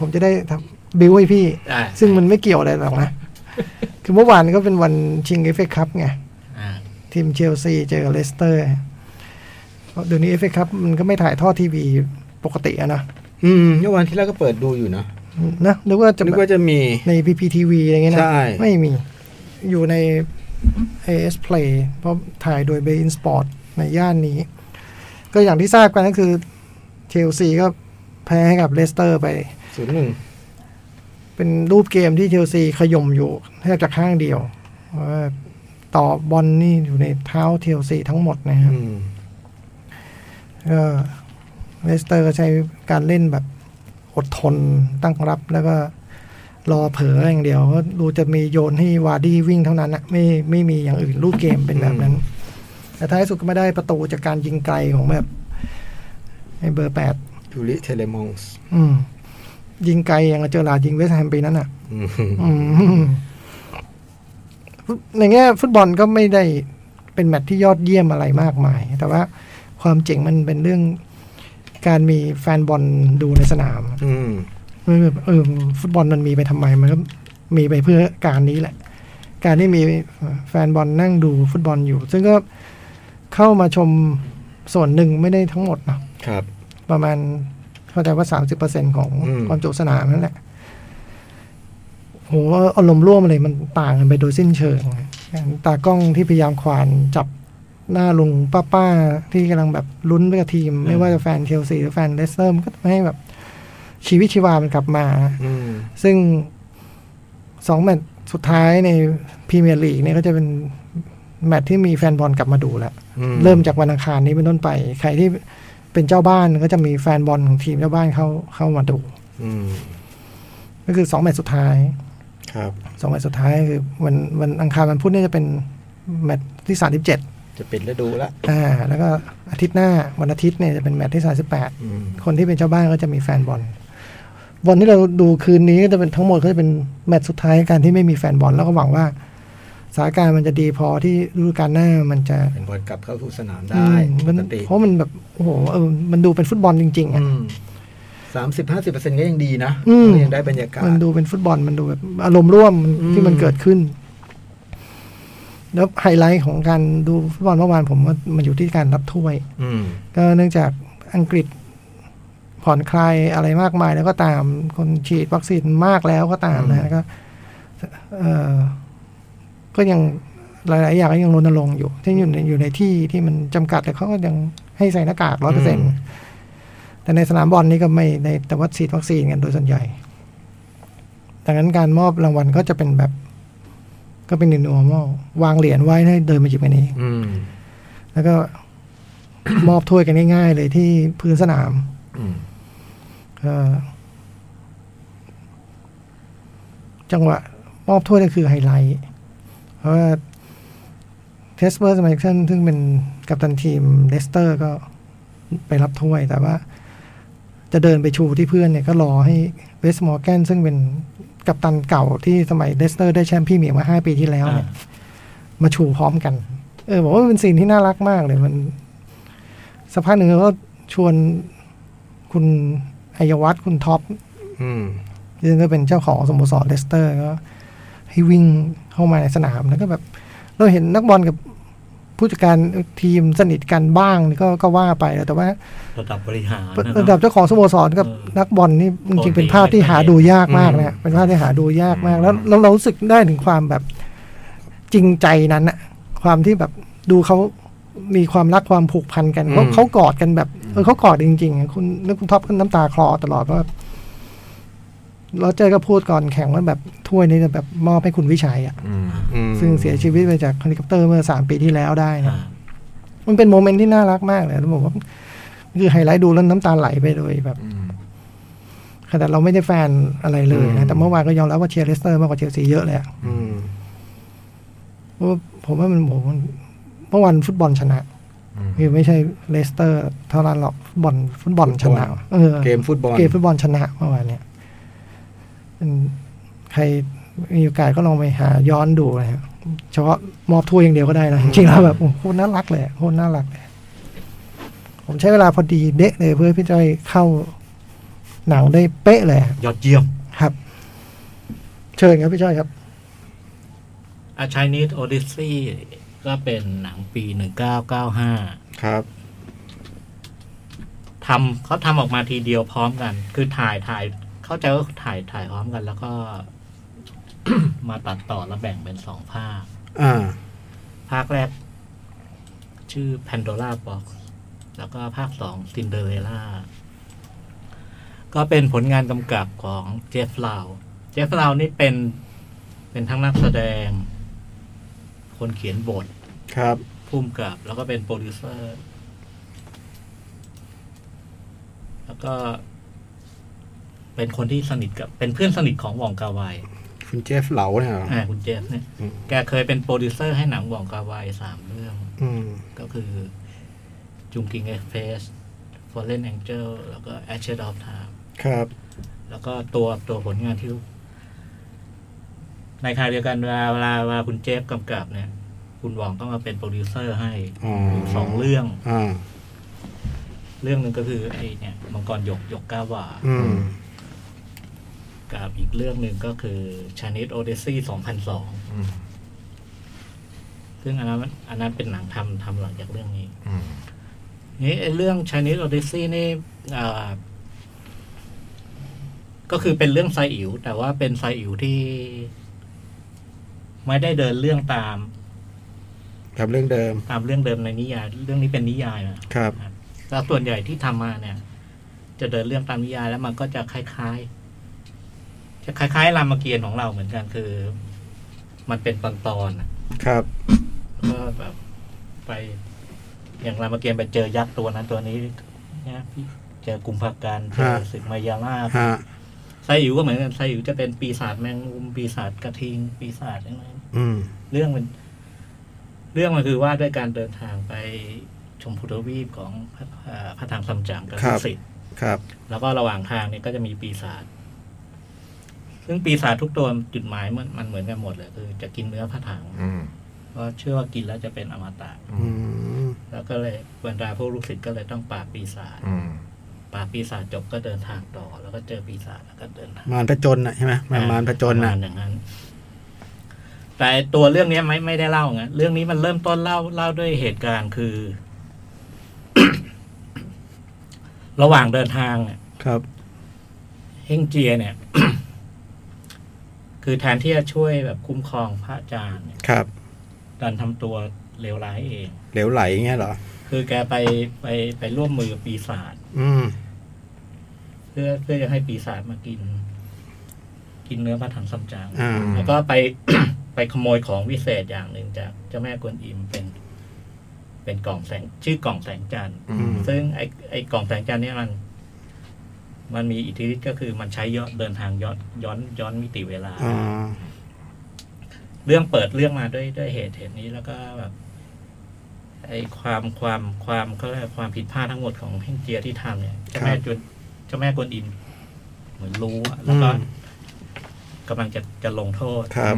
S5: ผมจะได้ทำบิวให้พี่
S4: อ่า
S5: ซึ่งมันไม่เกี่ยวอะไรหรอกนะ คือเมื่อวานก็เป็นวันชิงเอฟเอคัพไง
S4: อ่า
S5: ทีมเชลซีเจอกับเลสเตอร์เพราะเดี๋ยวนี้เอฟเอคัพมันก็ไม่ถ่ายทอดทีวีปกติอะนะ
S2: อืมเมื่อวันที่แล้วก็เปิดดูอยู่นะ
S5: นะนึกว่าจะ
S2: นึกว่าจะมี
S5: ในพีพีทีวีอะไรเงี้ยนะ
S2: ใช่
S5: ไม่มี อยู่ใน AS Play เพราะถ่ายโดยเบอินสปอร์ตในย่านนี้ ก็อย่างที่ทราบกันก็คือเชลซีก็แพ้ให้กับเลสเตอร์ไป
S2: ศูนย์หนึ่ง
S5: เป็นรูปเกมที่เชลซีขย่มอยู่แทบจะข้างเดียวเพราะว่าต่อบอลนี่อยู่ในเท้าเชลซีทั้งหมดนะครับ
S2: อืม
S5: ก็เลสเตอร์ก็ใช้การเล่นแบบอดทนตั้งรับแล้วก็รอเผลออย่างเดียวก็ดูจะมีโยนให้วาร์ดี้วิ่งเท่านั้นนะไม่ไม่มีอย่างอื่นลูกเกมเป็นแบบนั้น แต่ท้ายสุดก็ไม่ได้ประตูจากการยิงไกลของแบบไอ้เบอร์แปด
S2: ยูริเทเลมองส์
S5: อืม ยิงไกลอย่างกับเจอหลาดยิงเวสต์แฮมปีนั้นอ่ะ
S2: อืม
S5: อืมในแง่ฟุตบอลก็ไม่ได้เป็นแมตช์ที่ยอดเยี่ยมอะไรมากมาย แต่ว่าความเจ๋งมันเป็นเรื่องการมีแฟนบอลดูในสนาม
S2: อืม
S5: มันแบบเออฟุตบอลมันมีไปทำไม มันก็มีไปเพื่อการนี้แหละ การที่มีแฟนบอลนั่งดูฟุตบอลอยู่ ซึ่งก็เข้ามาชมส่วนหนึ่งไม่ได้ทั้งหมดเนาะ
S2: ครับ
S5: ประมาณเข้าใจว่าสามสิบเปอร์เซ็นของ
S2: อืม
S5: ความจุสนามนั่นแหละโหอารมณ์ร่วมอะไรมันต่างกันไปโดยสิ้นเชิงตากล้องที่พยายามควานจับหน้าลุงป้าป้าๆที่กำลังแบบลุ้นไปกับทีม ไม่ว่าจะแฟนเทลซีหรือแฟนเลสเตอร์มันก็ทำให้แบบชีวิตชีวามันกลับมา
S2: อืม
S5: ซึ่งสองแมตช์สุดท้ายในพรีเมียร์ลีกเนี่ยก็จะเป็นแมตช์ที่มีแฟนบอลกลับมาดูแล้ว
S2: อื
S5: เริ่มจากวันอังคารนี้เป็นต้นไป ใครที่เป็นเจ้าบ้านก็จะมีแฟนบอลของทีมเจ้าบ้านเข้าเข้ามาดู
S2: อืม
S5: ก็คือสองแมตช์สุดท้าย
S2: ครับ
S5: สองแมตช์สุดท้ายคือวันวันอังคารวันพุธเนี่ยจะเป็นแมตช์ที่สามสิบเจ็ด
S2: จะปิดฤดูละ
S5: อ่าแล้วก็อาทิตย์หน้าวันอาทิตย์เนี่ยจะเป็นแมตช์ที่สามสิบแปด
S2: อืม
S5: คนที่เป็นเจ้าบ้านก็จะมีแฟนบอลบอลที่เราดูคืนนี้ก็จะเป็นทั้งหมดก็จะเป็นแมตช์สุดท้ายการที่ไม่มีแฟนบอลแล้วก็หวังว่าสถานการณ์มันจะดีพอที่ฤดูกาลหน้ามันจะ
S2: เป็นบอลกลับเข้าสู่สนาม
S5: อื
S2: ได้
S5: ม
S2: ป
S5: มัน
S2: กติ
S5: เพราะมันแบบโอ้โหเออมันดูเป็นฟุตบอลจริงๆอ่ะ
S2: สามสิบห้าสิบเปอร์เซ็นต์ก็ยังดีนะ
S5: อืม
S2: ยังได้บรรยากาศ
S5: มันดูเป็นฟุตบอลมันดูแบบอารมณ์ร่วม
S2: อืม
S5: ที่มันเกิดขึ้น แล้วไฮไลท์ของการดูฟุตบอลเมื่อวานผมว่ามันอยู่ที่การรับถ้วย
S2: อืม
S5: ก็เนื่องจากอังกฤษผ่อนคลายอะไรมากมาย แล้วก็ตามคนฉีดวัคซีนมากแล้วก็ตามนะก็เออก็ยังหลาย ๆ อย่างก็ยังรณรงค์อยู่ที่อยู่ในอยู่ในที่ที่มันจำกัดแต่เขาก็ยังให้ใส่หน้ากากร้อยเปอร์เซ็นแต่ในสนามบอลนี่ก็ไม่ในแต่ว่าฉีดวัคซีนกันโดยส่วนใหญ่ดังนั้นการมอบรางวัลก็จะเป็นแบบ ก็เป็น new normal วางเหรียญไว้ให้เดินมาหยิบกันเอง
S2: อืม
S5: แล้วก็ มอบถ้วยกันง่ายๆเลยที่พื้นสนาม
S2: อืม
S5: ก็จังหวะมอบถ้วยนั่นคือไฮไลท์ เพราะว่าเทสเปอร์สมัยเช่นซึ่งเป็นกัปตันทีมเลสเตอร์ก็ไปรับถ้วย แต่ว่า จะเดินไปชูที่เพื่อนเนี่ยก็รอให้เวสมอร์แกนซึ่งเป็นกัปตันเก่าที่สมัยเลสเตอร์ได้แชมป์พรี่เมียร์มาห้าปีที่แล้ว
S4: อ่า
S5: เนี่ย มาชูพร้อมกัน เออบอกว่าเป็นซีนที่น่ารักมากเลย มันสักพักหนึ่งเขาก็ชวนคุณอายวัฒน์คุณท็อป
S2: อืม
S5: ซึ่งก็เป็นเจ้าของสโมสรเลสเตอร์ก็ให้วิ่งเข้ามาในสนามแล้วก็แบบ เราเห็นนักบอลกับผู้จัดการทีมสนิทกันบ้างนี่ก็ก็ว่าไปแล้วแต่ว่า
S4: ระดับบริหารนเนอะ
S5: ระดับเจ้าของสโมสรกับ
S4: เออ
S5: นักบอลนี่จริงๆเป็น
S4: ปกติ
S5: ภาพที่
S4: ไม่ค่อย
S5: หาดูยากมากนะฮะเป็นภาพที่หาดูยากมาก แล้วแล้วเรารู้สึกได้ถึงความแบบจริงใจนั้นอะความที่แบบดูเขามีความรักความผูกพันกันเขาเขากอดกันแบบเออเขากอดจริงๆอะคุณแล้วคุณท็อปก็น้ำตาคลอตลอดว่าเราเจอก็พูดก่อนแข่งว่าแบบถ้วยนี้จะแบบมอบให้คุณวิชัยอะ
S3: อืม
S2: อืม
S5: ซึ่งเสียชีวิตไปจากเฮลิคอปเตอร์เมื่อสามปีที่แล้วได้นะ
S4: ะ
S5: มันเป็นโมเมนต์ที่น่ารักมากเลยแล้วผมว่าคือไฮไลท์ดูแล้วน้ำตาไหลไปเลยแบบ
S3: อืม
S5: ขนาดเราไม่ได้แฟนอะไรเลยนะ แต่เมื่อวานก็ยอมรับว่าเชียร์เลสเตอร์มากกว่าเชลซีเยอะเลยอะ
S2: อืม
S5: เพราะว่าผมว่ามันโหมันเมื่อวันฟุตบอลชนะคือไม่ใช่เลสเตอร์ เท่านั้นหรอกฟุตบอลฟุตบอลชนะเออ
S2: เกมฟุตบอล
S5: เกมฟุตบอลชนะเมื่อวานเนี่ยเป็นใครมีโอกาสก็ลองไปหาย้อนดูนะครับ เฉพาะมอบถ้วยอย่างเดียวก็ได้นะ จริงๆแล้วแบบโอ้โหโคตรน่ารักเลยโคตรน่ารักเลย ผมใช้เวลาพอดีเดะเลยเพื่อให้พี่จ้อยเข้าหนังได้เป๊ะเลย
S4: ยอดเยี่ยม
S5: ครับ เชิญครับพี่จ้อยครับ
S4: A Chinese Odyssey ก็เป็นหนังปี 1995
S2: ครับ
S4: ทำเขาทำออกมาทีเดียวพร้อมกัน คือถ่ายถ่าย เข้าใจว่าถ่ายถ่ายพร้อมกันแล้วก็ (coughs) มาตัดต่อแล้วแบ่งเป็นสองภาค
S2: อ่า
S4: ภาคแรก ชื่อ Pandora Box แล้วก็ภาคสอง Cinderella ก็เป็นผลงานกำกับของเจฟลาวเจฟลาวนี่เป็น เป็นทั้งนักแสดง คนเขียนบท
S2: ครับ
S4: พุ่มกับ แล้วก็เป็นโปรดิวเซอร์ แล้วก็ เป็นคนที่สนิทกับ เป็นเพื่อนสนิทของหว่องกาไว
S2: คุณเจฟเหลาเนี่ยเหรอ
S4: อ่าคุณเจฟเนี่ย
S2: อืม
S4: แกเคยเป็นโปรดิวเซอร์ให้หนังหว่องกาไวสามเรื่อง
S2: อืม
S4: ก็คือจุงกิงเอฟเฟสฟอร์เรนแองเจลแล้วก็แอชเชดอฟทาม
S2: ครับ
S4: แล้วก็ตัวตัวผลงานที่ลูกในขณะเดียวกันเวลาเวลาเวลาคุณเจฟกำกับเนี่ย คุณหว่องต้องมาเป็นโปรดิวเซอร์ให้
S2: อ๋อ
S4: สองเรื่อง
S2: อ่า
S4: เรื่องหนึ่งก็คือไอ้เนี่ยมังกรหยกหยกก้าหว่า
S2: อืม
S4: กับอีกเรื่องหนึ่งก็คือชานิดโอเดซี่สองพันสอง
S3: อืม
S4: ซึ่งอันนั้นอันนั้นเป็นหนังทำทำหลังจากเรื่องนี้
S3: อืม
S4: นี่ไอ้เรื่อง Chinese Odyssey นี่อ่าก็คือเป็นเรื่องไซอิ๋วแต่ว่าเป็นไซอิ๋วที่ ไม่ได้เดินเรื่องตาม
S2: ครับเรื่องเดิม
S4: ตามเรื่องเดิมในนิยาย เรื่องนี้เป็นนิยายนะครับ แล้วส่วนใหญ่ที่ทำมาเนี่ย จะเดินเรื่องตามนิยายแล้วมันก็จะคล้ายๆ จะคล้ายๆรามเกียรติ์ของเราเหมือนกันคือ มันเป็นตอนๆอะ
S2: ครับ
S4: ก็แบบไปอย่างรามเกียรติ์ไปเจอยักษ์ตัวนั้นตัวนี้นะพี่เจอกุมภาการเจอ
S2: ฮะ
S4: ศึกมายาลาภ
S2: ฮะ
S4: ไซอิ๋วก็เหมือนกันไซอิ๋วจะเป็นปีศาจแมงมุมปีศาจกระทิง ปีศาจอะไรนั้น
S2: อืม
S4: เรื่องมัน เรื่องมันคือว่าด้วยการเดินทางไปชมพูทวีปของพระอ่าพระทางสัมจังกับ
S2: ครั
S4: ลู
S2: บ
S4: กศิษย์
S2: ครับ
S4: แล้วก็ระหว่างทางเนี่ยก็จะมีปีศาจซึ่งปีศาจทุกตัวจุดหมายมันมันเหมือนกันหมดเลยคือจะกินเนื้อพระถัง
S3: อืม
S4: เพราะเชื่อว่ากินแล้วจะเป็นอมตะ
S2: อืม
S4: แล้วก็เลยบรรดาพวกลูกศิษย์ก็เลยต้องปราบปีศาจ
S3: อืม
S4: ปราบปีศาจจบก็เดินทางต่อ แล้วก็เจอปีศาจแล้วก็เดินทาง
S2: มารผจญน่ะใช่ไหมมารมารผจญ
S4: ป
S2: น่ะ
S4: ระมาณอย่างนั้น แต่ตัวเรื่องเนี้ยไม่ไม่ได้เล่าไงเรื่องนี้มันเริ่มต้นเล่าเล่าด้วยเหตุการณ์คือ (coughs) ระหว่างเดินทางเนี่ย
S2: ครับ
S4: เฮงเจียเนี่ย (coughs) คือแทนที่จะช่วยแบบคุ้มครองพระอาจารย์เนี่ย
S2: ครับ
S4: ดันทำตัวเลวร้ายเอง
S2: เหลวไหลอย่างเงี้ยเหรอ
S4: คือแกไปไปไปร่วมมือกับปีศาจ
S2: อืม
S4: เพื่อเพื่อจะให้ปีศาจมากิน กินเนื้อพระถังซัมจาง
S2: อ่า
S3: ม
S4: แล้วก็ไป (coughs) ไปขโมยของวิเศษอย่างหนึ่งจากเจ้าแม่กวนอิมเป็น เป็นกล่องแสงชื่อกล่องแสงจันทร์
S3: อืม
S4: ซึ่งไอไอกล่องแสงจันทร์เนี่ยมัน มันมีอิทธิฤทธิ์ก็คือมันใช้ย้อนเดินทางย้อนย้อนย้อนมิติเวลา
S2: อ่า
S4: เรื่องเปิดเรื่องมาด้วยด้วยเหตุเหตุนี้แล้วก็แบบไอความความความเขาเรียกว่าความผิดพลาดทั้งหมดของเฮงเจียที่ทำเนี่ยเจ้าแม่จนเจ้าแม่กวนอิมเหมือนรู้อะแล้วก็
S2: อืม
S4: กำลังจะจะลงโทษ
S2: ครับ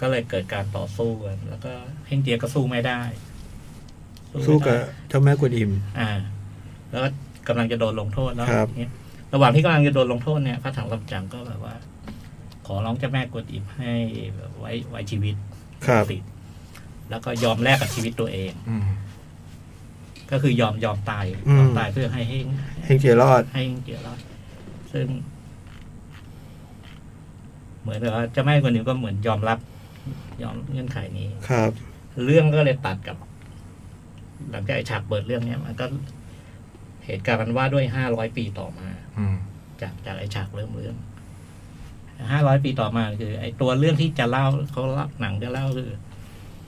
S4: ก็เลยเกิดการต่อสู้กันแล้วก็เฮงเจียก็สู้ไม่ได้
S2: สู้
S4: ไม่
S2: กับ
S4: ได้
S2: เจ้าแม่กวนอิม
S4: อ่า แล้วก็กำลังจะโดนลงโทษแล้ว
S2: ครับ
S4: เนี่ยระหว่างที่กำลังจะโดนลงโทษเนี่ยพระถังลำจังก็แบบว่า ขอร้องเจ้าแม่กวนอิมให้แบบไว้ไว้ชีวิต
S2: ครับ
S4: ติดแล้วก็ยอมแลกกับชีวิตตัวเอง
S3: อืม
S4: ก็คือยอมยอมตาย
S2: อืม
S4: ยอมตายเพื่อให้ให้
S2: เฮงเจียรอด
S4: ให้เกียรติรอดซึ่ง เหมือนกับว่าเจ้าแม่กวนอิมก็เหมือนยอมรับ ยอมเงื่อนไขนี้
S2: ครับ
S4: เรื่องก็เลยตัดกับ หลังจากไอ้ฉากเปิดเรื่องเนี้ยมันก็เหตุการณ์มันว่าด้วยห้าร้อยปีต่อมา
S3: อืม
S4: จากจากไอ้ฉากเริ่มเรื่องห้าร้อยปีต่อมาคือ ไอ้ตัวเรื่องที่จะเล่าเขาเล่าหนังจะเล่าคือ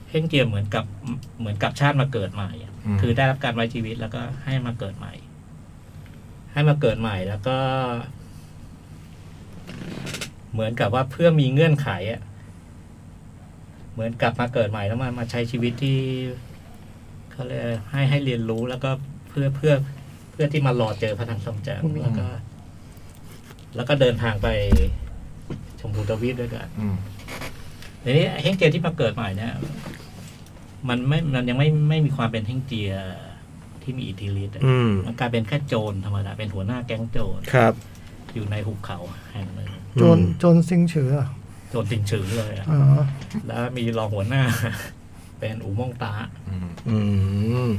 S4: เฮงเจียเหมือนกับเหมือนกับชาติมาเกิดใหม่อะ
S3: อืม
S4: คือได้รับการไว้ชีวิตแล้วก็ให้มาเกิดใหม่ ให้มาเกิดใหม่แล้วก็ เหมือนกับว่าเพื่อมีเงื่อนไขอะเหมือนกลับมาเกิดใหม่แล้วมามาใช้ชีวิตที่เขาเรียกให้ให้เรียนรู้แล้วก็เพื่อเพื่อเพื่อที่มารอเจอพระทางสมจังแล้วก็ แล้วก็เดินทางไปชมพูทวีปด้วยกัน
S3: อืม
S4: ทีนี้เฮงเจียที่มาเกิดใหม่เนี่ยมันไม่มันยังไม่ไม่มีความเป็นเฮงเจียที่มีอิทธิฤทธิ์อะ
S2: อืม
S4: มันกลายเป็นแค่โจรธรรมดาเป็นหัวหน้าแก๊งโจร
S2: ครับ
S4: อยู่ในหุบเขาแห่งหนึ่ง
S5: โจร
S2: อืม
S5: โจรซิงเฉือ
S4: โจรติงฉือเลยอะ
S5: อ๋อ
S4: แล้วมีรองหัวหน้า (laughs) เป็นอูม่งตา
S3: อืม
S2: อืม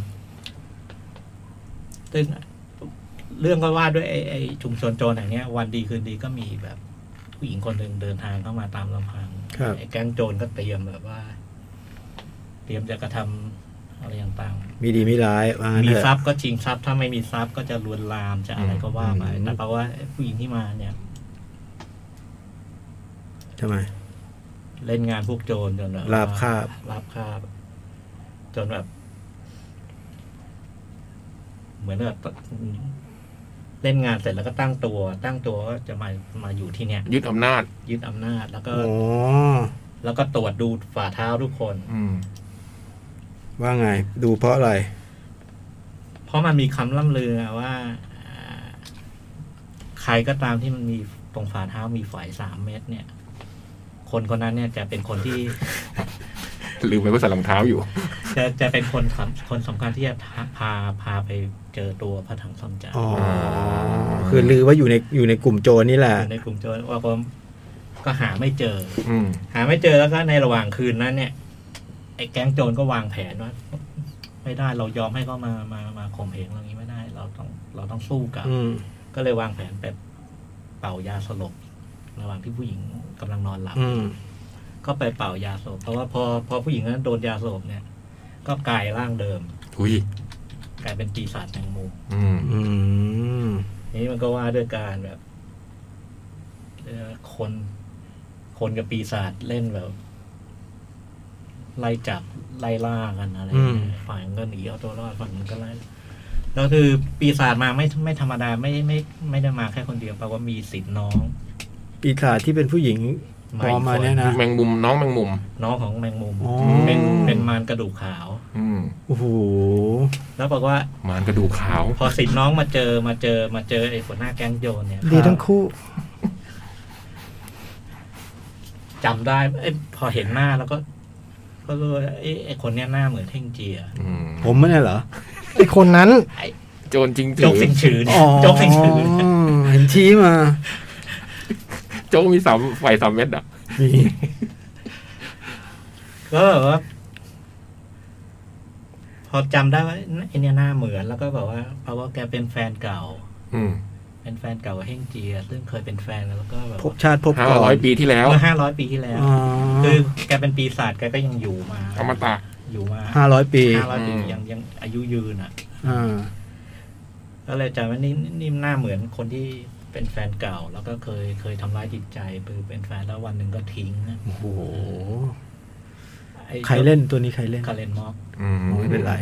S4: ซึ่งเรื่องก็ว่าด้วยไอ้ไอ้ชุมชนโจรอย่างเนี้ย วันดีคืนดีก็มีแบบผู้หญิงคนหนึ่งเดินทางเข้ามาตามลำพัง
S2: ครับ
S4: ไอ้แก๊งโจรก็เตรียมแบบว่า เตรียมจะกระทำอะไรต่าง
S2: มีดีมีร้ายว่างั้น
S4: ๆมี
S2: เถอะ
S4: ทรัพย์ก็ชิงทรัพย์ถ้าไม่มีทรัพย์ก็จะลวนลามจะอะไรก็ว่าไป
S2: อืม
S4: แต่แปลว่าไอ้ผู้หญิงที่มาเนี่ย
S2: ทำไม
S4: เล่นงานพวกโจรจนแบบ
S2: ราบคาบ
S4: ลาบคาบ จนแบบ เหมือนแบบเล่นงานเสร็จแล้วก็ตั้งตัว ตั้งตัวว่าจะมามาอยู่ที่เนี่ย
S3: ยึดอำนาจ
S4: ยึดอำนาจ แล้วก็
S2: อ๋อ
S4: แล้วก็ตรวจดูฝ่าเท้าทุกคน
S3: อืม
S2: ว่าไง ดูเพราะอะไร
S4: เพราะมันมีคำล่ำลือว่าอ่า ใครก็ตามที่มันมีตรงฝ่าเท้ามีฝอยสามเม็ดเนี่ย คนคนนั้นเนี่ยจะเป็นคนที่ (laughs)
S3: ลืมไปว่าใส่รองเท้าอยู่
S4: จะจะเป็นคนสำคนสำคัญที่จะพาพาไปเจอตัวพระถังคำจา
S2: อ๋อ คือลือว่าอยู่ในอยู่ในกลุ่มโจรนี่แหละ
S4: อยู่ในกลุ่มโจรว่าผมก็หาไม่เจอ
S3: อืม
S4: หาไม่เจอแล้วก็ในระหว่างคืนนั้นเนี่ย ไอ้แก๊งโจรก็วางแผนว่าไม่ได้เรายอมให้เขามามามาข่มเหงเราอย่างนี้ไม่ได้ เราต้องเราต้องสู้กลับ
S2: อืม
S4: ก็เลยวางแผนแบบเป่ายาสลบระหว่างที่ผู้หญิงกำลังนอนหลับ
S2: อืม
S4: ก็ไปเป่ายาสลบเพราะว่าพอพอผู้หญิงนั้นโดนยาสลบเนี่ย ก็กลายร่างเดิม
S3: ทุย
S4: กลายเป็นปีศาจแตงโม
S3: อืม
S2: อืม
S4: นี่มันก็ว่าด้วยการแบบเอ่อคน คนกับปีศาจเล่นแบบ ไล่จับไล่ล่ากันอะไรอย่างเงี้ย
S2: อืม
S4: ฝ่ายมันก็หนีเอาตัวรอดฝั่งมันก็ไล่แล้วคือปีศาจมาไม่ไม่ธรรมดาไม่ไม่ไม่ได้มาแค่คนเดียวแปลว่ามีสิทธิ์น้อง
S2: ปีศาจที่เป็นผู้หญิงพอมา
S4: อีกค
S2: เนี่ยนะ
S3: แมงมุมน้องแมงมุม
S4: น้องของแมงมุม
S2: อ๋อ
S4: เป็นเป็นมารกระดูกขาว
S3: อืม
S2: โอ้โห
S4: แล้วบอกว่า
S3: มารกระดูกขาว
S4: พอสิทธิ์น้องมาเจอมาเจอมาเจอไอ้หัวหน้าแก๊งโยนเนี่ย
S5: ดีทั้งคู่
S4: จำได้เอ้ยพอเห็นหน้าแล้วก็ ก็รู้ว่าเอ้ยไอ้คนเนี้ยหน้าเหมือนเท่งเจีย
S3: อืม
S2: ผมมันเนี่ยเหรอ
S5: ไอคนนั้น
S3: โจรจริง
S4: โจกสิง
S3: ๆ
S4: ฉือเนี่ยโจกสิงฉือเนี่ย
S2: เห็นชี้มา
S3: โจรมีสามไฟสามเม็ดอ่ะ
S4: ก็แบบว่า พอจำได้ว่าไอเนี่ยหน้าเหมือนแล้วก็แบบว่าเพราะว่าแกเป็นแฟนเก่า
S3: อืม
S4: เป็นแฟนเก่ากับเท่งเจีย ซึ่งเคยเป็นแฟนกันแล้วก็แบบ
S2: พบชาติพบ
S3: ห้า
S2: ก่อน
S3: ร้อยปีที่แล้ว
S4: เมื่อห้าร้อยปีที่แล้ว
S2: อ๋อ
S4: คือแกเป็นปีศาจแกก็ยังอยู่มา
S3: อมตะ
S4: อยู่มา
S2: ห้าร้อยปี
S4: ห้าร้อยปียังยังอายุยืนอ่ะ
S2: อ่า
S4: ก็เลยจำว่านี่นี่นี่หน้าเหมือนคนที่เป็นแฟนเก่า แล้วก็เคยเคยทำร้ายจิตใจคือเป็นแฟนแล้ววันหนึ่งก็ทิ้งนะ
S2: โอ้โห
S4: ไอ้
S2: ใครเล่นตัวนี้ใครเล่น
S4: คาเรนม็อก
S3: อืม
S2: ไม่เป็นไร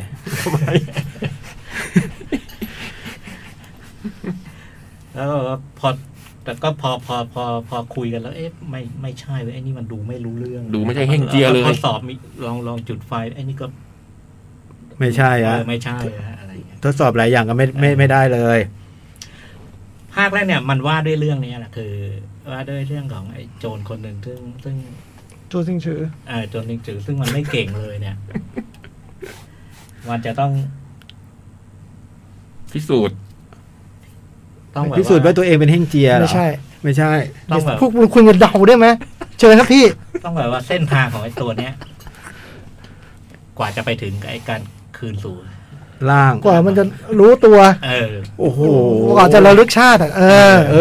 S4: แล้วก็พอแต่ก็พอพอพอพอคุยกันแล้ว เอ๊ะไม่ไม่ใช่เว้ยไอ้นี่มันดูไม่รู้เรื่อง
S3: ดูไม่ใช่เฮงเจียเลย
S4: พอสอบมีลองลองจุดไฟไอ้นี่ก็
S2: ไม่ใช่
S4: เอ
S2: อะ
S4: อไม่ใช่อะอะไรอย่างเงี้ย
S2: ทดสอบหลายอย่างก็ไม่ไม่ไม่ได้เลย
S4: ภาคแรกเนี่ยมันว่าด้วยเรื่องเนี้ยแหละคือ ว่าด้วยเรื่องของไอ้โจรคนหนึ่งซึ่งซึ่ง
S5: โจรซิงเฉือ
S4: เออจนจริงๆซึ่งมันไม่เก่งเลยเนี่ย
S2: (laughs)
S4: มันจะต้อง
S3: พิสูจน์
S4: ต้องแบบ
S2: พิสูจน์ว่าตัวเองเป็นเฮงเจียเหรอ
S5: ไม่ใช่
S2: ไม่ใช่
S4: ต้องแบบ
S5: พวกคุณจะเดาได้ไหมเชิญครับพี่
S4: ต้องแบบว่าเส้นทางของไอ้ตัวเนี้ย กว่าจะไปถึงกับไอ้การคืนสู่
S2: ล่าง
S5: กว่ามันจะรู้ตัว
S4: เออ
S2: โอ้โห
S5: กว่าจะระลึกชาติอะเออ
S2: เอ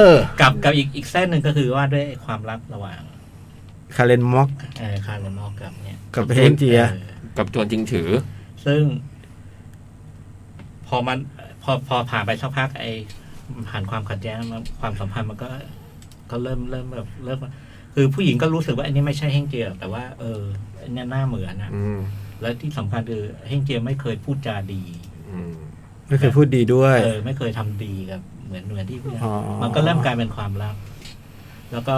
S2: อ
S4: กับกับอีกอีกเส้นหนึ่งก็คือว่าด้วยความรักระหว่าง
S2: คาเลนม็อก
S4: เออคาร์ลมอกกับเนี่ย
S2: กับเฮงเจีย
S4: ออ
S3: กับโจรจริงฉือ
S4: ซึ่ง พอมัน พอพอผ่านไปสักพักไอ้ผ่านความขัดแย้งมาความสัมพันธ์มันก็ ก็เริ่มเริ่มแบบเริ่มคือผู้หญิงก็รู้สึกว่าอันนี้ไม่ใช่เฮงเจียแต่ว่าเอออันเนี้ยหน้าเหมือนนะ
S3: อืม
S4: แล้วที่สำคัญคือเฮงเจียไม่เคยพูดจาดี
S3: อืม
S2: ไม่เคยพูดดีด้วย
S4: เออ ไม่เคยทำดีกับเหมือนเหมือนที่เพื่อน
S2: อ๋อ
S4: มันก็เริ่มกลายเป็นความลับแล้วก็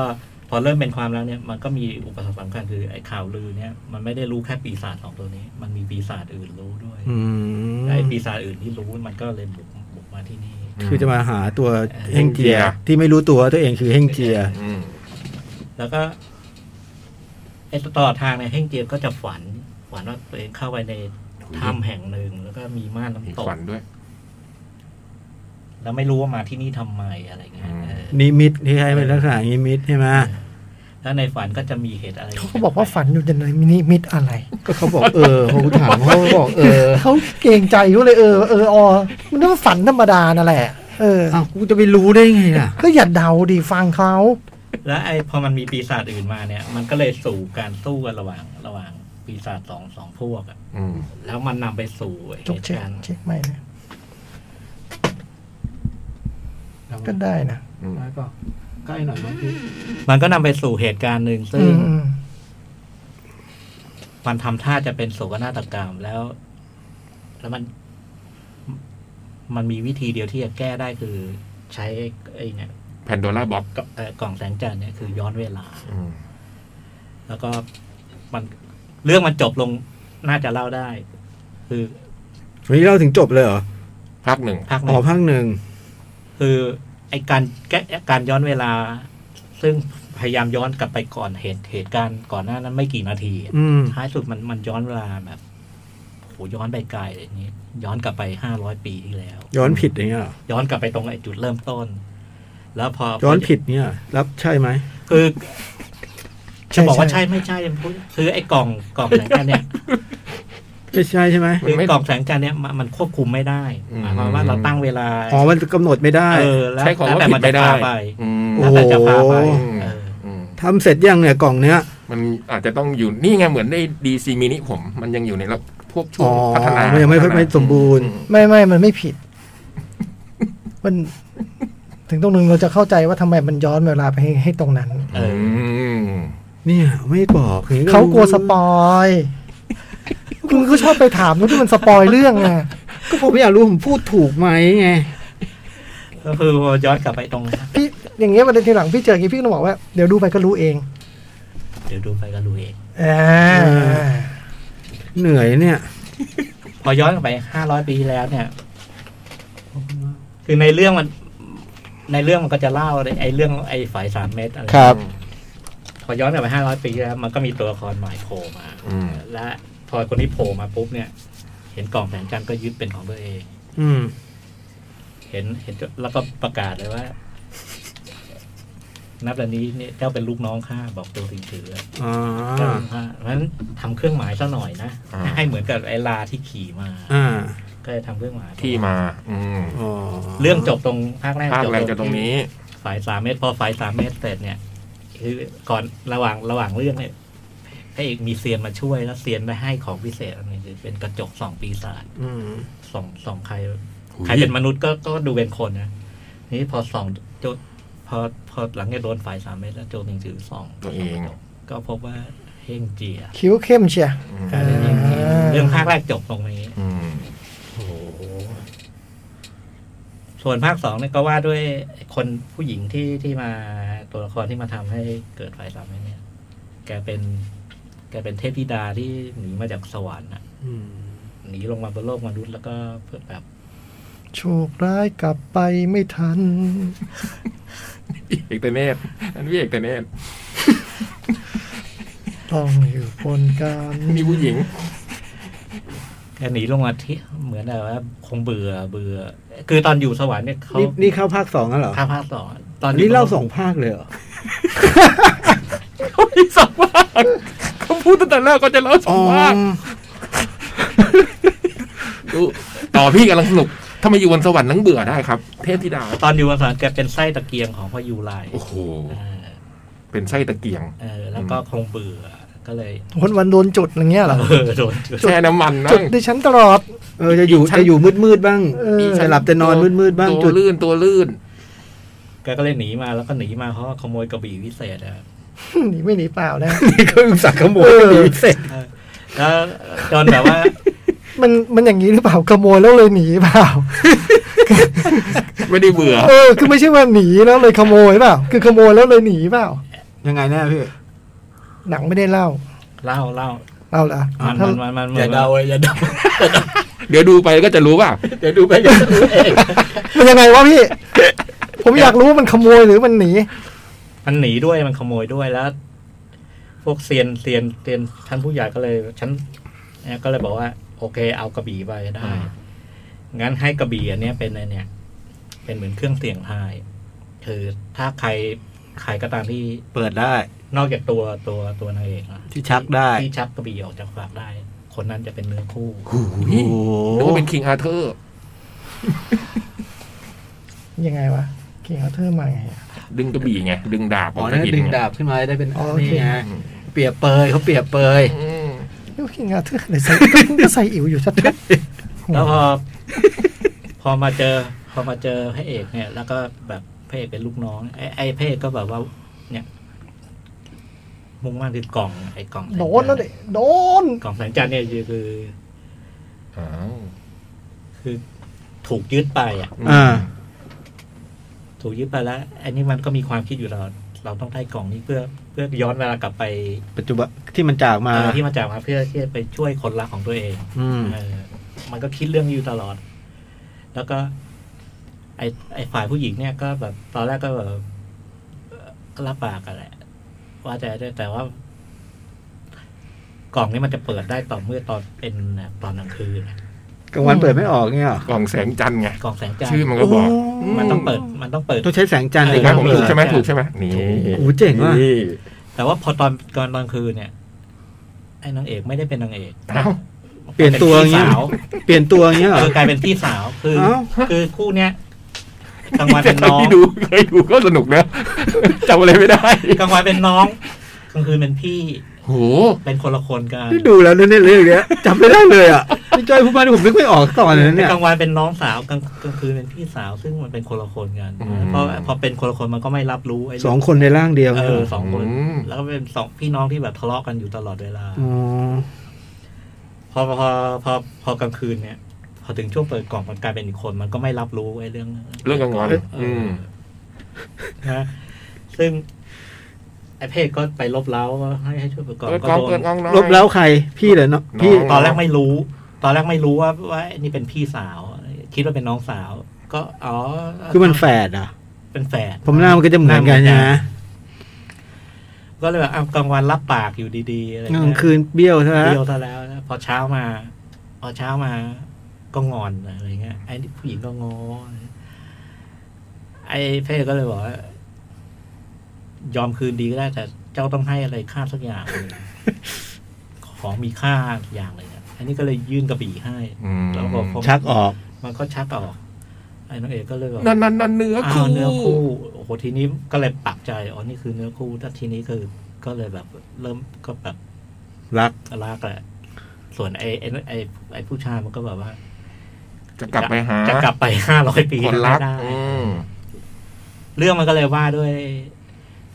S4: พอเริ่มเป็นความลับเนี่ย มันก็มีอุปสรรคสำคัญคือไอ้ข่าวลือเนี่ยมันไม่ได้รู้แค่ปีศาจสองตัวนี้ มันมีปีศาจอื่นรู้ด้วย
S2: อืม
S4: ไอ้ปีศาจอื่นที่รู้มันก็เลยบุกบุกมาที่นี่
S2: คือจะมาหาตัวเฮงเจีย
S3: เฮงเจีย
S2: ที่ไม่รู้ตัวว่าตัวเองคือเฮงเจีย
S3: อืม
S4: แล้วก็ ไอ้ตลอดทางในยเฮ่งเจียก็จะฝัน ฝันว่าตัวเองเข้าไปในถ้ำแห่งหนึ่ง แล้วก็มีม่านน้ำตก
S3: ฝันด้วย
S4: แล้วไม่รู้ว่ามาที่นี่ทำไมอะไรเงี้ย
S3: อืม
S4: เออ
S2: นิมิตที่ใช้เป็นลักษณะนิมิตใช่ไหม
S4: แล้วในฝันก็จะมีเหตุอะไร
S5: เขาบอกว่าฝันอยู่ในมินิมิตอะไร
S2: ก็เขาบอกเอ (laughs) อผมถามเขาก็บอกเออ
S5: เขาเกรงใจเขาเลยเออเออออมันก็ฝันธรรมดานั่นแหละ เออ
S2: อ้าวกูจะไปรู้ได้ไงล่ะ
S5: ก็อย่าเดาดิฟังเขา
S4: แล้วไอ้พอมันมีปีศาจอื่นมาเนี่ย มันก็เลยสู่การสู้กันระหว่างระหว่างปีศาจสองสองพวกอะ
S3: อืม
S4: แล้วมันนำไปสู่เห
S5: จก
S4: ตุ
S5: เช็ค
S4: การณ์
S5: เช็คไม่นะก็ได้นะ
S3: อืม
S2: ใกล้หน่อยนะพี่
S4: มันก็นำไปสู่เหตุการณ์หนึ่ง
S5: อื
S4: ซึ่ง
S5: มอืม
S4: มันทำท่าจะเป็นโศกนาฏกรรมแล้ว แล้วมัน มันมีวิธีเดียวที่จะแก้ได้คือใช้ไอ้เนี่ย
S3: แพนโดล่าบ็อก
S4: กล่องเอ่อกล่องแสงจันทร์เนี่ยคือย้อนเวลา แล้วก็มันเรื่องมันจบลงน่าจะเล่าได้ คือ
S2: วันนี้เราถึงจบเลยเหรอ
S3: ภาคหนึ่ง
S4: ภาคห
S2: อ๋
S4: นึ่
S2: อง ภาคหนึ่ง
S4: คือไอ้การแก้การย้อนเวลา ซึ่งพยายามย้อนกลับไปก่อนเหตุเหตุการณ์ก่อนหน้านั้นไม่กี่นาทีอะ
S2: อืม
S4: ท้ายสุดมันมันย้อนเวลาแบบโหย้อนไปไกลเลยนี้ ย้อนกลับไปห้าร้อยปีที่แล้ว
S2: ย้อนผิดอย่างเงี้ยเหรอ
S4: ย้อนกลับไปตรงไอ้จุดเริ่มต้น แล้วพอ
S2: ย้อนผิดเนี่ย รับใช่ไหม
S4: คือจะ
S5: ใช่
S4: บอกว่า
S5: ใช่
S4: ใช่ไม่ใช่ยังพูดคือไอ้กล่องกล่องแสงจันทร์เนี่ย
S2: ไม่ใช่ใช่ไหม
S3: มั
S4: คื
S3: น
S4: อ
S3: ไม่
S4: กล่องแสงจันทร์เนี่ยมันมันควบคุมไม่ได้
S3: อืม
S4: หมายความว่าเราตั้งเวลา
S2: อ๋อมันกำหนดไม่ได้
S4: เออแล้ว
S3: ใช้ของ
S4: แล้ว
S3: ว่า
S4: แต่
S3: ผิ
S4: มั
S3: ด
S4: จะ
S3: ไม่ได้
S4: พาไป
S3: อืม
S2: โอ้
S4: แล้วแต่จะพาไปเออ
S3: ม
S2: ทำเสร็จยังเนี่ยกล่องเนี้ย
S3: มันอาจจะต้องอยู่นี่ไงเหมือนได้ดีซีมินิผม มันยังอยู่ในระพวกช่ว
S2: อ๋
S3: ง
S2: อ
S3: พัฒนา
S2: มันยังไม่
S3: พัฒนา
S2: ไม่สมบูรณ์
S3: อืม
S5: ไม่ไม่มันไม่ผิด มัน ถึงตรงนึงเราจะเข้าใจว่าทำไมมันย้อนเวลาไปให้ให้ตรงนั้น
S4: เออ
S3: ม
S2: เนี่ยไม่บอกอย่งนี้
S5: เขากลัวสปอยคุณก็ชอบไปถามว่าที่มันสปอยเรื่องไง
S2: ก็ผมอยากรู้ผมพูดถูกไหมไง
S4: ก็คือพอย้อนกลับไปตรงนั้น
S5: พี่อย่างเงี้ยประเด็นทีหลังพี่เจออย่างงี้พี่ก็ต้องบอกว่าเดี๋ยวดูไปก็รู้เอง
S4: เดี๋ยวดูไปก็รู้เอง
S5: อ่า
S2: เหนื่อยเนี่ย
S4: พอย้อนกลับไปห้าร้อยปีที่แล้วเนี่ย คือในเรื่องมัน ในเรื่องมันก็จะเล่าไอ้เรื่องไอ้ฝายสามเม็ดอะไร พอย้อนกลับไปห้าร้อยปีที่แล้วมันก็มีตัวละครใหม่โผล่มา
S3: อืม
S4: และพอคนนี้โผล่มาปุ๊บเนี่ย เห็นกล่องแสงจันทร์ก็ยึดเป็นของตัวเอง
S2: อืม
S4: เห็นเห็นแล้วก็ประกาศเลยว่า นับแต่นี้เนี่ยเจ้าเป็นลูกน้องข้าบอกตัวสิงถือ
S2: อ๋อ
S4: เจ้าเป็นข้าเพราะฉะนั้นทำเครื่องหมายซะหน่อยนะให้เหมือนกับไอ้ลาที่ขี่มา
S2: อ่า
S4: ก็จะทำเครื่องหมาย
S3: ที่มา อืม
S2: อ๋อ
S4: เรื่องจบตรงภาคแรก
S3: ภาคแรกจะตรงนี้
S4: ฝ่ายสามเมตร พอฝ่ายสามเมตรเสร็จเนี่ยคือก่อนระหว่างระหว่างเรื่องเนี่ยพระเอกมีเซียนมาช่วยแล้วเซียนได้ให้ของพิเศษอันหนึงคือเป็นกระจกสองปีศาจ
S2: อืม
S4: ส่องส่องใคร
S3: อุ๊ย
S4: ใครเป็นมนุษย์ก็ก็ดูเป็นคนนะนี่พอส่องโจพอพอหลังจากโดนฝ่ายสามเมตรแล้วโจมิงจือส่อง
S3: ตัวเอง
S4: ก็พบว่าเฮงเจีย
S5: คิ้วเข้มเชียร์
S3: อืม
S4: กลายเป็นเฮงเจียเรื่องภาคแรกจบตรงนี้
S3: อืม
S4: ส่วนภาคสองเนี่ยก็ว่าด้วยคนผู้หญิงที่ที่มาตัวละครที่มาทำให้เกิดฝ่ายสามเมตรเนี่ย แกเป็น แกเป็นเทพธิดาที่หนีมาจากสวรรค์น่ะ
S2: อืม
S4: หนีลงมาบนโลกมนุษย์แล้วก็เพื่อแบบ
S5: โชคร้ายกลับไปไม่ทัน
S3: เอกเตเนตอันนี้เอกเตเนต
S5: ต้องอยู่บนการ
S3: นี่ผู้หญิง
S4: แกหนีลงมาที่เหมือนแบบว่าคงเบื่อเบื่อ คือตอนอยู่สวรรค์เนี่ยเขา
S2: นี่นี่เข้าภาคสองแล้วเหรอ
S4: ภาคภาคสองตอน
S2: อัน
S4: ยู่
S2: นี่เล่าสองภาคเลยเหรอ
S3: เขามีสองภาคเขาพูดตั้งแต่แรกก็จะเล่าสองภาคดูต่อพี่กำลังสนุกถ้ามาอยู่บนสวรรค์นั้งเบื่อได้ครับ เทพธิดา
S4: ตอนอยู่บนสวรรค์แกเป็นไส้ตะเกียงของพระยูไร
S3: โอ้โห
S4: เออ
S3: เป็นไส้ตะเกียง
S4: เออ แล้วก็คงเบื่อก็เลย
S5: วันวันๆโดนจุดอะไรเงี้ยเหรอ
S4: เออโดนจุด
S3: แช่น้ำมันนะ
S5: จุดดิฉันตลอด (laughs)
S2: เออจะอยู่จะอยู่มืดมืดๆบ้าง
S5: เออ
S2: จะหลับจะนอนมืดมืดๆบ้าง
S3: ตั
S2: จุ
S3: ว
S2: ด
S3: ลื่นตัวลื่น
S4: แกก็เลยหนีมาแล้วก็หนีมาเพราะว่าขโมยกระบี่วิเศษอะ
S5: หนีไม่หนีเปล่านะ
S2: นี่ก็อุตส่าห์ขโมย
S5: เออ
S2: ดีเสร็จ
S4: เออแล้วจนแบบว่า
S5: มันมันอย่างนี้หรือเปล่าขโมยแล้วเลยหนีเปล่า
S3: ไม่ได้เบื่อ
S5: เออคือไม่ใช่ว่าหนีแล้วเลยขโมยเปล่า คือขโมยแล้วเลยหนีเปล่า
S2: ยังไงแน่พี่
S5: หนังไม่ได้เล่า
S4: เล่าเล่า
S5: เล่าละ
S4: มัน
S5: ถ้า
S4: มันมันมันเหมื
S1: อย่า
S4: อน
S1: เดาเลยอย่าเดา
S3: (laughs) เดี๋ยวดูไปก็จะรู้ว่า
S1: เดี๋ยวดูไปกันเอง
S5: มันยังไงวะพี่ ผมอยากรู้ว่ามันขโมยหรือมันหนี
S4: มันหนีด้วยมันขโมยด้วยแล้ว พวกเซียนเซียนเซียนชั้นผู้ใหญ่ก็เลยชั้นเนี่ยก็เลยบอกว่า โอเค เอากระบี่ไปได้ งั้นให้กระบี่อันเนี้ยเป็นไอเนี่ย เป็นเหมือนเครื่องเสียงทาย คือถ้าใครใครก็ตามที่
S7: เปิดได้
S4: นอกจากตัวตัวตัวนางเอกอะ
S7: ที่ชักได้
S4: ที่ชักกระบี่ออกจากฝากได้ คนนั้นจะเป็นเนื้อคู่
S7: โอ้โห
S3: นึกว่าเป็นคิงอาเธอร์
S5: ยังไงวะเก่งเอาเธอมาไงอะ
S3: ดึงกระบี่ไง ดึงดาบ
S2: อ๋อ
S3: จา
S2: นั่
S3: ก
S2: น
S3: หิ
S2: ดึงดาบขึ้นมาได้เป็น
S5: อ๋อโอ
S2: นี่
S5: เค
S2: ไงเปรียบเปยเขาเปรียบเปย
S3: อืม
S5: เอ้ยเก่งเอาเธอเลยใส่ก็ใส่อิ๋วอยู่ชัดๆ
S4: แล้วพอ (laughs) พอมาเจอ พอมาเจอพระเอกเนี่ย แล้วก็แบบพระเอกเป็นลูกน้อง ไอ้ไอ้พระเอกก็แบบว่า เนี่ย มุ่งมั่นคือกล่องไอ้กล่องสงจั
S5: โด
S4: ทร์
S5: นแล้วเด็โดน
S4: กล่องแสงจันทร์เนี่ยคือ
S3: อ้าว
S4: คือถูกยึดไปอ่ะ
S2: อ่า
S4: ถูกยึดไปแล้ว อันนี้มันก็มีความคิดอยู่เรา เราต้องได้กล่องนี้เพื่อเพื่อย้อนเวลากลับไป
S2: ปัจจุบันที่มันจากมา
S4: เออที่มาจากมาเพื่อที่จะไปช่วยคนรักของตัวเอง
S2: อืม
S4: เออมันก็คิดเรื่องนี้อยู่ตลอด แล้วก็ ไอไอฝ่ายผู้หญิงเนี่ยก็แบบตอนแรกก็แบบเอ่อก็รับปากกันแหละ ว่าจะได้แต่ว่า กล่องนี้มันจะเปิดได้ต่อเมื่อตอนเป็นน่ะตอนกลางคืนน่ะ
S2: กลางวันเปิดไม่ออกเนี่ยหรอก
S3: ล่องแสงจันทร์ไง
S4: กล่องแสงจันท
S3: ชื่อ
S4: ร์
S3: มันก็บอก
S4: มันต้องเปิด มันต้องเปิด
S2: ต้องใช้แสงจันทร์ใน
S3: ถูกไหม
S2: การ
S3: ผม
S2: เปิ
S3: ถูก
S2: ด
S3: ใช่ไหมถูกใช่ไหมนี่
S2: โอ้เจ๋งว่ะ
S4: แต่ว่าพอตอนตอนกลางคืนเนี่ย ไอ้นางเอกไม่ได้เป็นนางเอก
S3: เอ้า
S2: เปลี่ยนตัวอย่างเงี้
S4: พี่
S2: ย
S4: สาว
S2: เปลี่ยนตัวอย่างเงี้ยหร
S4: เอ
S2: อ
S4: อกลายเป็นพี่สาว คือ
S2: เอ้า
S4: คือคู่เนี้ยกลางวัน
S3: แต่
S4: เป็น
S3: ตอน
S4: น้อง
S3: ที่ดูเคยดูก็สนุกนะ (laughs) จำอะไรไม่ได้
S4: กลางวันเป็นน้อง กลางคืนเป็นพี่
S3: โห
S4: เป็นคนละคนกัน
S2: ที่ดูแล้วเนี่ยเรื่องเนี้ยจำไม่ได้เลยอ่ะพี่จ้อยพูดมาที่ผมนึกไม่ออกก่อนเลยนะเนี่ย
S4: กลางวันเป็นน้องสาวกลางกลางคืนเป็นพี่สาว ซึ่งมันเป็นคนละคนกัน
S3: อืม
S4: เพราะพอเป็นคนละคนมันก็ไม่รับรู้ไอ้
S2: สองคนในร่างเดียว
S4: เอ
S2: เนี่ย
S4: อสองคน
S3: อืม
S4: แล้วก็เป็นสองพี่น้องที่แบบทะเลาะกันอยู่ตลอดเวลา
S2: อ๋อ
S4: พอพอพอพอกลางคืนเนี่ย พอถึงช่วงเปิดกล่องมันกลายเป็นอีกคนมันก็ไม่รับรู้ไอ้เรื่อง
S3: เรื่องกังวล
S4: เ
S3: อืม
S4: นะซึ่ง ไอ้เพศก็ไปลบเล้าว่าให้ให้ช่วยเปิดกล่อง
S3: เปิด
S4: ก็
S3: กล้อง
S4: โด
S3: เปิด
S4: น
S3: กล้องหน้อย
S2: ลบแล้วใครพี่เหรอเนาะพี่
S3: น้อง
S4: ตอนแรกไม่รู้ ตอนแรกไม่รู้ว่าว่าไอ้นี่เป็นพี่สาว คิดว่าเป็นน้องสาว ก็อ๋อ
S2: คือมันแฝดอ่ะ
S4: เป็นแฝด
S2: ผมหน้ามันก็จะเหมือนกันนะ
S4: ก็เลยแบบอ้าวกลางวันรับปากอยู่ดีๆอะไร
S2: ก
S4: เงี้ย
S2: ลางคืนเบี้ยวใช่ไหม
S4: เดียวซะแล้วนะพอเช้ามา พอเช้ามาก็งอนอะไรเงี้ยไอ้นี่ผู้หญิงก็งอไอ้เพ่ก็เลยบอกว่ายอมคืนดีก็ได้ แต่เจ้าต้องให้อะไรค่าสักอย่างหนึ่งของมีค่าอย่างเลยนะอันนี้ก็เลยยื่นกระบี่ให้
S3: อืม
S4: แล้วบอกผม
S2: ชักออก
S4: มันก็ชักออก ไอ้นางเอกก็เลยแบบ
S3: นั่นนั่นนั่นเนื้อ
S4: อ้า
S3: คู่
S4: วเนื้อคู่โอ้โหทีนี้ก็เลยปักใจอ๋อนี่คือเนื้อคู่ถ้าทีนี้คือก็เลยแบบ เริ่มก็แบบ
S2: รัก
S4: รักแหละ ส่วนไอ้ไอ้ไอ้ไอ้ผู้ชายมันก็แบบว่า
S3: จะกลับไปหา
S4: จะกลับไปห้าร้อยปี
S3: คนรัก
S4: ไม่ได้
S3: อืม
S4: เรื่องมันก็เลยว่าด้วย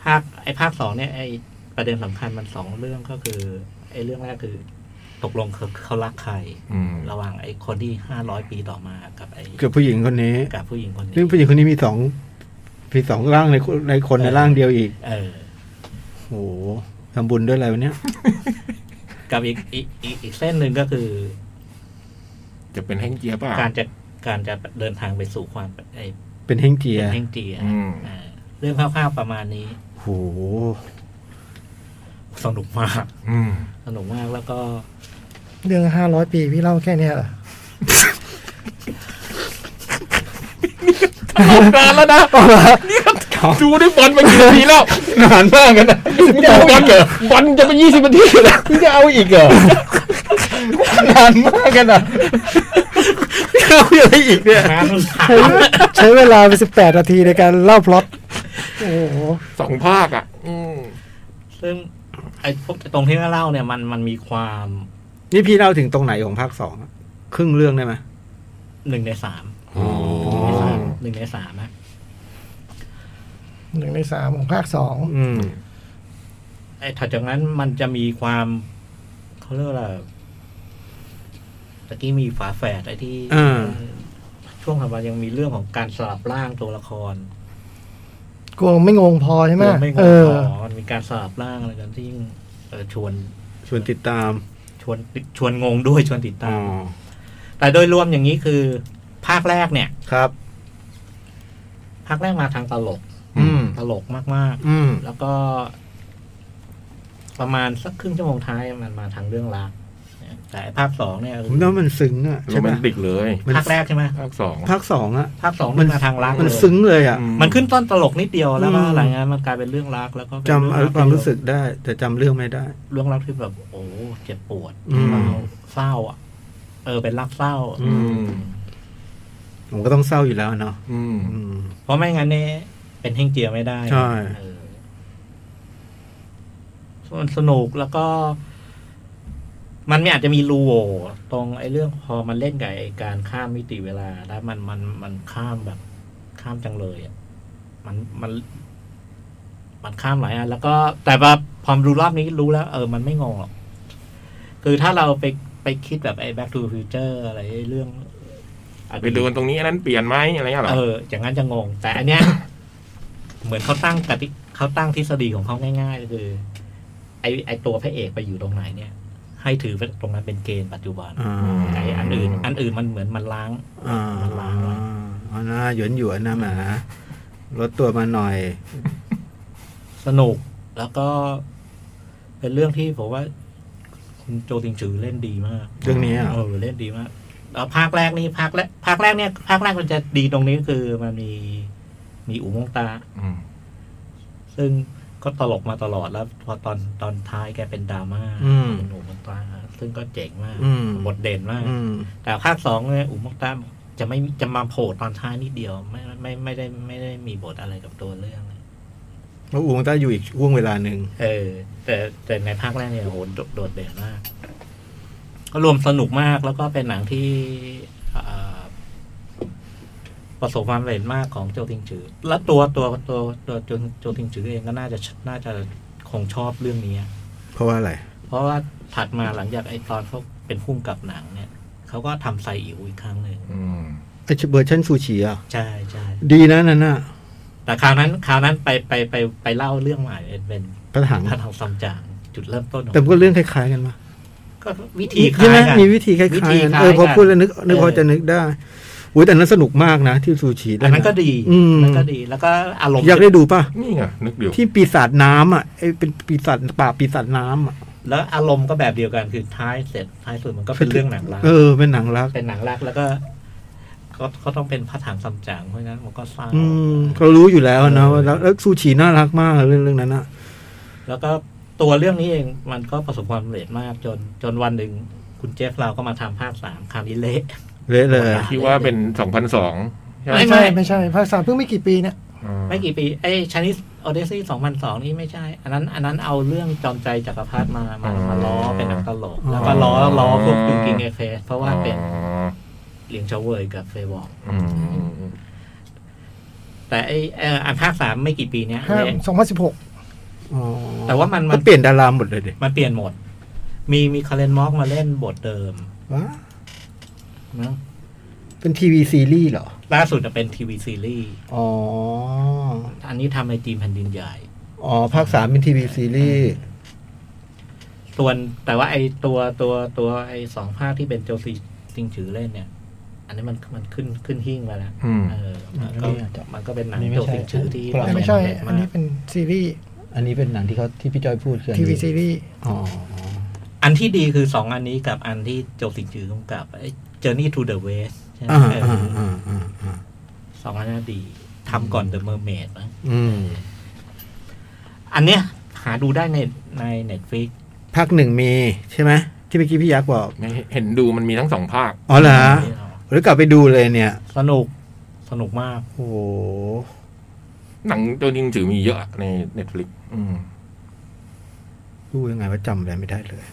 S4: ภาคไอ้ภาคสองเนี่ยไอ้ประเด็นสำคัญมันสองเรื่องก็คือ ไอ้เรื่องแรกคือ ตกลงเขาเขารักใคร
S3: อืม
S4: ระหว่างไอ้คนที่ห้าร้อยปีต่อมากับไอ้
S2: เกือบผู้หญิงคนนี้
S4: กับผู้หญิงคนนี้
S2: ซึ่งผู้หญิงคนนี้มีสองมีสองร่างในคนในคนในร่างเดียวอีก
S4: เออ
S2: โอ้โหทำบุญด้วยอะไรวะเนี่ย
S4: กับอีกอีกอีกอีกเส้นหนึ่งก็คือ
S3: จะเป็นแห้งเจียป่ะ
S4: การจะการจะเดินทางไปสู่ความไอ้
S2: เป็นเฮงเจีย
S4: เป็นแห่งเจีย
S3: อืม
S4: อ่าเรื่องคร่าวๆประมาณนี้
S2: โอ้โห
S4: สนุกมาก
S3: อืม
S4: สนุกมากแล้วก็
S5: เรื่องห้าร้อยปีพี่เล่าแค่เนี้ย
S4: (laughs)
S5: เหรอ
S3: ตายแล้วนะดูได้บอลมากี่นาทีแล้วนานมากนะมึงจะเอาบอลเหรอบอลจะไปยี่สิบนาทีแล้วมึงจะเอาอีกเหรอน
S2: านมากกันอ่ะ (laughs) เข้าอะไรอีกเนี่ย
S4: น้ำขา
S5: ใช้ใช้เวลาไปสิบแปดนาทีในการเล่าพล็อตโอ้โห
S3: สองภาคอ่ะ อืม
S4: ซึ่ง ไอ้พวกตรงที่เล่าเนี่ยมันมันมีความ
S2: นี่พี่เล่าถึงตรงไหนของภาคสองอะครึ่งเรื่องได้ไหม
S4: หนึ่งในสาม
S3: โอ้
S4: หนึ่งในสามนะ
S5: หนึ่งในสามของภาคสอง
S2: อืม
S4: ไอ้ถัดจากนั้นมันจะมีความเขาเรียกว่าอะไรตะกี้มีฝาแฝดไอ้ที่
S2: อ่า
S4: ช่วงถัดมายังมีเรื่องของการสลับร่างตัวละคร
S5: กลัวไม่งงพอใช่ไหม
S4: รวไม่ง
S5: เอง อ
S4: พอมันมีการสลับร่างอะไรกันที่ยิ่งเอ่อชวน
S2: ชวนติดตาม
S4: ชวนชวนงงด้วยชวนติด
S2: อ๋
S4: ตา
S2: อ
S4: ม แต่โดยรวมอย่างนี้คือ ภาคแรกเนี่ย
S2: ครับ
S4: ภาคแรกมาทางตลก
S2: อืม
S4: ตลกมาก
S2: อืม
S4: ๆ แล้วก็ ประมาณสักครึ่งชั่วโมงท้ายมันมาทางเรื่องรักนะแต่ภาคสองเนี่ย
S2: ผมว่ามันซึ้งอะ
S3: โร
S2: ใช่
S3: แม
S2: ปะ
S3: นติกเลย
S2: มัน
S4: ภาคแรกใช่ไหม
S3: ภาคสอง
S2: ภาคสองอะ
S4: ภาคสองมันมาทางรัก
S2: มัน
S4: เลย
S2: ซึ้งเลยอะ
S4: มันขึ้นต้นตลกนิดเดียวแล้วก็
S2: อืม
S4: หลังจากนั้นมันกลายเป็นเรื่องรักแล้วก็เป็น
S2: จำ
S4: เอง
S2: เอา
S4: ก
S2: ความรู้สึกได้ แต่จำเรื่องไม่ได้
S4: เรื่องรักที่แบบโอ้เจ็บปวด
S2: อืม
S4: เศร้าอะเออเป็นรักเศร้า
S3: อืม
S2: ผมก็ต้องเศร้าอยู่แล้วเนาะ
S3: อืม
S2: อืม
S4: เพราะไม่งั้นเนี่ยเป็นเฮงเจียไม่ได้
S2: ใช่
S4: เออมันสนุกแล้วก็ มันไม่อาจจะมีรูโหว่ตรงไอ้เรื่องพอมันเล่นกับไอ้การข้ามมิติเวลา แล้วมันมันมันข้ามแบบ ข้ามจังเลยอ่ะมันมัน มันข้ามหลายอันแล้วก็ แต่ว่าพอดูรอบนี้รู้แล้ว เออ มันไม่งงหรอก คือถ้าเราไปไปคิดแบบไอ้ back to the future อะไรไอ้เรื่องอ
S3: ไป
S4: ดีต
S3: ดูตรงนี้อันนั้นเปลี่ยนไหมอะไรเงี้ยเหรอ
S4: เออ อย่างนั้นจะงง แต่อั
S2: (coughs)
S4: นเนี้ย เหมือนเขาตั้งกติเขาตั้งทฤษฎีของเขาง่ายๆก็คือ ไอไอตัวพระเอกไปอยู่ตรงไหนเนี่ย ให้ถือเป็นตรงนั้นเป็นเกณฑ์ปัจจุบัน
S2: อ่า
S4: ไออันอื่น อันอื่นมันเหมือนมันล้าง
S2: อ่าเอาหน้าหยวนหยวนๆนะหมาลดตัวมาหน่อย
S4: สนุก แล้วก็เป็นเรื่องที่ผมว่า คุณโจติงจือเล่นดีมาก
S2: เรื่องนี้อ่ะ
S4: เออเล่นดีมากแล้วภาคแรกนี่ภาคแรกภาคแรกเนี่ยภาคแรกมันจะดีตรงนี้คือมันมีมีอูมงตา
S3: อืม
S4: ซึ่งก็ตลกมาตลอดแล้ว พอตอนตอนท้ายแกเป็นดราม่า
S2: อืม
S4: เป็นอุมงตาซึ่งก็เจ๋งมาก
S2: อืม
S4: บทเด่นมาก
S2: อืม
S4: แต่ภาคสองเนี่ยอุมงตาจะไม่จะมาโผล่ตอนท้ายนิดเดียว ไม่ไม่ไม่ได้ไม่ได้มีบทอะไรกับตัวเรื่องเลย
S2: แล้วอูงต้าอยู่อีกช่วงเวลาหนึ่ง
S4: เออ แต่แต่ในภาคแรกเนี่ยโหโดโดดเด่นมาก ก็รวมสนุกมากแล้วก็เป็นหนังที่เอ่อประสบความสำเร็จมากของโจทิงจือ และตัวตัวตัวตัวโจโจทิงจือเองก็น่าจะน่าจะคงชอบเรื่องนี้
S2: เพราะว่าอะไร
S4: เพราะว่าถัดมาหลังจากไอตอนเขาเป็นพุ่มกับหนังเนี่ยเขาก็ทำไซอิ๋วอีกครั้งหนึ่ง
S3: อืม
S2: ไอเวอร์ชันซูชิอ่ะ
S4: ใช่ใช่
S2: ดีนะนั่นน่ะ
S4: แต่คราวนั้นคราวนั้นไปไปไปไปเล่าเรื่องใหม่เป็น
S2: กระถัง
S4: พระทองซัมจางจุดเริ่มต้นของ
S2: แต่มันก็เรื่องคล้ายๆกันมา
S4: ก็วิธีค
S2: ใช่ไหม
S4: ล้ายกัน
S2: มีวิธีคล้ายๆกันเออพอพูดแล้วนึกนึกพอจะนึกได้อุ้ยแต่นั้นสนุกมากนะ ที่ซูชิ
S4: อันนั้นก็ดี
S2: อืม
S4: นั้นก็ดี แล้วก็อารมณ์
S2: อยากได้ดูป่ะ
S3: นี่ไงนึกเดี๋ยว
S2: ที่ปีศาจน้ำอ่ะไอเป็นปีศาจป่าบปีศาจน้ำอ่ะ
S4: แล้วอารมณ์ก็แบบเดียวกันคือท้ายเสร็จท้ายสุดมันก็เป็นเรื่องหนังรัก
S2: เออ เป็นหนังรัก
S4: เป็นหนังรักแล้วก็ก็ก็ต้องเป็นพระถังซัมจางเพราะฉะนั้นมันก็สร้าง
S2: อืมเรารู้อยู่แล้วนะว่าแล้วแล้วซูชิน่ารักมากเรื่องเรื่องนั้นอ่ะ
S4: แล้วก็ตัวเรื่องนี้เองมันก็ประสบความสำเร็จมากจนจนวันหนึ่งคุณเจฟเราก็มาทำภาคสามคราวนี้เละ
S2: เละเลย
S3: ที่ว่าเป็นสองพันสอง
S4: ไม่
S5: ไม่
S4: ไม่
S5: ใช่ไม่ใช่ภาคสามเพิ่งไม่กี่ปีเนี่ย
S4: ไม่กี่ปีไอ้ชนิสโอเดซี่สองพันสองนี่ไม่ใช่ อันนั้น อันนั้นเอาเรื่องจอมใจจักรพรรดิมามามาล้อเป็นหนังตลก แล้วก็ล้อล้อพวกยูกิงเอเฟสเพราะว่าเป็นเหลียงเฉาเวยกับเฟย์วองแต่ไอ้เอ่ออันภาคสามไม่กี่ปีเนี้ย
S5: ห้า
S4: เละ
S5: สองพันสิบหก
S2: อ๋อ
S4: แต่ว่ามันมั
S2: ก็
S4: น
S2: เปลี่ยนดารามหมดเลยดิ
S4: มันเปลี่ยนหมด มีมีคาร์เรนมอกมาเล่นบทเดิม
S2: ว้า
S4: นะ
S2: เป็นทีวีซีรีส์เหรอ
S4: ล่าสุดจะเป็นทีวีซีรีส์
S2: อ๋อ
S4: อันนี้ทำในจีนแผ่นดินใหญ่
S2: อ๋อ ภาคสามเป็นทีวีซีรีส์
S4: ส่วนแต่ว่าไอตัวตัวตัวไอสองภาคที่เป็นโจซีจริงถือเล่นเนี่ย อันนี้มันมันขึ้นขึ้นหิ้งมาแล้วเออมันก็มันก็เป็นหนังโจซิงถือที่
S2: อันนี้
S5: ไม่ใช่
S4: ประสบควา
S5: อัน
S4: สำเร็จมาก
S5: นี้เป็นซีรีส์
S2: อันนี้เป็นหนังที่เขาที่พี่จอยพูดคืออัน
S5: ทีวี
S2: นี้
S5: ซีรีส์
S2: อ๋อ
S4: อันที่ดีคือสองอันนี้กับอันที่โจซิงถือกำกับไอ Journey to the West ใช่ไหม
S2: อ่า
S4: เอ
S2: อ่า
S4: อ
S2: อ่าอ่าอ่า
S4: สองอันนั้นดีทำก่อน The Mermaid นะ
S2: อืม
S4: อันเนี้ยหาดูได้ในใน Netflix
S2: ภาคหนึ่งมีใช่ไหม ที่เมื่อกี้พี่ยักษ์บอก
S3: เห็นดูมันมีทั้งสองภาค
S2: อ๋อเหรอหรือกลับไปดูเลยเนี่ย
S4: สนุกสนุกมาก
S2: โอ้โห
S3: หนังตัวจริงถือมีเยอะในเน็ตฟลิก
S2: ดูยังไงว่าจำอะไรไม่ได้เลย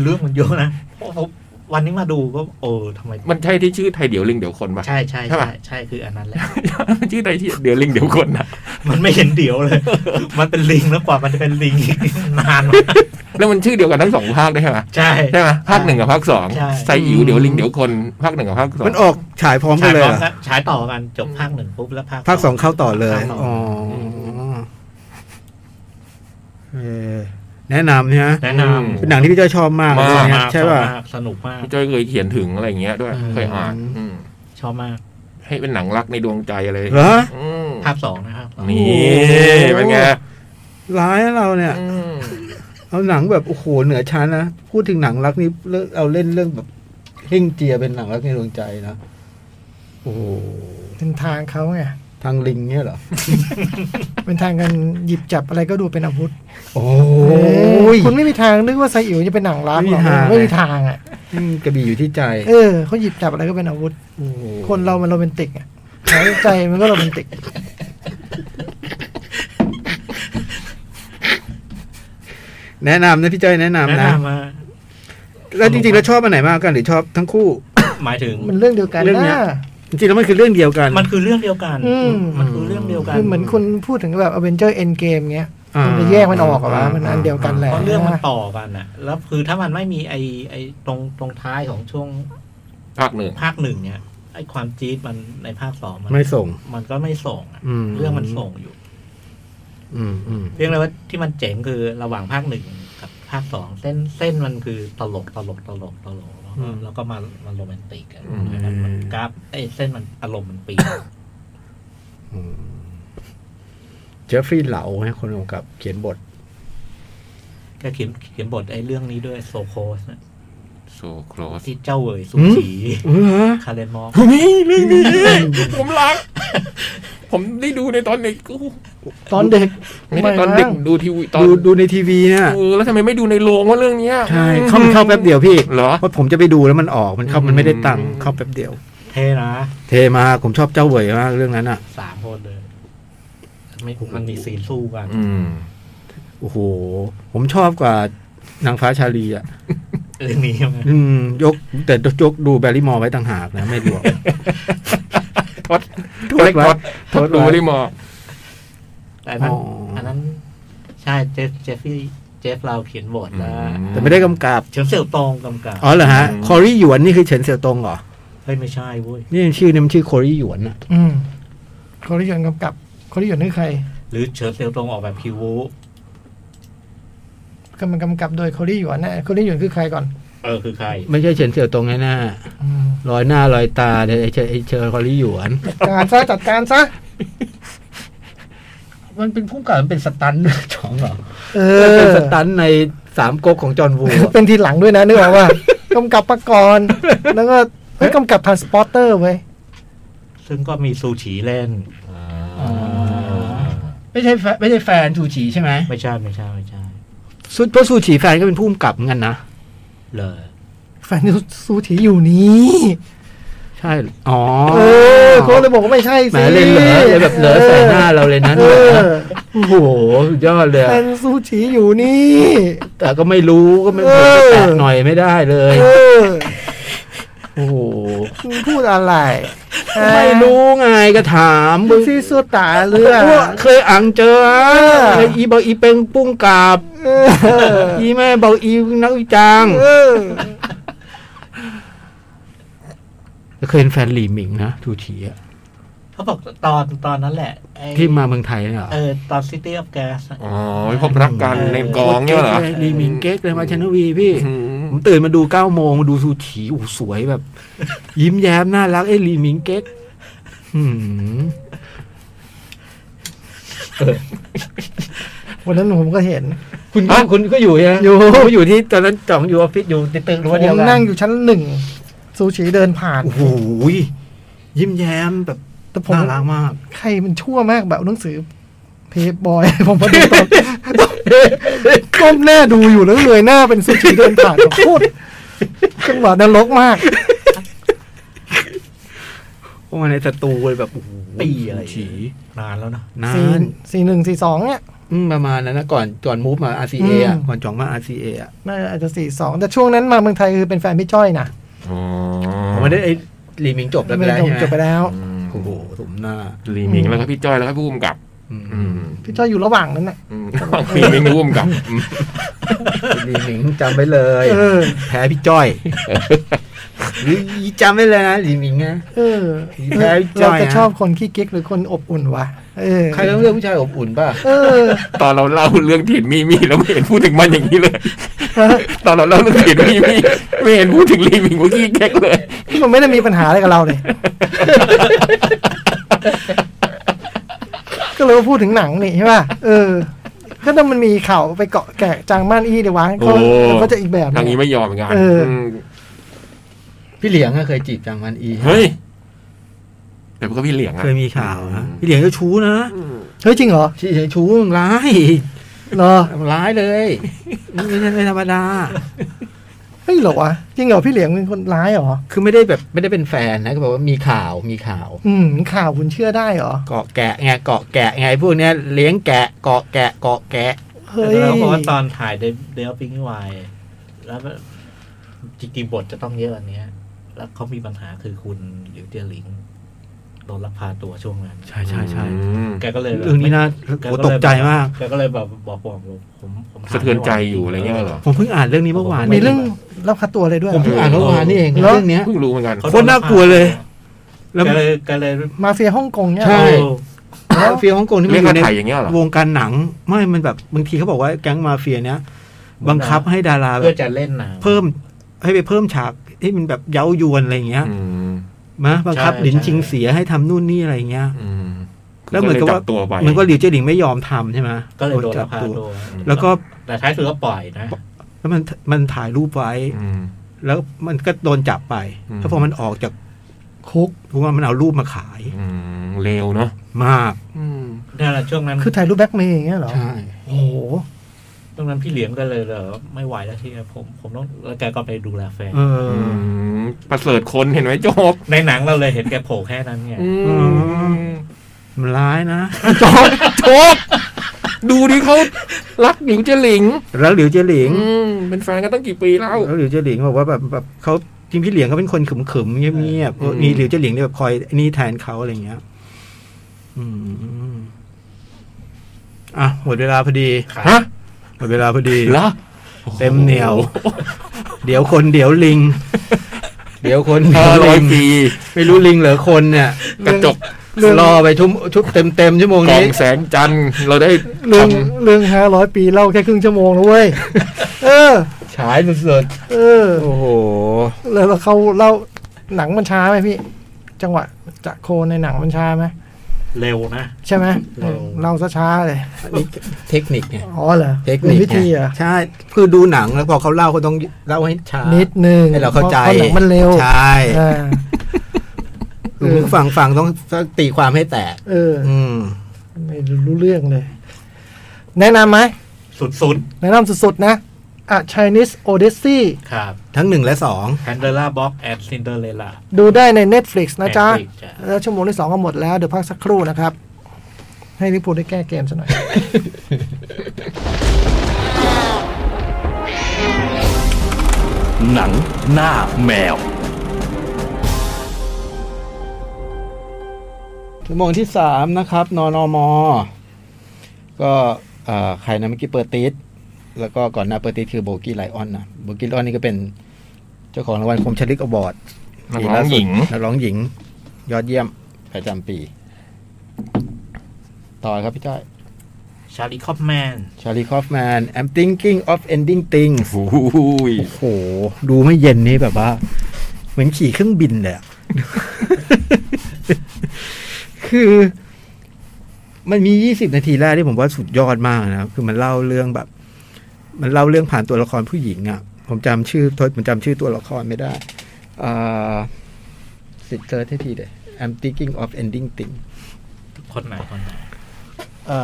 S4: เรื่องมันเยอะนะ (laughs) เพราะผมวันนี้มาดูก็เออทำไม
S3: มันใช่ที่ชื่อไทยเดี๋ยวลิงเดี๋ยวคนปะ
S4: ใช่ใช่
S3: ใช่
S4: ใช่
S3: ปะ
S4: ใช่คืออันนั้นแหละ
S3: (laughs) มันชื่อไทยที่เดี๋ยวลิงเดี๋ยวคนนะ
S4: มันไม่เห็นเดี๋ยวเลย มันเป็นลิงแล้วกว่ามันจะเป็นลิงอีกนานมาก
S3: แล้วมันชื่อเดียวกันทั้งสองภาคได้ใช่ไหม
S4: ใช่
S3: ใช่ไหมภาคหนึ่งกับภาคสอง
S4: ใช่
S3: ไซอิ๋วเดี๋ยวลิงเดี๋ยวคนภาคหนึ่งกับภาคสอง
S2: มันออกฉายพร้อมกั
S4: ฉาน ย
S2: เลย
S4: พ
S2: เหร
S4: ร้อม
S2: อ
S4: กันฉายต่อกันจบภาคหนึ่งปุ๊บแล้วภาค
S2: ภาคสองเข้าต่อเลย
S4: ภาคสอง
S2: อ๋อเออแนะนำใช่ไหม
S4: แนะนำ
S2: เป็นหนังที่พี่จ้อยชอบมาก
S3: มาก
S2: เรื่องเนี้ย
S4: มาก
S2: ใช่ป่ะ
S4: มากสนุกมาก
S3: พี่จ้อยเคยเขียนถึงอะไรอย่างเงี้ยด้วย
S4: อืม
S3: เคยอ่านอืม
S4: ชอบมาก
S3: ให้เป็นหนังรักในดวงใจอะไร
S2: เหรอ
S3: อืม
S4: ภาคสองนะครับ
S3: นี่
S2: โอ้โห
S3: เป็นไง
S2: ร้ายนะเราเนี่ย
S3: อืม
S2: เ เอาหนังแบบโอ้โหเหนือชั้นนะ พูดถึงหนังรักนี่เลิกเอาเล่นเรื่องแบบเฮ่งเจียเป็นหนังรักในดวงใจนะโอ้โห
S5: เป็นทางเขาไง
S2: ทางลิงเนี่ยเหรอ
S5: เป็นทางการหยิบจับอะไรก็ดูเป็นอาวุธ
S2: โอ้ย
S5: คุณไม่มีทางนึกว่าไซอิ๋วจะเป็นหนังรักหร
S2: ไม่มี
S5: อก
S2: ทาง
S5: ไม่มีทางอ่ะ
S2: นี่มันกระบี่อยู่ที่ใจ
S5: เออเขาหยิบจับอะไรก็เป็นอาวุธ
S2: โอ้โห
S5: คนเรามันโรแมนติกอ่ะหัวใจมันก็โรแมนติก
S2: แนะนำนะพี่จ้อยแนะนำ
S4: แนะ
S2: นะ
S4: นำมา
S2: แล้วจริงๆแล้วชอบอันไหนมากกันหรือชอบทั้งคู่
S4: หมายถึง
S5: มันเรื่องเดียวกัน
S2: เรื่อง
S5: นะ
S2: เนี้ย จริงๆแล้วมันคือเรื่องเดียวกัน
S4: มันคือเรื่องเดียวกัน
S5: อืม
S4: มันคือเรื่องเดียวกัน
S5: คือเหมือนคุณพูดถึงแบบอเวนเจอร์เอ็นเกมเงี้ย
S2: อ่ามั
S5: มันจะแยกมันออกเหรอวะ
S2: อ่ามั
S5: มันอันเดียวกันแหละ
S4: เพราะเรื่องมันต่อกันอะแล้วคือถ้ามันไม่มีไอไอตรงตรงท้ายของช่วง
S3: ภาคหนึ่ง
S4: ภาคหนึ่งเนี่ยไอความจี๊ดมันในภาคสองมัน
S2: ไม่ส่ง
S4: มันก็ไม่ส่งอะ
S2: อืม
S4: เรื่องมันส่งอยู่
S2: อืมอืม
S4: เพียงแต่ว่าที่มันเจ๋งคือระหว่างภาคหนึ่งกับภาคสองเส้นเส้นมันคือตลกตลกตลกตลกแล้วก็แล้วก็มามันโรแมนติกกันนะครับมันกราฟไอเส้นมันอารมณ์มันเปลี่ยน
S2: เจฟฟรีย์เหลาฮะคนกำกับเขียนบท
S4: แกเขียนเขียนบทไอ้เรื่องนี้ด้วยโซโคสนะ
S3: โซโคลส
S4: ที่เจ้าเอ๋ยสุ
S2: หืม
S4: ขี
S2: เออฮะ
S4: คาเรนมอร์
S3: เฮ้ยเรื่องนี้ผมรัก (laughs) ผมได้ดูในตอนเด็กกู
S5: ตอนเด็ก
S3: ไม่ได้ตอนเด็ก
S5: มั้ง
S3: ดูทีวีตอน
S2: ดูดูในทีวีเนี่ย
S3: เออแล้วทำไมไม่ดูในโรงว่าเรื่องเนี้ย
S2: ใช่เข้าเข้าแป๊บเดียวพี่
S3: เหรอ
S2: เพราะผมจะไปดูแล้วมันออกมันเข้ามันไม่ได้ตังค์เข้าแป๊บเดียว
S4: เทนะ
S2: เทมากผมชอบเจ้าเหวยมากเรื่องนั้นอ่ะ
S4: สามคนเลยไม่มันมีซีนสู้กัน
S3: อืม
S2: โอ้โหผมชอบกว่านางฟ้าชาลีอ่ะ
S4: เรื่องนี้ใช่ไหม
S2: อืมยกแต่ยกดูแบร์รี่มอร์ไว้ต่างหากนะ ไม่ร
S5: (laughs)
S2: วม
S3: ทดทดเล็กทด
S2: ท
S3: ท
S2: ดไว้
S3: ดดูไม่ได้มอง
S4: แต่อันนั้น
S2: อ๋ออั
S4: อันนั้น ใช่ เจฟเจฟฟี่เจฟเราเขียนบทแล้ว
S2: แต่ไม่ได้กำกับ
S4: เฉิมเสี่ยวตองกำกับ
S2: อ๋อเหรอฮะ คอรี่หยวนนี่คือเฉินเสี่ยวตงเหรอ
S4: เฮ้ยไม่ใช่เว้ย
S2: นี่ชื่อนี่มันชื่อคอรี่หยวนอะ
S5: อืมคอริยอนกำกับคอริยอนคือใคร
S4: หรือเฉิมเสี่ยวตองออกแบบคิววู
S5: ก็มันกำกับโดยคอริยอนนะคอริยอนคือใครก่อน
S4: เออคือใคร
S2: ไม่ใช่เฉินเสี่ยวตงแน่หน้า
S5: อืม
S2: รอยหน้ารอยตาเนี่ยไอ้เชไอ้เชอคอรี่หยวน
S5: การซะจัดการซะ
S2: มันเป็นพุ่มกับมันเป็นสตันด้วย (laughs) จองเหรอ
S5: เอ
S2: มัน
S5: อ
S2: เป็นสตันในสามก๊กของจอห์น (laughs) วูอะ
S5: เป็นทีหลังด้วยนะนึกออกว่ากำกับปะกรณ์แล้วก็เฮ้ยกำกับทรานสปอร์เตอร์เว้ย
S4: ซึ่งก็มีซูฉีเล่น
S2: ไม่ใช่แฟนไม่ใช่แฟนชูฉีใช่ไหม
S4: ไม่ใช่ไม่ใช่ไม่ใช่
S2: ซุดเพราะซูฉีแฟนก็เป็นพุ่มกับเหมือนกันนะ
S4: เลย
S5: แฟนซูถีอยู่นี่
S2: ใช่ อ๋อ
S5: เออโค้ชเลยบอกว่าไม่ใช่
S2: แหม
S5: สิ
S2: เลยเหลอเลยแบบเหลอใส่หน้าเราเลยนะเ
S5: เอ
S2: นี่ยนะ
S5: อ
S2: โอ้โหสุดยอดเลย
S5: แฟ
S2: อะ
S5: นซูชิอยู่นี่
S2: แต่ก็ไม่รู้ก็ไม่
S5: เอ
S2: ไม่
S5: อ
S2: แตะหน่อยไม่ได้เล
S5: เอย อ
S2: โอ้โห
S5: มึงพูดอะไร
S2: ไม่รู้ไงก็ถามมึ
S5: มึง
S2: ง
S5: ซีซัวตาเรือ
S2: เคยอ่างเจอ
S5: เออ
S2: ไอ้อีเบาอีเป็งปุ้งกาบ
S5: เออ
S2: อีแม่เบาอีนักวิจาง
S5: เออ
S2: เคยเป็นแฟนหลีหมิงนะทูทีอะ
S4: เขาบอกตอนตอนนั้นแหละไอ้
S2: ที่มาเมืองไทยเนี่ยเหรอ
S4: เออตอน City of Gas อะ
S3: อ๋อไปพบรักกันในกองเนี่ยเหรอ
S2: หลีหมิงเก๊กเลยมาชนวีพี่ ผมตื่นมาดูเก้าโมงมาดูซูชีโอ้โหสวยแบบ ยิ้มแย้มน่ารัก เอ้ยหลีหมิงเก๊กหืม
S5: วันนั้นผมก็เห็น
S2: คุณก็คุณก็อยู่ใช่ไหมอยู่อยู่ที่ตอนนั้นจ่องอยู่ออฟฟิศอยู่ในตึกรั้วเดี
S5: ผ
S2: ยว
S5: ม
S2: กัน
S5: นั่งอยู่ชั้นหนึ่งซูชิเดินผ่าน
S2: โอ้โหยิ้มแย้มแบบ
S5: แต่ผม
S2: น่ารักมาก
S5: ใครมันชั่วมากแบบหนังสือ เพย์บอย (laughs) ผมก็ดูตอนก้มหน้าดูอยู่แล้วเลยหน้าเป็นซูชิเดินผ่านโคตรจังหวะนรกมาก
S2: เพราะมาในสตูเลยแบบโอ้โห
S4: ปีอะไร
S2: ฉี
S4: นานแล้วนะ
S2: นา
S5: สี่
S2: น
S5: สี่หนึ่งสี่สองเนี่ย
S2: อืมประมาณนั้นนะก่อนก่อนมูฟมา RCA อ่ะ
S5: อืม
S2: ก่อนจองมา RCA อ่ะ
S5: น่าจะอาจจะสี่สองแต่ช่วงนั้นมาเมืองไทยคือเป็นแฟนพี่จ้อยนะ
S3: อ๋อ
S2: ผมไม่ได้ไอ้รีมิงจบแล้วไปแล้ว
S5: จบ
S2: ใช่ไหม
S5: จบไปแล้ว
S3: อืม
S2: โอ้โหสมหน้า
S3: ลีมิงแล้วก็พี่จ้อยแล้วก็ผู้กำกับ
S2: อืม
S3: อืม
S5: พี่จ้อยอยู่ระหว่างนั้นน่ะ
S3: อืมลีมิงกับผู้กำกับอืม
S2: รีมิงจำไว้เลย
S5: เออ
S2: แพ้พี่จ้อยหรือจำไว้เลยนะรีมิงนะ
S5: เออ
S2: แพ้พี่จ้
S5: เรา
S2: อยนะ
S5: จะชอบคนขี้เก๊กหรือคนอบอุ่นวะเออ
S2: ใครต้องเลือกผู้ชายอบอุ่นป่ะ
S5: เออ
S3: ตอนเราเล่าเรื่องถิ่นมีมีเราไม่เห็นพูดถึงมันอย่างนี้เลย ตอนเราเล่าเรื่องถิ่นมีมีไม่เห็นพูดถึงลีมิงเมื่อกี้แก๊กเลย
S5: ที่มันไม่ได้มีปัญหาอะไรกับเราเลย ก็เลยว่าพูดถึงหนังนี่ใช่ป่ะเออ ก็ต้องมันมีข่าวไปเกาะแกะจางม่านอี้เดี๋ยววะ
S3: โอ้
S5: ก็ก็จะอีกแบบห
S3: ทาง
S5: นึ่
S3: นี้ไม่ยอมเหมือนกัน
S5: เอออื
S3: ม
S2: พี่เหลียงอะเคยจีบจางมันอี
S3: เฮ้ยแต่มันก็พี่เหลียงอะ
S2: เคยมีข่าวนะพี่เหลียงเจ้าชู้นะ
S5: เฮ้ยจริงเหรอ
S2: พี่เหลียงชู้มึงร้าย
S5: เหรอ
S2: ร้ายเลยไม่ใช่ไม่ธรรมดา
S5: เฮ้ยเหรอวะจริงเหรอพี่เหลียงเป็นคนร้ายเหรอ
S2: คือไม่ได้แบบไม่ได้เป็นแฟนนะก็บอกว่ามีข่าวมีข่าว
S5: อืมข่าวคุณเชื่อได้เหรอ
S2: เกาะแกะไงเกาะแกะไงพวกเนี้ยเลี้ยงแกะเกาะแกะเกาะแกะ
S5: เฮ้ย
S4: แต่เราบอกว่าตอนถ่ายเดลปิงไวแล้วก็จริงๆบทจะต้องเยอะอันเนี้ย แล้วเขามีปัญหาคือคุณหลิวเจียหลิงโดนลักพาตัวช่วงนั้น
S2: ใช่ใช่ใช่
S4: แกก็เลยแบบ
S2: เรื่องนี้นะ
S4: แ
S2: โอ้ตกใจมาก
S4: แกก็เลยแบบบอกผมผมผมทำ
S3: สะเทือนใจอยู่อะไรเงี้ยเหรอ
S2: ผมเพิ่งอ่านเรื่องนี้เมื่อวาน
S5: มีเรื่องรับค่าตัวเลยด้วยเห
S2: ผม
S5: รอ
S2: เพิ่งอ่านเมื่อวานนี่เอง
S5: เหรอ
S2: เรื่องเนี้ย
S3: เพิ่งรู้เหมือนกัน
S4: เขาโด
S2: โคตรน่ากลัวเลย แล้ว
S4: แกเลยแกเลย
S5: มาเฟียฮ่องกงเนี่ย
S2: ใช่
S5: เหรอ
S2: เฟียฮ่องกงนี่มั
S3: เรีย
S2: น
S3: ก
S2: อ
S3: ว่า
S2: ยู่ใน
S3: ถ่ายอย่างเงี้ยเหรอ
S2: วงการหนังไม่มันแบบบางทีเขาบอกว่าแก๊งมาเฟียเนี้ยบังคับให้ดาราแบ
S4: เพื่อบ จะเล่นหนัง
S2: เพิ่มให้ไปเพิ่มฉากที่มันแบบเย้ายวนอะไรอย่างเงี้ย
S3: อืม
S2: มะบังคับ
S4: ใช่
S2: หลินชิง
S4: ใช่
S2: เสียให้ทำนู่นนี่อะไรอย่างเงี้ย
S3: อืม
S2: แล้วเหมือนกับว่า
S3: ลยจัตัวไป
S2: มันก็หลิวเจ้ยหลิงไม่ยอมทำใช่ไหม
S4: ก็เลยโดน
S2: จั
S4: ลั
S2: บ
S4: กพา
S2: ตัว
S4: ตัว
S2: แล้วก็
S4: แต่ท้ายสุดก็ปล่อยนะ
S2: แล้วมันมันถ่ายรูปไว้
S3: อืม
S2: แล้วมันก็โดนจับไป
S3: อืม
S2: แล้วพอมันออกจากคุกเพราะว่ามันเอารูปมาขาย
S3: อืมเร็วเนาะ
S2: มาก
S3: อืม
S4: นั่นแหละช่วงนั้น
S5: คือถ่ายรูปแบล็กเมย์อย่างเงี้ยเหรอ โอ้โห
S4: ช่วงนั้นพี่เหลียงก็เลยเหรอไม่ไหวแล้วที่ผมผมต้องแล้วแกก็ไปดูแลแฟน
S2: เออ
S3: อื
S2: อ
S3: มประเสริฐคนเห็นไหมจบ
S4: ในหนังเราเลยเห็นแกโผล่แค่นั้นไง
S2: ม มันร้ายนะ
S3: (laughs) จบจบดูดิเขารักหลิวเจยหลิง
S2: แล้วหลิวเจยหลิง
S3: อืมเป็นแฟนกันตั้งกี่ปีแล้ว
S2: แล้วหลิวเจยหลิงบอกว่าแบบแบบเขาจริงพี่เหลียงเขาเป็นคนขึมๆเงียบๆเออ
S3: อืม
S2: มีหลิวเจยหลิงเนี่ยแบบคอยไอ้นี่แทนเขาอะไรอย่างเงี้ย อืมอ่ะหมดเวลาพอดี
S3: ฮะ
S2: หมดเวลาพอดี
S3: เหรอ
S2: เต็มเหนียว เดี๋ยวคนเดี๋ยวลิง เดี๋ยวคน
S3: (laughs) เอ
S2: เดี๋ย
S3: อ
S2: ว
S3: ร้อ
S2: ลิ
S3: ย
S2: ง
S3: ปี
S2: ไม่รู้ลิงเหรือคนเนี่ย
S3: กระจก
S2: รอไปทุ่มชุบเต็มเต็มๆชั่วโมง
S3: กล่อ
S2: นี้
S3: งแสงจันทร์เราได้
S5: เรื่อง
S3: ทำ
S5: เรื่องห้าร้อยปีเล่าแค่ครึ่งชั่วโมงนะเว้ย เออ
S2: ฉายสุด
S5: เออ
S2: ๆโอ้โห
S5: แล้วเขาเล่าหนังมันช้าไหมพี่ จังหวะจะโคในหนังมันช้าไหม
S4: เร็วนะ
S5: ใช่ไหม
S4: เร็ว
S5: เล่าซะช้าเลย
S2: นี่เทคนิคไง
S5: อ๋อเหรอ
S2: เทคนิค
S5: มีวิธี
S2: ไง
S5: เหรอ่ะ
S2: ใช่ คือดูหนังแล้วพอเขาเล่าเขาต้องเล่าให้ช้า
S5: นิดนึง
S2: ให้เราเข้าใจ
S5: พะหนังมันเร็ว
S2: ใช่
S5: อ่า
S2: คือผู้ฟังฟังต้องตีความให้แตก
S5: เออ
S2: อืม
S5: ไม่รู้เรื่องเลย แนะนำไหม
S4: สุด
S5: แนะนำสุดๆนะ อ่ะ Chinese Odyssey
S4: ๆครับ
S2: ทั้งหนึ่งและสอง
S4: แพนเดล่าบ็อกแอนด์ซินเดอเรล่า
S5: ดูได้ใน Netflix นะจ๊ะ
S4: Netflix จ้ะ
S5: แล้วชั่วโมงที่สองก็หมดแล้ว เดี๋ยวพักสักครู่นะครับ ให้ลิเวอร์พูลได้แก้เกมซะหน่อย
S1: หนังหน้าแมว
S2: ชั่วโมงที่สามนะครับ นอนอมอ ก็เอ่อใครนะเมื่อกี้เปิดติสแล้วก็ก่อนหน้าเปิดติสคือโบกี้ไลออนนะโบกี้ไลออนนี่ก็เป็น เจ้าของรางวัลคมชลิกอวอร์ด
S3: นักร้องหญิง
S2: นักร้องหญิง ยอดเยี่ยมประจำปี ต่อครับพี่จ้อย
S4: ชาลีคอปแมน
S2: Charlie Kaufman I'm thinking of ending things
S3: โอ้ย
S2: โอ้โห ดูไม่เย็นนี่แบบว่า เหมือนขี่เครื่องบินเลยอะ คือ มันมียี่สิบนาทีแรกที่ผมว่าสุดยอดมากนะครับคือมันเล่าเรื่องแบบ มันเล่าเรื่องผ่านตัวละครผู้หญิงอะ่ะ ผมจำชื่อโทษผมจำชื่อตัวละครไม่ได้อ่าสิทธิ์เซิร์ชให้ทีเดีย I'm thinking of ending things
S4: คนไหนคนไหน
S2: เอ่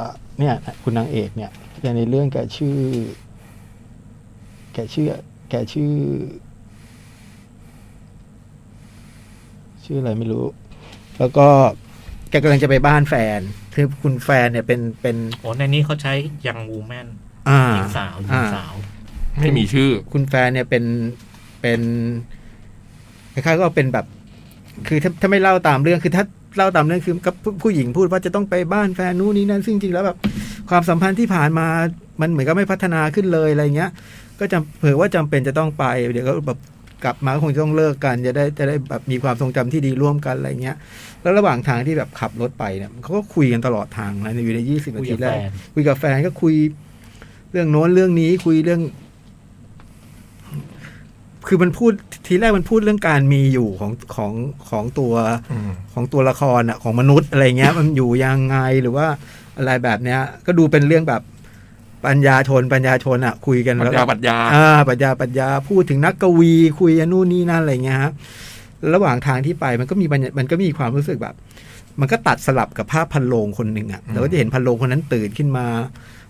S2: อเนี่ยคุณนางเอกเนี่ยแกในเรื่องแกชื่อ แกชื่อ แกชื่อ ชื่ออะไรไม่รู้ แล้วก็แกกำลังจะไปบ้านแฟน คือคุณแฟนเนี่ยเป็นเป็น
S4: โอ้ในนี้เขาใช้ยังวูแมน
S2: อ่า
S4: หญิงสาวหญิงสาว
S3: ไม่มีชื่อ
S2: คุณแฟนเนี่ยเป็นเป็นคล้ายๆก็เป็นแบบ คือถ้าถ้าไม่เล่าตามเรื่องคือถ้าเล่าตามเรื่องคือกับผู้ผู้หญิงพูดว่าจะต้องไปบ้านแฟนนู่นนี่นั่นซึ่งจริงแล้วแบบ ความสัมพันธ์ที่ผ่านมามันเหมือนก็ไม่พัฒนาขึ้นเลยอะไรเงี้ย ก็จำเผื่อว่าจำเป็นจะต้องไป เดี๋ยวก็แบบกลับมาก็คงจะต้องเลิกกันจะได้จะได้แบบมีความทรงจำที่ดีร่วมกันอะไรเงี้ย แล้วระหว่างทางที่แบบขับรถไปเนี่ยเขาก็คุยกันตลอดทางนะในอยู่ในยี่สิบนาทีแรก คุยกับแฟนก็คุยเรื่องโน้นเรื่องนี้คุยเรื่อง คือมันพูดทีแรกมันพูดเรื่องการมีอยู่ของของของตัว
S3: อืม
S2: ของตัวละครอะของมนุษย์อะไรเงี้ย มันอยู่ยังไงหรือว่า อะไรแบบเนี้ย ก็ดูเป็นเรื่องแบบปัญญาชนปัญญาชนอ่ะ คุยกัน
S3: ปรั
S2: แล้
S3: ช
S2: ว
S3: ญา
S2: ก็
S3: ปรัชญา
S2: อ่าปรัชญาปรัชญาพูดถึงนักกวี คุยนู่นนี่นั่นอะไรเงี้ยฮะระหว่างทางที่ไปมันก็มีบรรยมันก็มีความรู้สึกแบบ มันก็ตัดสลับกับภาพพันโลงคนหนึ่งอะ่ะเราก็จะเห็นพันโลงคนนั้นตื่นขึ้นมา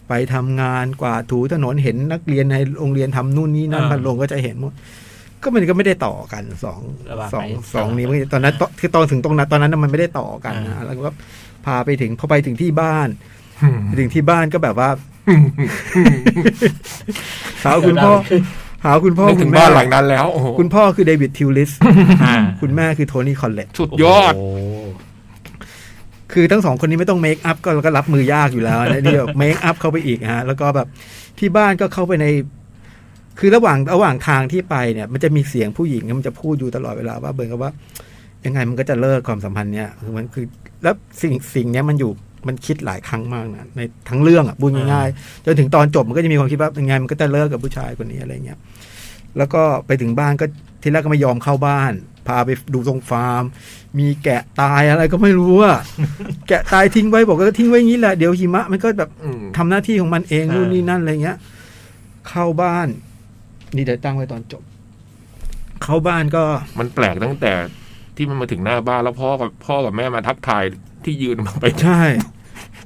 S2: ไปทำงานกวาดถูถนนเห็นนักเรียนในโรงเรียนทำนู่นนี่นั่น
S4: อ่า
S2: พันโลงก็จะเห็นหมดก็มันก็ไม่ได้ต่อกันสอง
S4: ระหว่าง
S2: สอง
S4: ไป
S2: สองนี้ตอนนั้นตอนคือตอนถึงตรงนั้นตอนนั้นนะมันไม่ได้ต่อกัน
S4: อ่า
S2: นะแล้วก็พาไปถึงพอไปถึงที่บ้านไปถึงที่บ้านก็แบบ
S3: (laughs)
S2: ว่าสาวคุณพ่อ หาคุณพ่อ
S3: นึก
S2: คุ
S3: ถึ
S2: ณ
S3: ง
S2: แม่
S3: บ้านหลังนั้นแล้วโอ้โห
S2: คุณพ่อคือเดวิดทิวลิส
S3: อ่า
S2: คุณแม่คือโทนี่คอนเลต
S3: สุดยอด
S4: โ
S2: คือทั้งสองคนนี้ไม่ต้องเมคอัพก็เราก็รับมือยากอยู่แล้วนะ (laughs) นี่แบบเมคอัพเข้าไปอีกฮะ แล้วก็แบบที่บ้านก็เข้าไปใน คือระหว่างระหว่างทางที่ไปเนี่ย มันจะมีเสียงผู้หญิงมันจะพูดอยู่ตลอดเวลาว่าเบิร์นกับว่า ยังไงมันก็จะเลิกความสัมพันธ์เนี่ยคือมันคือแล้วสิ่งสิ่งเนี้ยมันอยู่มันคิดหลายครั้งมากนะในทั้งเรื่องอ่ะบุญง่ายๆจนถึงตอนจบมันก็จะมีความคิดว่ายังไงมันก็จะเลิกกับผู้ชายคนนี้อะไรเงี้ยแล้วก็ไปถึงบ้านก็ทีแรกก็ไม่ยอมเข้าบ้าน พาไปดูตรงฟาร์ม มีแกะตายอะไรก็ไม่รู้อ่ะ แกะตายทิ้งไว้บอกก็ทิ้งไว้อย่างนี้แหละเดี๋ยวหิมะมันก็แบบ
S3: อืม
S2: ทำหน้าที่ของมันเอง
S4: อ่านู่
S2: นู่นนี่นั่นอะไรเงี้ย เข้าบ้าน นี่เดี๋ยวตั้งไว้ตอนจบ เข้าบ้านก็
S3: มันแปลกตั้งแต่ที่มันมาถึงหน้าบ้านแล้วพ่อกับพ่อกับแม่มาทักทายที่ยืนมาไป
S2: ใช่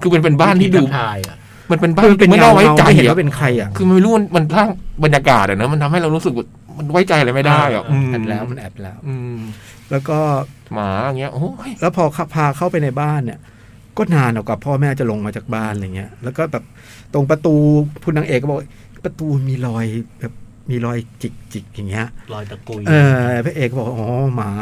S3: คือมันเป็นบ้านที่ดู
S4: ทายอ่ะ
S3: มันเป็นบ้า
S2: คื
S3: น
S2: อเป็น
S3: ไม่
S2: เงา
S3: น่าไว้ใจ
S2: เงาเห็น
S3: อะ
S2: ว่าเป็นใครอ่ะ
S3: คือมันไม่รู้มันมันสร้างบรรยากาศอะเนอะมันทำให้เรารู้สึกว่ามันไว้ใจอะไรไม่ได้อะ
S4: อ่า
S3: ม
S2: แอบแล้วมันแอบแล้ว
S3: อืม
S2: แล้วก็
S3: หมาอย่างเงี้ยโอ้ย
S2: แล้วพอขับพาเข้าไปในบ้านเนี่ย ก็นานเอากับพ่อแม่จะลงมาจากบ้านอะไรเงี้ย แล้วก็แบบตรงประตูคุณนางเอกก็บอกประตูมีรอยแบบมีรอยจิกจิกๆอย่างเงี้ย
S4: รอยตะกุย
S2: เออพระเอกก็บอกอ๋อหมา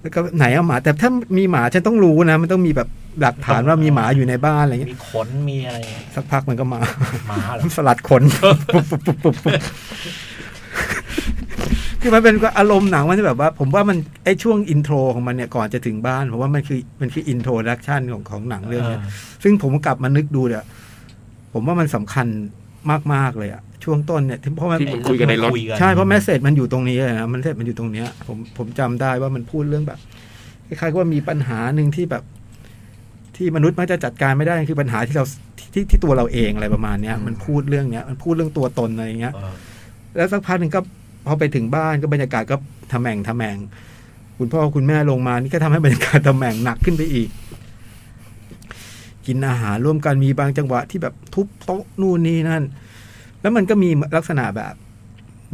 S2: แล้วก็ไหนเอาหมา แต่ถ้ามีหมาฉันต้องรู้นะ มันต้องมีแบบหลักฐานว่ามีหมาอยู่ในบ้านอะไรเงี้ย
S4: มีขนมีอะไร
S2: สักพักมันก็มา (laughs)
S4: หมาเหรอ
S2: สลัดขน ปุ๊บปุ๊บปุ๊บปุ๊บปุ๊บคือมันเป็นอารมณ์หนังมันที่แบบว่า ผมว่ามันไอช่วงอินโทรของมันเนี่ยก่อนจะถึงบ้านผมว่ามันคือมันคืออินโทรดักชันของของหนังเรื่องเนี้ย ซึ่งผมกลับมานึกดูเนี่ยผมว่ามันสำคัญมากๆเลยอะช่วงต้นเนี่ยที่เพราะมัน
S3: ที่มันคุยกันในรถ
S2: ใช่เพราะแมสเซจมันอยู่ตรงนี้เลยนะมันเสจมันอยู่ตรงเนี้ยผมผมจำได้ว่ามันพูดเรื่องแบบคล้ายๆว่ามีปัญหาหนึ่งที่แบบ ที่มนุษย์มักจะจัดการไม่ได้คือปัญหาที่เราที่ที่ที่ตัวเราเองอะไรประมาณเนี้ย
S4: อืม
S2: มันพูดเรื่องเนี้ย มันพูดเรื่องตัวตนอะไรอย่างเงี้ย
S4: เออ
S2: แล้วสักพักหนึ่งก็พอไปถึงบ้านก็บรรยากาศก็ทำแหม่งทำแหม่ง คุณพ่อคุณแม่ลงมานี่ก็ทำให้บรรยากาศทำแหม่งหนักขึ้นไปอีก กินอาหารร่วมกันมีบางจังหวะที่แบบทุบโต๊ะนู่นนี่นั่น แล้วมันก็มีลักษณะแบบ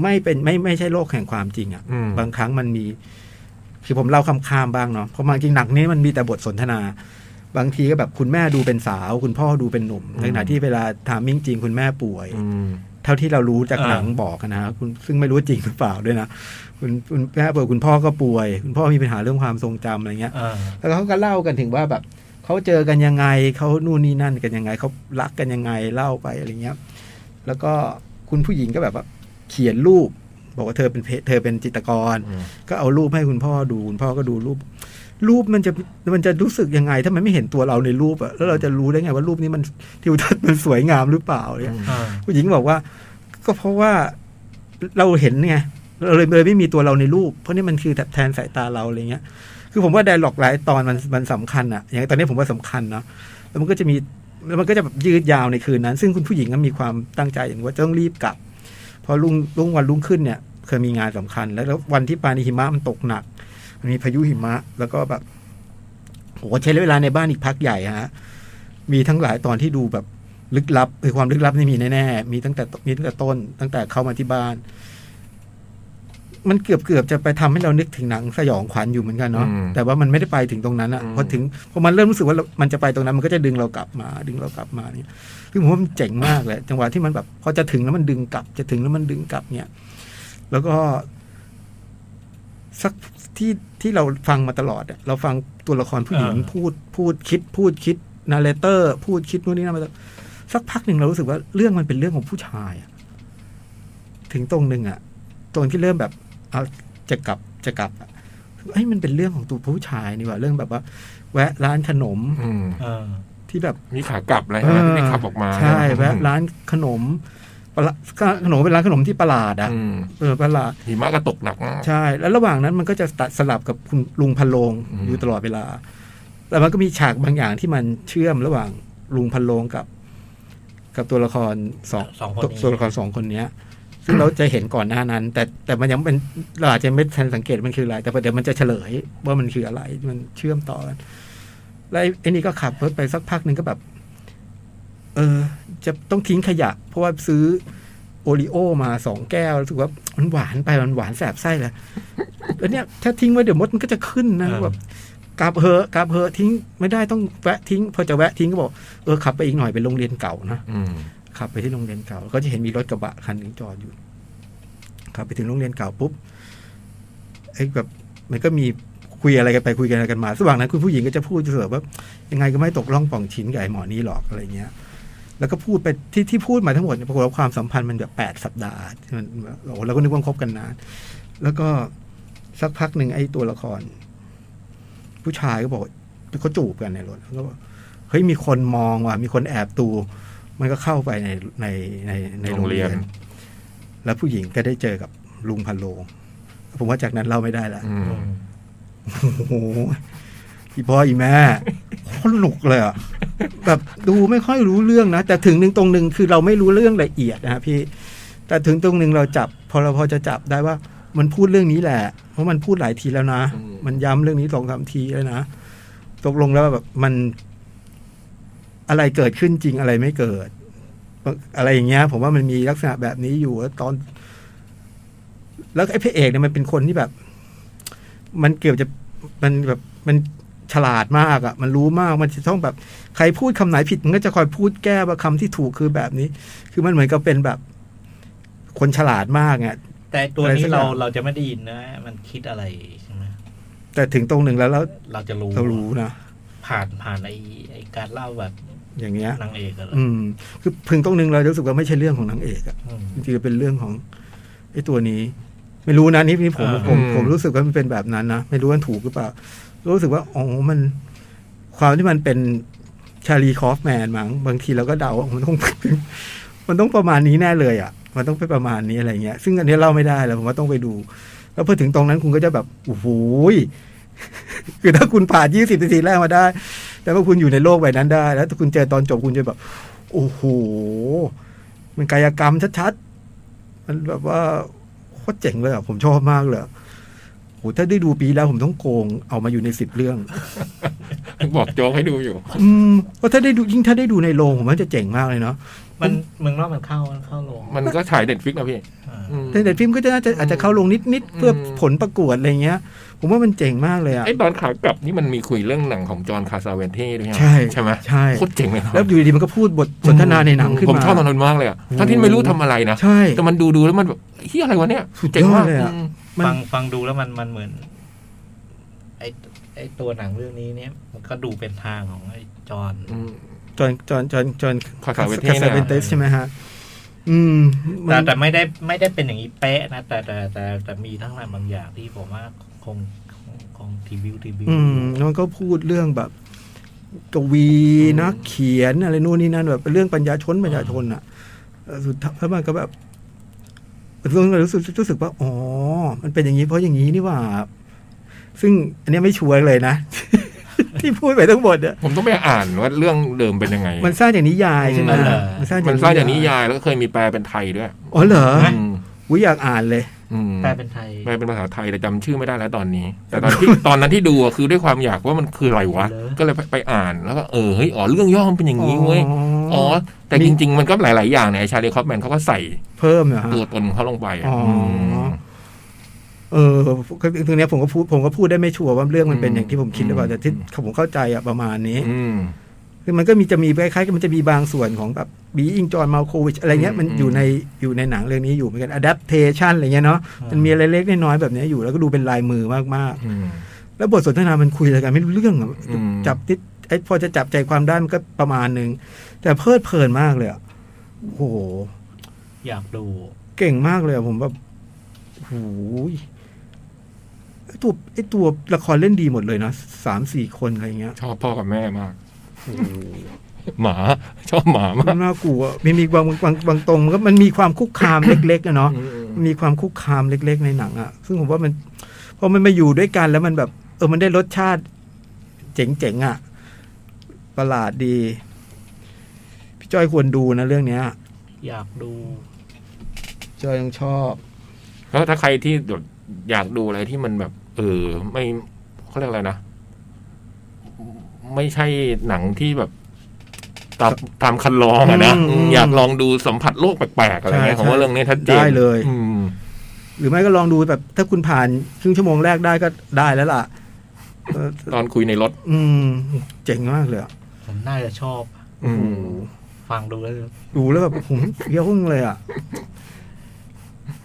S2: ไม่เป็นไม่ไม่ใช่โลกแห่งความจริงอะ่ะ
S3: อืม
S2: บางครั้งมันมี คือผมเล่าคำคามบ้างเนาะเพราะบางจริงหนักนี้มันมีแต่บทสนทนา บางทีก็แบบคุณแม่ดูเป็นสาว คุณพ่อดูเป็นหนุ่มในขณะที่เวลาถามมิ่งจริงคุณแม่ป่วย
S3: อืม
S2: เท่าที่เรารู้จาก
S4: อ่า
S2: หนังบอกนะฮะคุณซึ่งไม่รู้จริงหรือเปล่าด้วยนะคุณคุณแม่ป่วยคุณพ่อก็ป่วย คุณพ่อมีปัญหาเรื่องความทรงจำอะไรเงี้ย
S4: เออ
S2: แล้วเขาก็เล่ากันถึงว่าแบบเขาเจอกันยังไงเขานู่นนี่นั่นกันยังไงเขารักกันยังไงเล่าไปอะไรเงี้ย แล้วก็คุณผู้หญิงก็แบบว่าเขียนรูป บอกว่าเธอเป็นเพเธอเป็นจิตรกร
S3: อืม
S2: ก็เอารูปให้คุณพ่อดูคุณพ่อก็ดูรูป รูปมันจะมันจะรู้สึกยังไง ถ้ามันไม่เห็นตัวเราในรูปอะแล้วเราจะรู้ได้ไงว่ารูปนี้มันทิวทัศน์มันสวยงามหรือเปล่าเนี่ย
S4: เออ
S2: ผู้หญิงบอกว่า ก็เพราะว่าเราเห็นไงเราเลยเลยไม่มีตัวเราในรูป เพราะนี่มันคือแทนสายตาเราอะไรเงี้ย คือผมว่าไดร์ล็อกหลายตอนมันมันสำคัญอะอย่างตอนนี้ผมว่าสำคัญเนาะแล้วมันก็จะมีแล้วมันก็จะแบบยืดยาวในคืนนั้น ซึ่งคุณผู้หญิงก็มีความตั้งใจอย่างว่าจะต้องรีบกลับเพอรุ่งรุ่งวันรุ่งขึ้นเนี่ย เคยมีงานสำคัญ แล้วแล้ววันที่ปานิหิมะมันตกหนัก มันมีพายุหิมะ แล้วก็แบบโหใช้เวลาในบ้านอีกพักใหญ่ฮะมีทั้งหลายตอนที่ดูแบบ ลึกลับคือความลึกลับนี่มีแน่ๆ มีตั้งแต่มีตั้งแต่ต้น ตั้งแต่เข้ามาที่บ้าน มันเกือบเกือบจะไปทำให้เรานึกถึงหนังสยองขวัญอยู่เหมือนกันเนาะ
S3: อืม
S2: แต่ว่ามันไม่ได้ไปถึงตรงนั้นอะ
S3: อืม
S2: พอถึงพอมันเริ่มรู้สึกว่าเรามันจะไปตรงนั้น มันก็จะดึงเรากลับมา ดึงเรากลับมาเนี่ยคือผมว่ามันเจ๋งมากเลยจังหวะที่มันแบบพอจะถึงแล้วมันดึงกลับ จะถึงแล้วมันดึงกลับเนี่ย แล้วก็ สักที่ที่เราฟังมาตลอดอะเราฟังตัวละครผู้หญิงพูดพูดคิด พูดคิดนาเรเตอร์ พูดคิดนู่นนี่นั่นมาตลอดสักพักหนึ่งเรารู้สึกว่าเรื่องมันเป็นเรื่องของผู้ชายอะถึงตรงหนึ่งอะตรงที่เริ่มแบบเอาจะกลับจะกลับอะเอ้ยมันเป็นเรื่องของตัวผู้ชายนี่หว่าเรื่องแบบว่า แวะร้านขนม
S3: อืม
S4: เออ
S2: ที่แบบ
S3: มีขากลับอะไรนะที่ได้ขับออกมา
S2: ใช่แวะ
S3: อืม
S2: ร้านขนมประหลาดขนมเป็นร้านขนมที่ประหลาดอะ
S3: อืม
S2: เออประหลาด
S3: หิมะก็ตกหนักมาก
S2: ใช่ แล้วระหว่างนั้นมันก็จะตัดสลับกับคุณลุงพันโลง
S3: อืม
S2: อยู่ตลอดเวลา แล้วมันก็มีฉากบางอย่างที่มันเชื่อมระหว่าง ลุงพันโลงกับ กับตัวละครสอง
S4: สองคนนี้
S2: ตัวละครสองคนเนี้ย ซึ่งเราจะเห็นก่อนหน้านั้น แต่แต่มันยังเป็นเราอาจจะไม่ทันสังเกตมันคืออะไร แต่เดี๋ยวมันจะเฉลยว่ามันคืออะไร มันเชื่อมต่อกันแล้วไอ้ไอ้นี่ก็ขับรถไปสักพักหนึ่งก็แบบ เออ จะต้องทิ้งขยะ เพราะว่าซื้อโอริโอมาสองแก้วรู้สึกว่ามันหวานไปมันหวานแสบไส้ (laughs) แล้วแล้วเนี่ยถ้าทิ้งไว้เดี๋ยวมดมันก็จะขึ้นนะ
S1: เออ
S2: แบบกลับเหอะกลับเหอะทิ้งไม่ได้ต้องแวะทิ้ง พอจะแวะทิ้งก็บอกเออขับไปอีกหน่อยเป็นโรงเรียนเก่านะ
S3: อืม
S2: ขับไปที่โรงเรียนเก่า ก็จะเห็นมีรถกระบะคันหนึ่งจอดอยู่ขับไปถึงโรงเรียนเก่าปุ๊บไอ้แบบมันก็มีคุยอะไรกันไปคุยกันอะไรกันมาระหว่างนั้นคุณผู้หญิงก็จะพูดเสมอว่า ยังไงก็ไม่ตกล่องป่องชิ้นกับไอ้หมอนี้หรอกอะไรเงี้ย แล้วก็พูดไปที่ที่พูดมาทั้งหมดเนี่ยปรากฏว่าความสัมพันธ์มันแบบแปดสัปดาห์มันโอ้โหเราก็นึกว่าคบกันนาน แล้วก็สักพักหนึ่งไอ้ตัวละคร ผู้ชายก็บอกเขาจูบกันในรถแล้วก็บอกเฮ้ยมีคนมองว่ะมีคนแอบดูมันก็เข้าไปในในในในโรงเรียน
S3: โรงเรียน
S2: แล้วผู้หญิงก็ได้เจอกับลุงพันโลงผมว่าจากนั้นเล่าไม่ได้ละ
S3: อืม
S2: โอ้โหอีพ่ออีแม่โคตรหนุกเลยอ่ะ แบบดูไม่ค่อยรู้เรื่องนะ แต่ถึงหนึ่งตรงหนึ่งคือเราไม่รู้เรื่องละเอียดนะฮะพี่ แต่ถึงตรงหนึ่งเราจับ พอเราพอจะจับได้ว่า มันพูดเรื่องนี้แหละ เพราะมันพูดหลายทีแล้วนะ มันย้ำเรื่องนี้สองสามทีแล้วนะ ตกลงแล้วแบบมันอะไรเกิดขึ้นจริงอะไรไม่เกิด อะไรอย่างเงี้ย ผมว่ามันมีลักษณะแบบนี้อยู่แล้วตอน แล้วไอ้พระเอกเนี่ยมันเป็นคนที่แบบ มันเกือบจะมันแบบมันฉลาดมากอะ่ะ มันรู้มากมันจะต้องแบบ ใครพูดคำไหนผิดมันก็จะคอยพูดแก้ว่าคำที่ถูกคือแบบนี้ คือมันเหมือนกับเป็นแบบ คนฉลาดมากไง
S4: แต่ตัว
S2: อะไร
S4: นี้
S2: สักอ
S4: เรา
S2: ย่าง
S4: เราจะไม่ได้ยินนะ มันคิดอะไรใช่ไหม
S2: แต่ถึงตรงหนึ่งแล้วแล้ว
S4: เราจะรู้
S2: เรารู้นะ
S4: ผ่านผ่านไอไอการเล่าแบบ
S2: อย่างเงี้ย
S4: นางเอกอะไร
S2: อืม คือถึงตรงหนึ่งเรารู้สึกว่าไม่ใช่เรื่องของนางเอกอะ
S4: อืม
S2: จริงๆเป็นเรื่องของไอ้ตัวนี้ ไม่รู้นะนี่นี่ผม
S4: อ่า
S2: ผมผมรู้สึกว่ามันเป็นแบบนั้นนะไม่รู้ว่าถูกหรือเปล่า รู้สึกว่าอ๋อมัน ความที่มันเป็นชาลีคอฟแมนมั้งบางทีเราก็เดาว่า (laughs) มันต้อง มันต้องประมาณนี้แน่เลยอ่ะ มันต้องเป็นประมาณนี้อะไรเงี้ย ซึ่งอันนี้เล่าไม่ได้แล้วผมว่าต้องไปดู แล้วพอถึงตรงนั้นคุณก็จะแบบโอ้โหย (laughs) คือถ้าคุณผ่านยี่สิบนาทีแรกมาได้ แต่ว่าคุณอยู่ในโลกใบนั้นได้ แล้วถ้าคุณเจอตอนจบคุณจะแบบ โอ้โห มันกายกรรมชัดๆ มันแบบว่าโคตรเจ๋งเลยอ่ะ ผมชอบมากเลยอะโหถ้าได้ดูปีแล้วผมต้องโกงเอามาอยู่ในสิบเรื่อง
S3: บอกโจ๊กให้ดูอยู่
S2: อืมว่าะถ้าได้ดูยิ่งถ้าได้ดูในโรงผมว่าจะเจ๋งมากเลยเนาะ
S4: มันเมืองนอกมันเข้ามันเข้าลง
S3: มันก็ถ่ายเด็ดฟิกนะพี่
S4: อ่า
S3: อืม
S2: แต่เด็ดฟิล์มก็จะน่าจะอาจจะเข้าลงนิดๆ เพื่อผลประกวดอะไรเงี้ย ผมว่ามันเจ๋งมากเลยอ่ะ
S3: ไอ้ตอนขากลับนี่มันมีคุยเรื่องหนังของจอห์นคาซาเวนเท่ด้วยไหม
S2: ใช่
S3: ใช่ไหม
S2: ใช่
S3: โคตรเจ๋งเลยนะ
S2: แล้วอยู่ดีๆมันก็พูดบทสนทนาในหนังขึ้น
S3: ผม
S2: มา
S3: ชอบตอนนั้นมากเลยอะทั้งที่ไม่รู้ทำอะไรนะ
S2: ใช่
S3: แต่มันดูดูแล้วมันแบบเฮียอะไรวะเนี่ย
S2: สุดยอด
S3: เจ๋งมาก
S2: เลยอะ
S3: อืม
S2: มัน
S4: ฟังฟังดูแล้วมันมันเหมือน ไอไอตัวหนังเรื่องนี้เนี่ย มันก็ดูเป็นทางของไอจอห์น
S3: อืม
S2: จอนจอนจอนจอน
S3: คาซาเวเทส
S2: คเวนเตสใช่ไหมฮะ อืมมัน
S4: แต่แต่ไม่ได้ไม่ได้เป็นอย่างนี้เป๊ะนะแต่แต่แต่แต่มีทั้งหลายบางอย่างที่ผมว่าคงคงคงทีวิวทีวิว
S2: อืมแล้วมันก็พูดเรื่องแบบกวีนักเขียนอะไรนู่นนี่นั่นแบบเป็นเรื่องปัญญาชนปัญญาชนอ่ะเออสุดท้ายแล้วมันก็แบบเรื่องรู้สึกรู้สึกว่าอ๋อ มันเป็นอย่างนี้เพราะอย่างนี้นี่หว่า ซึ่งอันเนี้ยไม่ชัวร์เลยนะ (laughs) ที่พูดไปทั้งหมดเนี่ย
S3: ผมต้องไปอ่านว่าเรื่องเดิมเป็นยังไง
S2: มันสร้างจากนิยายใช่ไหม
S3: มันเหรอ
S2: มันสร้าง
S3: มันสร้างจากนิยายแล้วก็เคยมีแปลเป็นไทยด้วย
S2: อ๋อเหรอ
S3: อืม
S2: อุ้ยอยากอ่านเลย
S3: อืม
S4: แปลเป็นไทย
S3: แปลเป็นภาษาไทยแต่จำชื่อไม่ได้แล้วตอนนี้ แต่ตอนที่ ตอนนั้นที่ดูอะคือด้วยความอยากว่ามันคืออะไรวะก็เลยไปไปอ่านแล้วก็เออเฮ้ยอ๋อเรื่องย่อมันเป็นอย่างนี้เว้ยอ๋อแต่จริง ๆ มันก็หลาย ๆ อย่างเนี่ยไอ้ชาลีคอปแมนเขาก็ใส่
S2: เพิ่มเหรอฮะ
S3: ตัวตนเขาลงไปะ
S2: อ๋ออื
S3: ม
S2: เออคือตรงเนี้ยผมก็พูดผมก็พูดได้ไม่ชัวร์ว่าเรื่องมันเป็นอย่างที่ผมคิดหรือเปล่า
S3: อืม
S2: แต่ที่ผมเข้าใจอะประมาณนี้
S3: อืม
S2: คือมันก็มีจะมีคล้ายๆกับมันจะมีบางส่วนของแบบบีอิงจอห์นมาโควิชอะไรเงี้ย
S3: อืม
S2: มันอยู่
S3: อืม
S2: ในอยู่ในหนังเรื่องนี้อยู่เหมือนกันอะดัปเทชันอะไรเงี้ยเนาะมันมีอะไรเล็กๆน้อยๆแบบเนี้ยอยู่แล้วก็ดูเป็นลายมือมาก
S3: อืม
S2: ๆ แล้วบทสนทนามันคุยอะไรกันไม่รู้เรื่องอะ
S3: อืม
S2: จับนิดไอ้พอจะจับใจความได้มันก็ประมาณนึงแต่เพลิดเพลินมากเลยอะโอ้โห
S4: อยากดู
S2: เก่งมากเลยอะผมแบบโหูยไอตัวไอตัวละครเล่นดีหมดเลยนะสามสี่คนอะไรเงี้ย
S3: ชอบพ่อกับแม่มาก หมาชอบหมามาก
S2: น่ากลัวมันมีบางบางบางตรงมันก็มันมีความคุกคาม เล็กๆอะเนาะมันมีความคุกคามเล็ก ๆ ในหนังอะซึ่งผมว่ามันพอมันมาอยู่ด้วยกันแล้วมันแบบ เออมันได้รสชาติ เจ๋งๆอะประหลาดดี จ้อยควรดูนะเรื่องเนี้ย
S4: อยากดู
S2: จ้อยต้องชอบ
S3: แล้วถ้าใครที่แบบอยากดูอะไรที่มันแบบ เออ ไม่เขาเรียกอะไรนะ ไม่ใช่หนังที่แบบตามตามคันลองอะนะ
S2: อืม
S3: อืมอยากลองดูสัมผัสโลกแปลกๆอะไรเงี้ย
S2: ใช่
S3: ผมว่าเรื่องนี้ชัดเจน
S2: ได้เลย
S3: อืม
S2: หรือไม่ก็ลองดูแบบ ถ้าคุณผ่านครึ่งชั่วโมงแรกได้ก็ได้แล้วล่ะเออ
S3: ตอนคุยในรถ
S2: อืม เจ๋งมากเลยอะ
S4: ผมน่าจะชอบ
S3: อืม
S4: ฟังดูแล้ว
S2: ดูแล้วแบบผมเยี่ยงเลยอ่ะ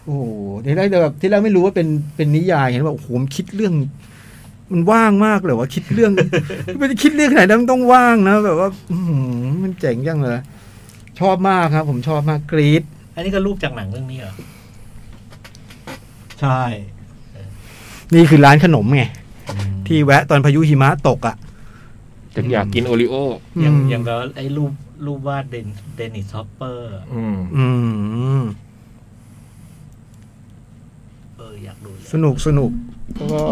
S2: โอ้โหทีแรกแบบที่แรกไม่รู้ว่าเป็นเป็นนิยายเห็นว่าโอ้โหมันคิดเรื่อง มันว่างมากเลยว่าคิดเรื่อง (laughs) มันจะคิดเรื่องไหนนะมันต้องว่างนะแบบว่า อื้อหือมันเจ๋งจังเลย ชอบมากครับ ผมชอบมากกรี๊ด
S4: อันนี้ก็รูปจากหนังเรื่องนี้เหรอ ใช่
S2: นี่คือร้านขนมไง ที่แวะตอนพายุหิมะตกอ่ะ
S3: จะอยากกินโอริโอ
S4: อย่าง
S2: อืม
S4: อย่างกับไอ้รูปรูปวาดเดนเดนิสฮอปเปอร์
S3: อืม
S2: อืม
S4: เอออยากดู
S2: สนุกสนุกแล้วก็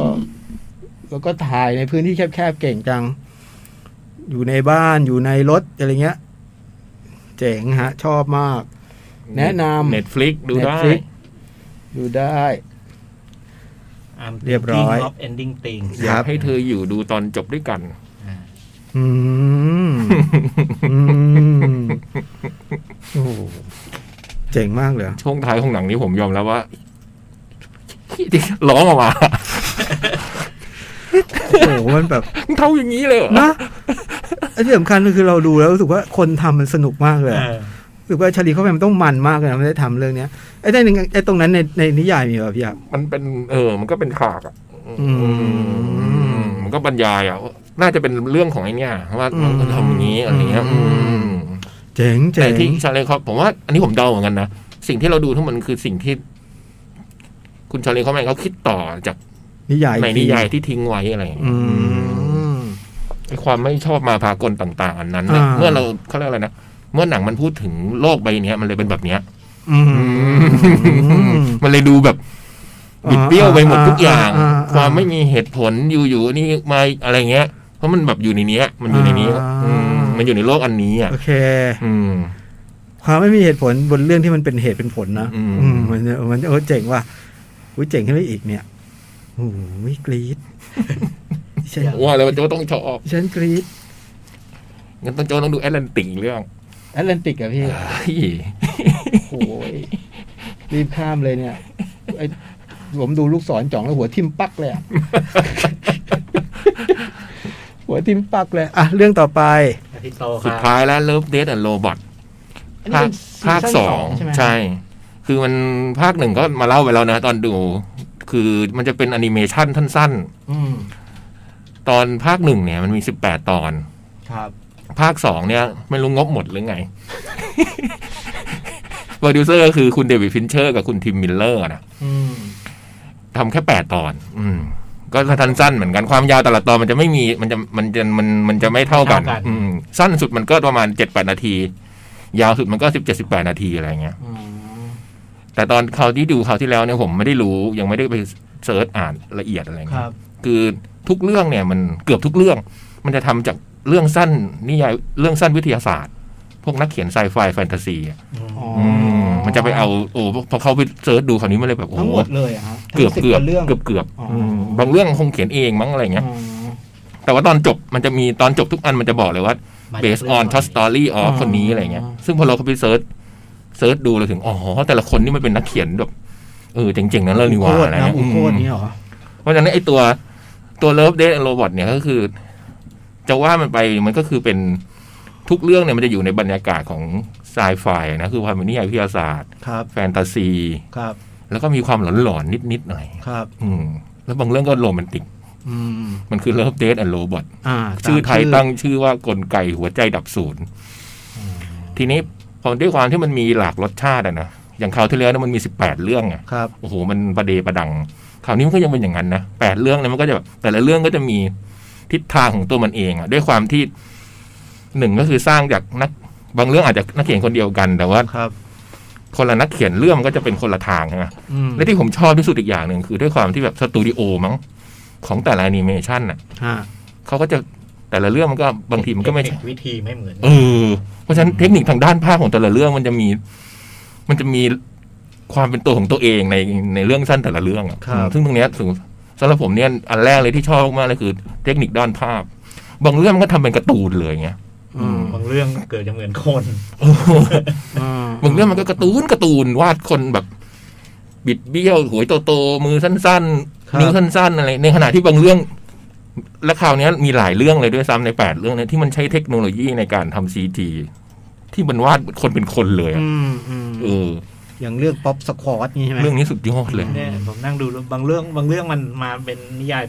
S2: แล้วก็ถ่ายในพื้นที่แคบๆเก่งจัง อยู่ในบ้านอยู่ในรถอะไรเงี้ย เจ๋งฮะ ชอบมาก แนะนำ
S3: เน็ตฟลิกดูได้
S2: Netflix ดูได้ เรียบร้อย
S4: ออฟเอนดิ้งติง
S3: อยากให้เธออยู่ดูตอนจบด้วยกัน
S2: อืมอืมโอ้โหเจ๋งมากเลยอะ
S3: ช่วงท้ายของหนังนี้ผมยอมแล้วว่า (laughs) ร้องออกมา (laughs)
S2: โอ้โหมันแบบ (laughs)
S3: เท่าอย่างนี้เลยเหรอ
S2: นะไอ้ที่สำคัญก็คือเราดูแล้วรู้สึกว่าคนทำมันสนุกมากเลยอะ หรือว่าชาลีเข้าไปมันต้องมันมากเลยนะไม่ได้ทำเรื่องเนี้ยไอ้ได้หนึ่งไอ้ตรงนั้นในในนิยายมีป่ะพี่อ่ะ
S3: มันเป็นเออ มันก็เป็นฉากอ่ะ
S2: อืม
S3: มันก็บรรยายอ่ะ น่าจะเป็นเรื่องของไอ้เนี่ยว่า
S2: อืม
S3: มันทำอย่างนี้อะไรเงี้ยอืม
S2: เจ๋ง
S3: แต่
S2: เจ๋ง
S3: ที่ชาเลนเขาผมว่า อันนี้ผมเดาเหมือนกันนะ สิ่งที่เราดูทั้งหมดคือสิ่งที่ คุณชาเลนเขาแม่งเขาคิดต่อจาก
S2: นิยาย
S3: ในนิยายที่ทิ้งไว้อะไรอย่างเงี้ย
S2: อื
S3: อื
S2: ม
S3: มไอ้ความไม่ชอบมาพากลต่างๆ อันนั้นเนี่ย
S2: อ่า
S3: เมื่อเราเขาเรียกอะไรนะเมื่อหนังมันพูดถึงโลกใบเนี้ยมันเลยเป็นแบบเนี้ย
S2: อืม
S3: มันเลยดูแบบบิดเบี้ยวไปหมดทุกอย่าง
S2: อ่าอ่าอ่า
S3: ความไม่มีเหตุผลอยู่ๆนี่มาอะไรเงี้ย เพราะมันแบบอยู่ในเนี้ย มันอยู่ในนี้
S2: อ่า
S3: อืมมันอยู่ในโลกอันนี้อ่ะ
S2: โอเค
S3: อืม
S2: ความไม่มีเหตุผลบนเรื่องที่มันเป็นเหตุเป็นผลนะ
S3: อืม
S2: มมันมันเออเจ๋งว่ะอุ้ยเจ๋งขึ้นไปอีกเนี่ยโอ้ยกรี๊ดฉัน
S3: ว่าแล้วโจต้องชอบ
S2: ฉันกรี๊ด
S3: งั้นต้องโจต้องดูแอตแลนติกเรื่อง
S2: แอตแลนติกอะพี่
S3: เฮ้ย
S2: โอ้ยรีบข้ามเลยเนี่ยไอ้ผมดูลูกศรจ่องแล้วหัวทิ่มปักเลย (laughs) อะ หัวทิ่มปักเลยอ่ะเรื่องต่อไป
S4: อาทิตย์โตค
S3: สุด
S4: รับ
S3: ท้ายแล้วเลิฟเดทแอนโรบอท
S2: อันนี้
S3: ภา
S2: เป็ซี
S3: คน ภาค
S2: ซั่น
S3: ส
S2: ส
S3: อ
S2: อง งใช่ไหม
S3: ใช่ คือมันภาคหนึ่งก็มาเล่าไปแล้วนะ ตอนดู คือมันจะเป็นแอนิเมชันสั้น
S2: อืม
S3: ๆ ตอนภาคหนึ่งเนี่ยมันมีสิบแปดตอน
S2: ครับ
S3: ภาคสองเนี่ยไม่รู้งบหมดหรือไง (laughs) โปรดิวเซอร์ก็คือคุณเดวิดฟินเชอร์กับคุณทิมมิลเลอร์นะ
S2: อืม
S3: ทำแค่แปดตอน อืม ก็ทันสั้นเหมือนกันความยาวแต่ละตอนมันจะไม่มีมันจะมันจะมันมันจะไม่เท่ากัน อืม สั้นสุดมันก็ประมาณเจ็ดแปดนาที ยาวสุดมันก็สิบเจ็ดสิบแปดนาทีอะไรเงี้ย
S2: อืม
S3: แต่ตอนคราวที่ดูคราวที่แล้วเนี่ยผมไม่ได้รู้ยังไม่ได้ไปเสิร์ชอ่านละเอียดอะไร
S2: ค
S3: เงี้
S2: รั
S3: ย
S2: บ
S3: คือทุกเรื่องเนี่ยมันเกือบทุกเรื่อง มันจะทำจากเรื่องสั้นนิยายเรื่องสั้นวิทยาศาสตร์ พวกนักเขียนไซไฟแฟนตาซีอะ
S2: อ๋อ
S3: อืมมันจะไปเอาโอ้พอเขาไปเสิร์ชดูคราวนี้มันเลยแบบโอ้
S2: ทั้ง
S3: โห
S2: หมดเลยอะฮะ
S3: เกือบ
S2: ทั้งสิ
S3: เกือบ
S2: ว่าเรื่อง
S3: เกือบเกือบ
S2: อ๋ออื
S3: มบางเรื่องคงเขียนเองมั้งอะไรเงี้ย
S2: อ๋อ
S3: แต่ว่าตอนจบมันจะมีตอนจบทุกอันมันจะบอกเลยว่า based on true story of คนนี้อะไรเงี้ย ซึ่งพอเราเข้าไปเสิร์ชเสิร์ชดูเราถึงอ๋อแต่ละคนนี่มันเป็นนักเขียนแบบเออเจ๋งๆนั้นเลยนี่หว่า
S2: โคต
S3: อะไร
S2: รนะ
S3: เงี้ย
S2: อุโคตร
S3: อืม
S2: นี่เหรอ
S3: เพราะฉะนั้นไอตัวตัว Love Death and Robot เนี่ยก็คือ จะว่ามันไปมันก็คือเป็นทุกเรื่องเนี่ยมันจะอยู่ในบรรยากาศของไซไฟนะคือความเป็นนิยายวิทยาศาสตร์
S2: ครับ
S3: แฟนตาซี
S2: ครับ
S3: แล้วก็มีความหลอนๆนิด ๆ หน่อย
S2: ครับ
S3: อืม แล้วบางเรื่องก็โรแมนติก
S2: อืม
S3: มันคือ Love Death and Robot
S2: อ่าตาม
S3: ชื่อไทยตั้งชื่อว่ากลไกหัวใจดับศูนย์ ทีนี้พอด้วยความที่มันมีหลากรสชาติอะนะ อย่างคราวที่แล้วเนยมันมีสิบแปดเรื่องไง
S2: ครับ
S3: โอ้โห มันประเดประดัง คราวนี้มันก็ยังเป็นอย่างนั้นนะแปดเรื่องเนี่ยมันก็จะแบบแต่ละเรื่องก็จะมีทิศทางของตัวมันเองอะด้วยความที่หนึ่งก็คือสร้างจากนัก บางเรื่องอาจจะนักเขียนคนเดียวกัน แต่ว่า
S2: ครับ
S3: คนละนักเขียนเรื่องมันก็จะเป็นคนละทางใช่ไหม
S2: อืม
S3: และที่ผมชอบที่สุดอีกอย่างหนึ่งคือด้วยความที่แบบสตูดิโอมั้งของแต่ละแอนิเมชันน่ะ
S2: ฮะ
S3: เขาก็จะแต่ละเรื่องมันก็บางทีมันก็ไม่
S4: เท
S3: ใช่
S4: คนิควิธีไม่เหมือน
S3: เออ เพราะฉะนั้นเทคนิคทางด้านภาคของแต่ละเรื่องมันจะมี มันจะมีความเป็นตัวของตัวเองในในเรื่องสั้นแต่ละเรื่องอะ
S4: ครับ
S3: ซึ่งตรงเนี้ยสูงสำหรับผมเนี่ยอันแรกเลยที่ชอบมากเลยคือ เทคนิคด้านภาพ บางเรื่องมันก็ทำเป็นการ์ตูนเลยไงอืม
S4: บางเรื่องเกิดจะเหมือนคน
S3: บางเรื่องมันก็การ์ตูนการ์ตูนวาดคนแบบ บิดเบี้ยวหัวโตๆมือสั้น
S4: ครับ
S3: ๆนิ้วสั้นๆอะไรในขณะที่บางเรื่อง และคราวเนี้ยมีหลายเรื่องเลยด้วยซ้ำในแปดเรื่องเนี่ยที่มันใช้เทคโนโลยีในการทำซีทีที่มันวาดคนเป็นคนเลยอะ
S2: อืมอืม
S3: เออ
S2: อย่างเรื่องป๊อปสควอตนี่ใช่ไหม
S3: เรื่องนี้สุดยอดเลย
S4: เนี่ยผมนั่งดูแล้วบางเรื่องบางเรื่องมันมาเป็นนิยาย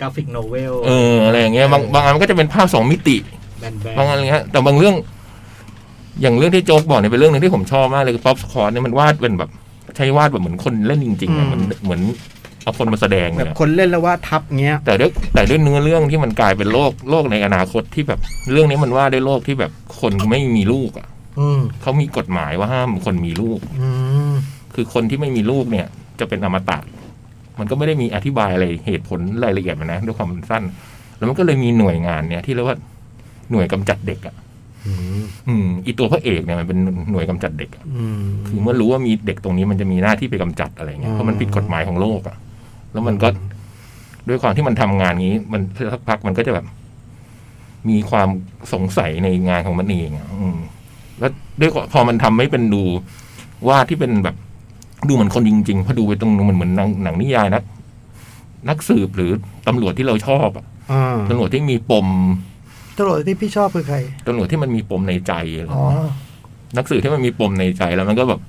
S4: กราฟิกโนเวล
S3: เอออะไรอย่างเงี้ยบางบางอันมันก็จะเป็นภาพสองมิติ
S4: แบนแบน
S3: บางอันอะไรเงี้ยแต่บางเรื่อง อย่างเรื่องที่โจ๊กบอกเนี่ยเป็นเรื่องหนึงที่ผมชอบมากเลยคือป๊อปสคอร์เนี่ยมันวาดเป็นแบบ ใช้วาดแบบเหมือนคนเล่นจริงๆอะ
S2: อืม
S3: เหมือนเหมือนเอาคนมาแสดง
S2: แบ
S3: เนี่
S2: บ
S3: ย
S2: คนเล่นแล้วว่าทับเงี้ย
S3: แต่ด้วยแต่ด้วยเนื้อเรื่องที่มันกลายเป็นโลกโลกในอนาคตที่แบบ เรื่องนี้มันว่าด้วยโลกที่แบบคนไม่มีลูกอ่ะ
S2: อืม
S3: เขามีกฎหมายว่าห้ามคนมีลูก
S2: อืม
S3: คือคนที่ไม่มีลูกเนี่ย จะเป็นอมตะ มันก็ไม่ได้มีอธิบายอะไรเหตุผลรายละเอียดมันนะด้วยความมันสั้น แล้วมันก็เลยมีหน่วยงานเนี่ย ที่เรียกว่าหน่วยกำจัดเด็กอะ่ะ อืมอีตัวพระเอกเนี่ยมันเป็นหน่วยกำจัดเด็กอะ
S2: อืม
S3: คือเมื่อรู้ว่ามีเด็กตรงนี้มันจะมีหน้าที่ไปกำจัดอะไรเงี้ย เพราะมันผิดกฎหมายของโลกอะ่ะ แล้วมันก็ด้วยความที่มันทำงานนี้ มันสักพักมันก็จะแบบ มีความสงสัยในงานของมันเองอะอืม แล้วด้วยความพอมันทำไม่เป็นดูวาดที่เป็นแบบ ดูเหมือนคนจริงๆพอดูไปตรงนู้นมันเหมือนหนังหนังนิยายนักนักสืบหรือตำรวจที่เราชอบอะ
S2: อ่า
S3: ตำรวจที่มีปม
S5: ตำรวจที่พี่ชอบคือใคร
S3: ตำรวจที่มันมีปมในใจอะไร
S5: อ๋อ
S3: นักสืบที่มันมีปมในใจแล้วมันก็แบบ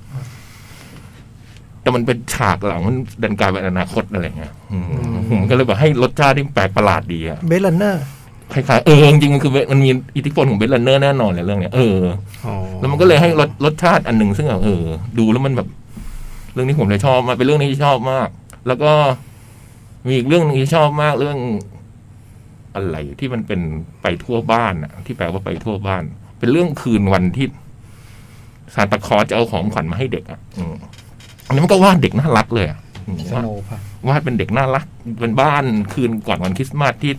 S3: แต่มันเป็นฉากหลังมันดันกลายเป็นอนาคตอะไรเงี้ยอืมผมก็เลยแบบให้รสชาติที่แปลกประหลาดดีอะ
S5: เบสลันเนอร์
S3: คล้ายๆเออจริงๆมันคือมันมีอิทธิพลของเบสลันเนอร์แน่นอนเลยเรื่องเนี้ยเอออแล้วมันก็เลยให้รสรสชาติอันหนึ่งซึ่งแบบเออ ดูแล้วมันแบบ เรื่องนี้ผมเลยชอบมากเป็นเรื่องที่ชอบมาก แล้วก็มีอีกเรื่องหนึงที่ชอบมากเรื่องอะไรที่มันเป็นไปทั่วบ้านอะที่แปลว่าไปทั่วบ้าน เป็นเรื่องคืนวันที่ซานตาคลอสจะเอาของขวัญมาให้เด็กอะอืมอันนี้มันก็วาดเด็กน่ารักเลยอะอืม
S2: ส
S3: วาด
S2: โนว์ป่ะ
S3: วาดเป็นเด็กน่ารักเป็นบ้านคืนก่อนวันคริสต์มาสที่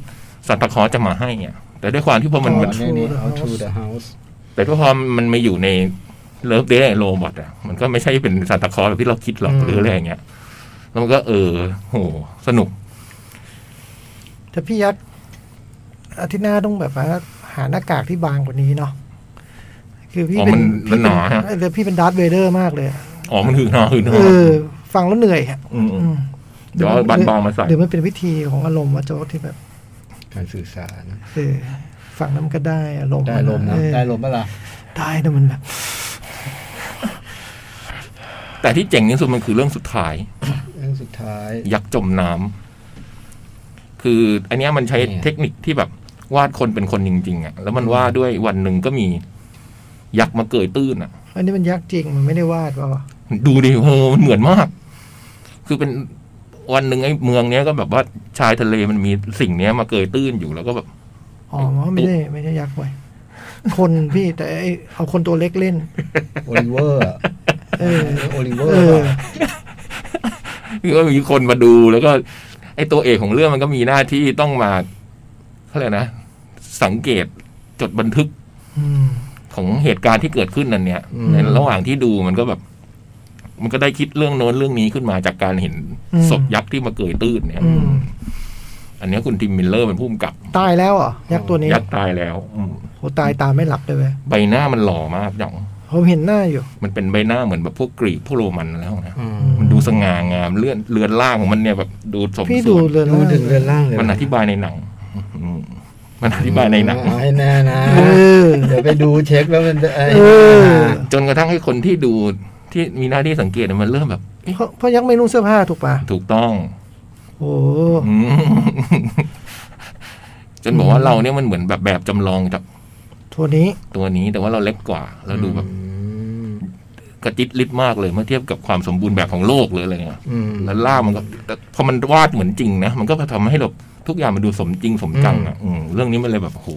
S3: ซานตาคลอสจะมาให้อ่ะ แต่ด้วยความที่พอมัน
S2: อ๋อ
S3: มัน
S2: เรื่องนี้
S5: True
S2: How
S5: the
S2: to the
S5: House
S2: House
S3: แต่ด้วยความมันมาอยู่ในเลิฟเดย์โรบอทอ่ะ มันก็ไม่ใช่เป็นซานตาคลอสแบบที่เราคิดหรอก
S5: อืม
S3: หรืออะไรอย่างเงี้ยแล้วมันก็เออโหสนุก
S5: แต่พี่ยักษ์อาทิตย์หน้าต้องแบบว่าหาหน้ากากที่บางกว่านี้เนาะคือพี่
S3: อ๋อ
S5: เป็น
S3: มันห
S5: พี่เป็
S3: นาๆฮะ
S5: เออพี่เป็นดาร์ธเวเดอร์มากเลยอะ
S3: อ๋อมันหือหนอหือหน
S5: เอ
S3: อ
S5: อ ฟังแล้วเหนื่อยฮะ
S3: ม
S5: อืม
S3: เดี๋ยวเอาบันบองมาใส่
S5: เดี๋ยวมันเป็นวิธีของอารมณ์ว่าโจ๊กที่แบบ
S2: การสื่อสาร
S5: เออฟังแล้วมันก็ได้อารมณ์
S2: ได้ลมนะ
S5: เออ
S2: ได้ลมเมื่อไร
S5: ได้นะมันแบบ
S3: แต่ที่เจ๋งที่สุดมันคือเรื่องสุดท้าย
S2: เรื่องสุดท้าย
S3: ยักษ์จมน้ำคืออันเนี้ยมันใช้
S2: เนี่ย
S3: เทคนิคที่แบบวาดคนเป็นคนจริงๆอ่ะ แล้วมันวาดด้วยวันหนึ่งก็มียักษ์มาเกยตื้นอ่ะ
S5: อันนี้มันยักษ์จริงมันไม่ได้วาดว่ะ
S3: ดูดิเออมันเหมือนมาก คือเป็นวันหนึ่งไอ้เมืองเนี้ยก็แบบว่าชายทะเลมันมีสิ่งเนี้ยมาเกยตื้นอยู่แล้วก็แบบ
S5: อ๋อไม่ได้ไม่ได้ยักษ์ไว้ยคนพี่แต่ไอ้เอาคนตัวเล็กเล่น
S2: โอลิเวอร์ (laughs)
S5: เออ
S2: โอลิเวอ
S5: เอ
S2: ร์
S5: อ
S3: ก็มีคนมาดูแล้วก็ ไอ้ตัวเอกของเรื่องมันก็มีหน้าที่ต้องมาเขาเรียกนะ สังเกตจดบันทึก
S5: อืม
S3: ของเหตุการณ์ที่เกิดขึ้นนั่นเนี่ย
S5: อืม
S3: ในระหว่างที่ดูมันก็แบบ มันก็ได้คิดเรื่องโน้นเรื่องนี้ขึ้นมาจากการเห็น
S5: อืม
S3: ศพยักษ์ที่มาเกยตื้นเนี่ย
S5: อืม
S3: อันเนี้ยคุณทิมมิลเลอร์เป็นผู้กำกับ
S5: ตายแล้วเหรอ่ะยักษ์ตัวนี้
S3: ยักษ์ตายแล้ว อืม
S5: โหตายตามไม่หลับเลยเว้ย
S3: ใบหน้ามันหล่อมากจ่อง
S5: ผมเห็นหน้าอยู่
S3: มันเป็นใบหน้าเหมือนแบบพวกกรีกพวกโรมันแล้วนะ
S2: อืม
S3: มันดูสง่างามเลื่อนเรือนร่างของมันเนี่ยแบบดูสม
S5: พี่
S3: ส่
S5: ดู
S3: วน
S5: เรือน
S2: ดู
S5: ร่าง
S2: ถึงเรือนร่างเลย
S3: มันอธิบายในหนังอืมมันอธิบายในหนัง
S2: เอาให้แน่นะ
S5: เออ
S2: เดี๋ยวไปดูเช็คแล้วมันจะไอ้
S5: เออ
S3: จนกระทั่งให้คนที่ดูที่มีหน้าที่สังเกตมันเริ่มแบบ เอ๊ะ
S5: เพราะเพราะยักษ์ไม่นุ่งเสื้อผ้าถูกป่ะ
S3: ถูกต้อง
S5: โอ้
S3: อืม (laughs) จนบอกว่าเราเนี่ยมันเหมือนแบบแบบจำลองจาก
S5: ตัวนี้
S3: ตัวนี้ แต่ว่าเราเล็กกว่าเราดูแบบกระจิตริดมากเลยเมื่อเทียบกับความสมบูรณ์แบบของโลกเลยอะไรเงี้ย
S2: อืม
S3: แล้วล่ามันก็แต่พอมันวาดเหมือนจริงนะมันก็ทำให้แบบทุกอย่างมันดูสมจริงสมจังอ่ะอืมเรื่องนี้มันเลยแบบโอ้โห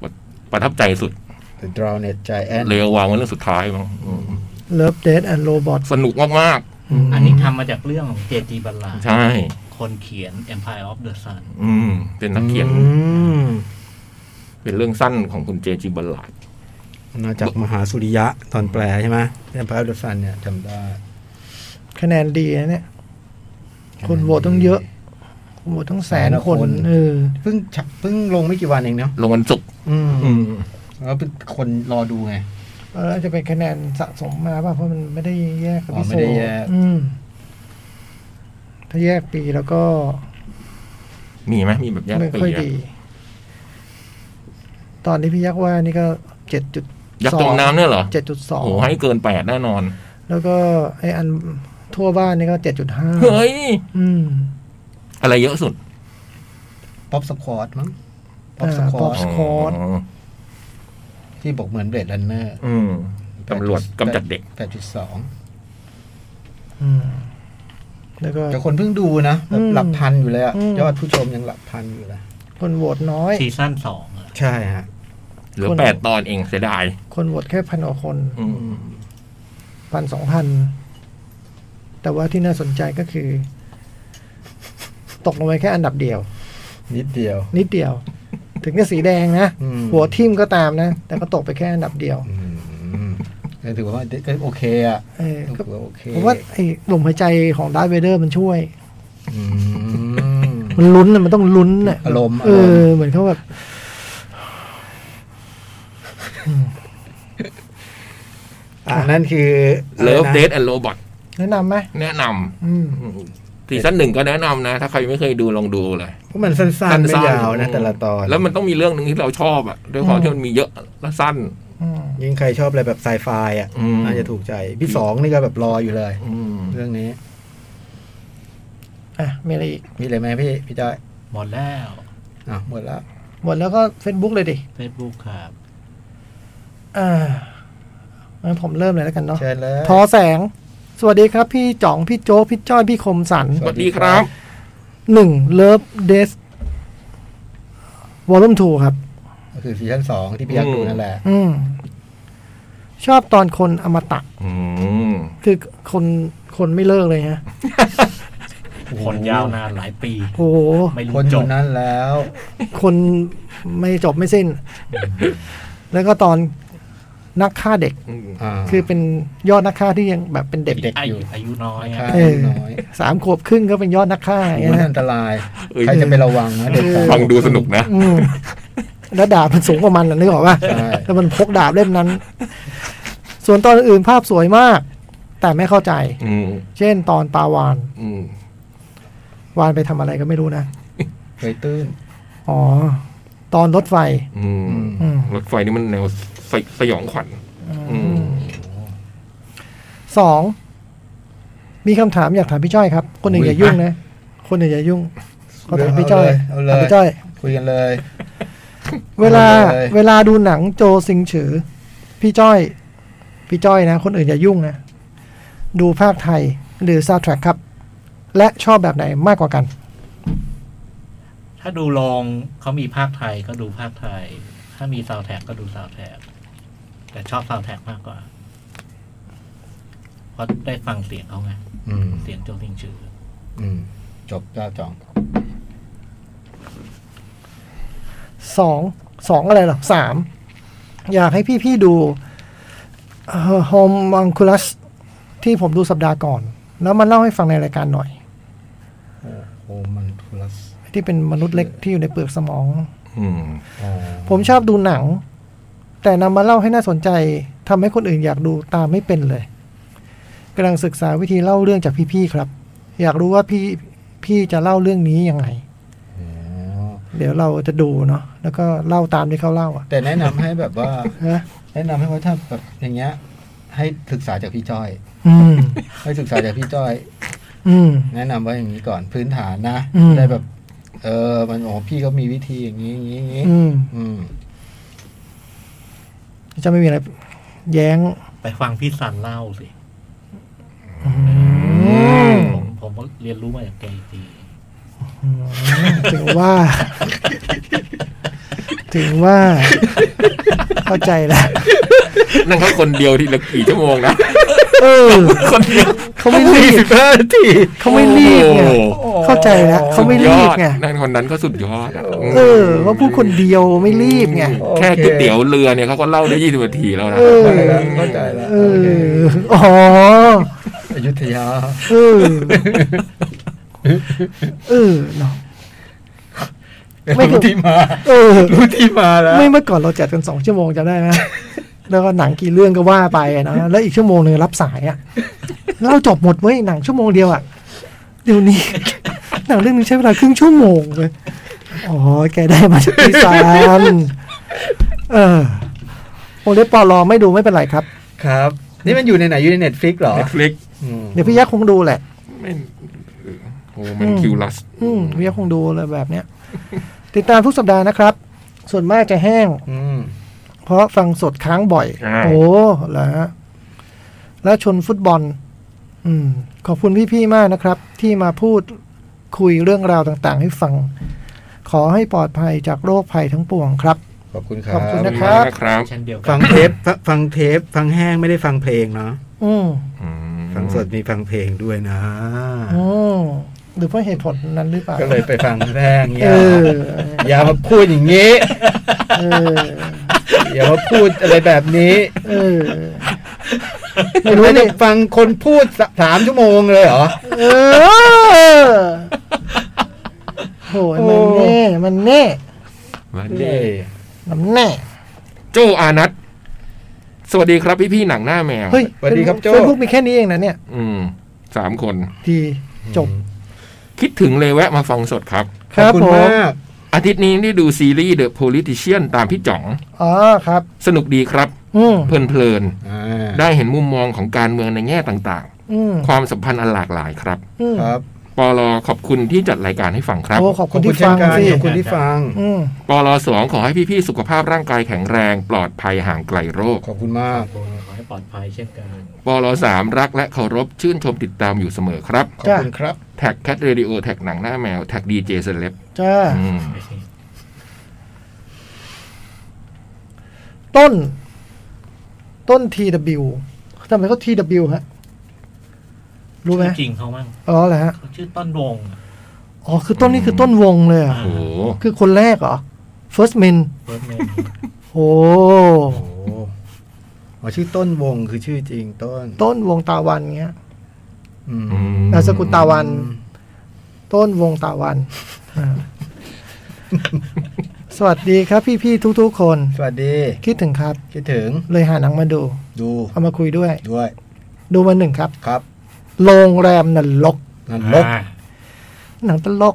S3: ประประทับใจสุด
S2: เดอะดราวเน็ตใจแอน
S3: เลววางไว้เรื่องสุดท้ายมั้งอืม
S5: Love Death and Robot
S3: สนุกมาก
S4: อันนี้ทำมาจากเรื่องของเจจีบัลลา
S3: ๆใช่
S4: คนเขียน Empire of the Sun
S3: อืม เป็นนักเขียน
S2: อืม
S3: เป็นเรื่องสั้นของคุณเจจิบัลลาร์ด
S2: มาจากมหาสุริยะตอนแปลใช่ไหมเป็นพระดซันเนี่ยจำได้
S5: คะแนนดีนะเนี่ย คนโหวตต้องเยอะ คนโหวตต้องแสนคน
S2: แสนกว่าคน
S5: เออ
S2: เพิ่งฉะเพิ่งลงไม่กี่วันเองเนาะ
S3: ลงวันศุกร์
S2: อืม
S3: อืม
S2: แล้วเป็นคนรอดูไง
S5: แล้วอาจจะเป็นคะแนนสะสมมาป่ะ เพราะมันไม่ได้แยกกับ
S2: อ๋อ
S5: พี่
S2: ไม่
S5: โซ
S2: ได้แยก
S5: อืม ถ้าแยกปีแล้วก็
S3: มีไหมมีแบบแยก
S5: ไม่
S3: ปี
S5: ค่อย
S3: อะ
S5: ดี ตอนที่พี่ยักษ์ว่านี่ก็เจ็ดจุด
S3: ยักษ์จมน้ำเนี่ยเหรอ
S5: เจ็ดจุดสอง
S3: โอ้โหให้เกินแปดแน่นอน
S5: แล้วก็ไออันทั่วบ้านนี่ก็เจ็ดจุดห้า
S3: เฮ้ย
S5: อืม
S3: อะไรเยอะสุด
S2: ป๊อปสควอตมั้งป๊อป
S5: อ่า
S2: สควอ
S5: Pop
S2: ต
S5: สคอต
S3: อ๋อ
S2: ที่บอกเหมือนเบรดรันเนอร์
S3: อืมตำรวจกำจัดเด็ก
S2: แปดจุดสอง
S5: อืม แล้วก็
S2: แต่คนเพิ่งดูนะแบบ
S5: อืม
S2: หลักพันอยู่เลยอะ
S5: อืม
S2: ยอดผู้ชมยังหลักพันอยู่เลย
S5: คนโหวตน้อย
S4: ซีซั่นสองอะ
S2: ใช่ฮะ
S3: เหลือ
S5: คน
S3: แปดตอนเองเสียดาย
S5: คนโหวตแค่พันกว่าคน
S3: อืม
S5: พันสองพัน แต่ว่าที่น่าสนใจก็คือ ตกลงไปแค่อันดับเดียว
S2: นิดเดียว
S5: นิดเดียว ถึงจะสีแดงนะ
S2: อืม
S5: หัวทิ่มก็ตามนะ แต่ก็ตกไปแค่อันดับเดียว
S2: อืมก็ถือว่าก็โอเคอะ
S5: เออก็
S2: ถือว่าโอเค
S5: ผมว่าไอ้ลมหายใจของดาร์ธเวเดอร์มันช่วย
S2: อืม
S5: มันลุ้นน่ะมันต้องลุ้นน่ะ
S2: อารมณ์
S5: เอ
S2: อาร
S5: อ
S2: มณ์
S5: เหมือนเขาแบบ
S2: อ่ะนั่นคือ
S3: เลิฟ
S2: อะไรนะ
S3: เดทแอนโรบอท
S5: แนะนำไหม
S3: แนะน
S5: อืม
S3: ำซีซั่นหนึ่งก็แนะนำนะ ถ้าใครไม่เคยดูลองดูเลย
S2: เพราะมันสั้นๆ ไม่ยาวนะ
S3: ๆ
S2: แต่ละตอน
S3: แล้วมันต้องมีเรื่องหนึ่งที่เราชอบอ่ะด้วยความที่มันมีเยอะและสั้น
S5: อืม
S2: ยิ่งใครชอบอะไรแบบไซไฟอ่ะ
S3: อืม
S2: น่าจะถูกใจ พี่สองนี่ก็แบบรออยู่เลย
S3: อืม
S2: เรื่องนี้
S5: อ่ะมีอะไรอีก
S2: มีอะไรไหมพี่ พี่จ้อย
S4: หมดแล้ว
S2: อ่ะหมดแล้ว
S5: หมดแล้วก็ Facebook เลยดิ
S4: เฟซบุ๊กครับ
S5: อ่างั้นผมเริ่มเลยแล้วกันเนาะ
S2: เชิญเลย
S5: ทอแสง สวัสดีครับ พี่จ่องพี่โจ้พี่จ้อยพี่คมสัน
S3: สวัสดีครับ
S5: หนึ่ง Love Death Volume 2 ครับ
S2: ก็คือซีซั่นสองที่พี่ยักษ์ดูนั่นแหละ
S5: อืม ชอบตอนคนอมตะ
S3: อืม
S5: คือคนคนไม่เลิกเลยฮะ
S4: คนยาวนานหลายปี
S5: โอ้โห
S4: ไม่รู้
S2: คนอ
S4: จ
S2: ยู่
S4: บ
S2: นั่นแล้ว
S5: คนไม่จบไม่สิ้น แล้วก็ตอนนักฆ่าเด็ก
S2: อ่า
S5: คือเป็นยอดนักฆ่าที่ยังแบบเป็นเด็ก
S2: เด็ก
S4: อา
S2: อ
S4: ยุ
S2: ยู่
S4: อายุน้อย
S2: ค่า
S4: อะ
S5: เออ
S2: น้อย
S5: สามขวบครึ่งก็เป็นยอดนักฆ่าอย่างเงี้ย
S2: มัน
S5: นะ
S2: อันตราย
S3: เอ้ย
S2: ใครจะไประวังนะเด็ก
S3: ฟังดูสนุกนะ
S5: อืมแล้วดาบมันสูงกว่ามันน่ะนึกออกป่ะ
S2: ใช่
S5: แล้วมันพกดาบเล่มนั้น ส่วนตอนอื่นภาพสวยมาก แต่ไม่เข้าใจ
S3: อืม
S5: เช่นตอนปลาวาน
S3: อืม
S5: วานไปทำอะไรก็ไม่รู้นะ
S2: เคยตื้น
S5: อ๋อ ตอนรถไฟ
S3: อืม
S5: อืม
S3: รถไฟนี่มันแนวสยสยองขวัญอืม
S5: สอง มีคำถามอยากถามพี่จ้อยครับ คนอื่น
S3: อุ้ย
S5: อย่ายุ่งนะ คนอื่นอย่ายุ่งก็ถามพี่จ้อย
S2: เอาเลย
S5: ถาม
S2: เอาเลย
S5: พี่จ้อย
S2: คุยกันเลย
S5: เวลา
S2: เอาเลย
S5: เวลาดูหนังโจซิงฉือ พี่จ้อย พี่จ้อยนะ คนอื่นอย่ายุ่งนะ ดูภาคไทยหรือซาวด์แทร็กครับ และชอบแบบไหนมากกว่ากัน
S4: ถ้าดูลองเขามีภาคไทยก็ดูภาคไทย ถ้ามีซาวแท็กก็ดูซาวแท็กแต่ชอบซาวแท็กมากกว่า เพราะได้ฟังเสียงเขาไง
S2: อืม
S4: เสียงโจทิงชื่อ
S2: อืมจบจ้าจอง
S5: สองสองอะไรหรอสามอยากให้พี่พี่ๆดูโฮมมังคุลัสที่ผมดูสัปดาห์ก่อน แล้วมันเล่าให้ฟังในรายการหน่อย
S2: โอ้โหมันทุลัส
S5: ที่เป็นมนุษย์เล็กที่อยู่ในเปลือกสมอง
S3: อืม
S2: อ๋อ
S5: ผมชอบดูหนัง แต่นำมาเล่าให้น่าสนใจทำให้คนอื่นอยากดูตามไม่เป็นเลยกำลังศึกษาวิธีเล่าเรื่องจากพี่ๆครับ อยากรู้ว่าพี่พี่จะเล่าเรื่องนี้ยังไง
S2: อ๋อ
S5: เดี๋ยวเราจะดูเนาะแล้วก็เล่าตามที่เขาเล่าอ่ะ
S2: แต่แนะนำให้แบบว่า (laughs)
S5: นะ
S2: แนะนำให้ว่าถ้าแบบอย่างเงี้ย ให้ศึกษาจากพี่จ้อย
S5: อืม
S2: ให้ศึกษาจากพี่จ้อย
S5: อืม
S2: แนะนำไว่าอย่างนี้ก่อนพื้นฐานนะ
S5: อืม
S2: ได้แบบ เออมันโอ้พี่ก็มีวิธีอย่างนี้อย่างนี้อย่างนี้
S5: อืม
S2: อืม
S5: จะไม่มีอะไร แย้ง
S4: ไปฟังพี่สันเล่าสิผมผมก็เรียนรู้มาจากแกอีกที
S5: ถึงว่า ถึงว่า เข้าใจแล้ว
S3: นั่งแค่คนเดียวทีละกี่ชั่วโมงนะ
S2: เออ
S3: คนเดียว
S5: เขาไม่รีบ
S2: สิบห้านาที
S5: เขาไม่รีบไง
S3: โอ้โห
S5: เข้าใจแล้วเขาไม่รีบไง
S3: สุดยอดนั่นคนนั้นก็สุดยอดอะม
S5: เออเขาพูดคนเดียวไม่รีบไง
S3: แค่
S2: โอเค
S3: ก๋วยเตี๋ยวเรือเนี่ยเขาก็เล่าได้ยี่สิบนาทีแล้วนะ
S5: เออ
S2: เข้าใจแล้ว
S5: เอออ๋อ
S2: อยุธยา
S5: เออเออเนาะ ไม่ถู
S2: รู้
S5: ก
S2: ที่มา
S5: เออ
S2: รู้ที่มาแล้ว
S5: ไม่เมื่อก่อนเราจัดกันสองชั่วโมงจำได้ไหม แล้วก็หนังกี่เรื่องก็ว่าไปอะนะ แล้วอีกชั่วโมงหนึ่งรับสายอะเล่าจบหมดเว้ยหนังชั่วโมงเดียวอะเดี๋ยวนี้ หนังเรื่องนึงใช้เวลาครึ่งชั่วโมงเลยอ๋อแกได้มาจากที่สามเออโอเล็บปอลอไม่ดูไม่เป็นไรครับ
S2: ครับ นี่มันอยู่ในไหนอยู่ในเน็ตฟลิกหรอ
S3: Netflix
S2: อืม
S5: เดี๋ยวพี่ยักษ์คงดูแหละ
S3: ไม่โอ้มันคิวลัส
S5: อืมพี่ยักษ์คงดูเลยแบบเนี้ย ติดตามทุกสัปดาห์นะครับ ส่วนมากจะแห้ง
S2: อืม
S5: เพราะฟังสดค้างบ่อย
S3: ใช่
S5: โอ้เหรอฮะแล้วชนฟุตบอล อืม ขอบคุณพี่ๆ มากนะครับ ที่มาพูดคุยเรื่องราวต่างๆ ให้ฟัง ขอให้ปลอดภัยจากโรคภัยทั้งปวงครับ
S2: ขอบคุณครั
S5: ข
S2: บ
S5: อบคุณนะ
S3: ขอณมากครับ
S4: เช่นเดียวกั
S2: ฟั
S4: น
S2: งเทป ฟังเทป ฟังแห้งไม่ได้ฟังเพลงเนาะ
S5: อืม
S3: อืม
S2: ฟังสดมีฟังเพลงด้วยนะ
S5: อืมหรือเพราะเหตุผลนั้นหรือเปล่า
S2: ก็เลยไปฟังแห้ง
S5: เอ
S2: เงี้ย
S5: อ
S2: อย่ามาพูดอย่างนี้
S5: เออ
S2: อย่ามาพูดอะไรแบบนี้
S5: เออ
S2: ไม่รู้จะฟังคนพูดสสามชั่วโมงเลยเหรอ
S5: เออโหยมันแน่ มันแน่
S3: วัน
S2: เย้
S3: นี้
S5: มันแน่
S3: โจอานัทสวัสดีครับพี่พี่ๆหนังหน้าแมว
S5: เฮ้ย
S2: สวัสดีครับโจ้
S5: เฟซบุ๊กมีแค่นี้เองนะเนี่ย
S3: อืมสามคน
S5: ดีจบ
S3: คิดถึงเลยแวะมาฟังสดครับ
S5: ค
S2: ขอบ
S5: รับ
S2: คุณ
S5: ผม
S2: มาก
S3: อาทิตย์นี้ได้ดูซีรีส์ The Politician ตามพี่จ๋อง
S5: อ๋อครับ
S3: สนุกดีครับ
S5: อืม
S3: เพลินเพลิน
S2: อ่า
S3: ๆได้เห็นมุมมองของการเมืองในแง่ต่าง
S5: อืม
S3: ๆ ความสัมพันธ์อันหลากหลายครับ
S5: อืม
S2: ครับ
S3: ปลอขอบคุณที่จัดรายการให้ฟังครับ
S5: โอ้ขอบ
S2: ข
S5: คุ
S2: อบ
S5: ณ
S2: คุณ
S5: ที่
S2: เช่
S5: ฟั
S2: น
S5: ง
S2: กัน
S5: สิ
S2: ขอบคุณที่ฟัง
S5: อืม
S3: ปลอสองขอให้พี่ๆสุขภาพร่างกายแข็งแรง ปลอดภัยห่างไกลโรค
S2: ขอบคุณมาก
S4: ขอให้ปลอดภัยเช่นกัน
S3: ปลอสามรักและเคารพชื่นชมติดตามอยู่เสมอครับ
S2: ขอบคุณครับ
S3: แท็กแคทเรดิโอแท็กหนังหน้าแมว แท็กดีเจเซเลบ
S5: จ้า
S3: อืม
S5: ต้น ต้น TW ทำไมเขา TW ฮะ รู้ไหม
S4: จริงเขามั่ง
S5: อ๋อเหรอฮะ
S4: เขาชื่อต้นวงอะ
S5: อ๋อ คือต้นนี้คือต้นวงเลยเหรอ
S4: อ่า
S3: โอ้โห
S5: คือคนแรกเหรอ first man
S4: เฟิร์ส
S2: (laughs)
S4: เมน
S5: โอ้
S2: โอ้โหอ๋อชื่อต้นวงคือชื่อจริงต้น
S5: ต้นวงตาวันเงี้ย
S2: อืม
S3: อืม
S5: นามสกุลตาวัน ต้นวงตาวัน
S2: (laughs)
S5: อ่าสวัสดีครับพี่ๆทุกๆคน
S2: สวัสดี
S5: คิดถึงครับ
S2: คิดถึง
S5: เลยหาหนังมาดู
S2: ดู
S5: เอามาคุยด้วย
S2: ด้วย
S5: ดูมาหนึ่งครับ
S2: ครับ
S5: โรงแรมนรก
S2: นันลก
S4: อ่า
S5: หนังตลก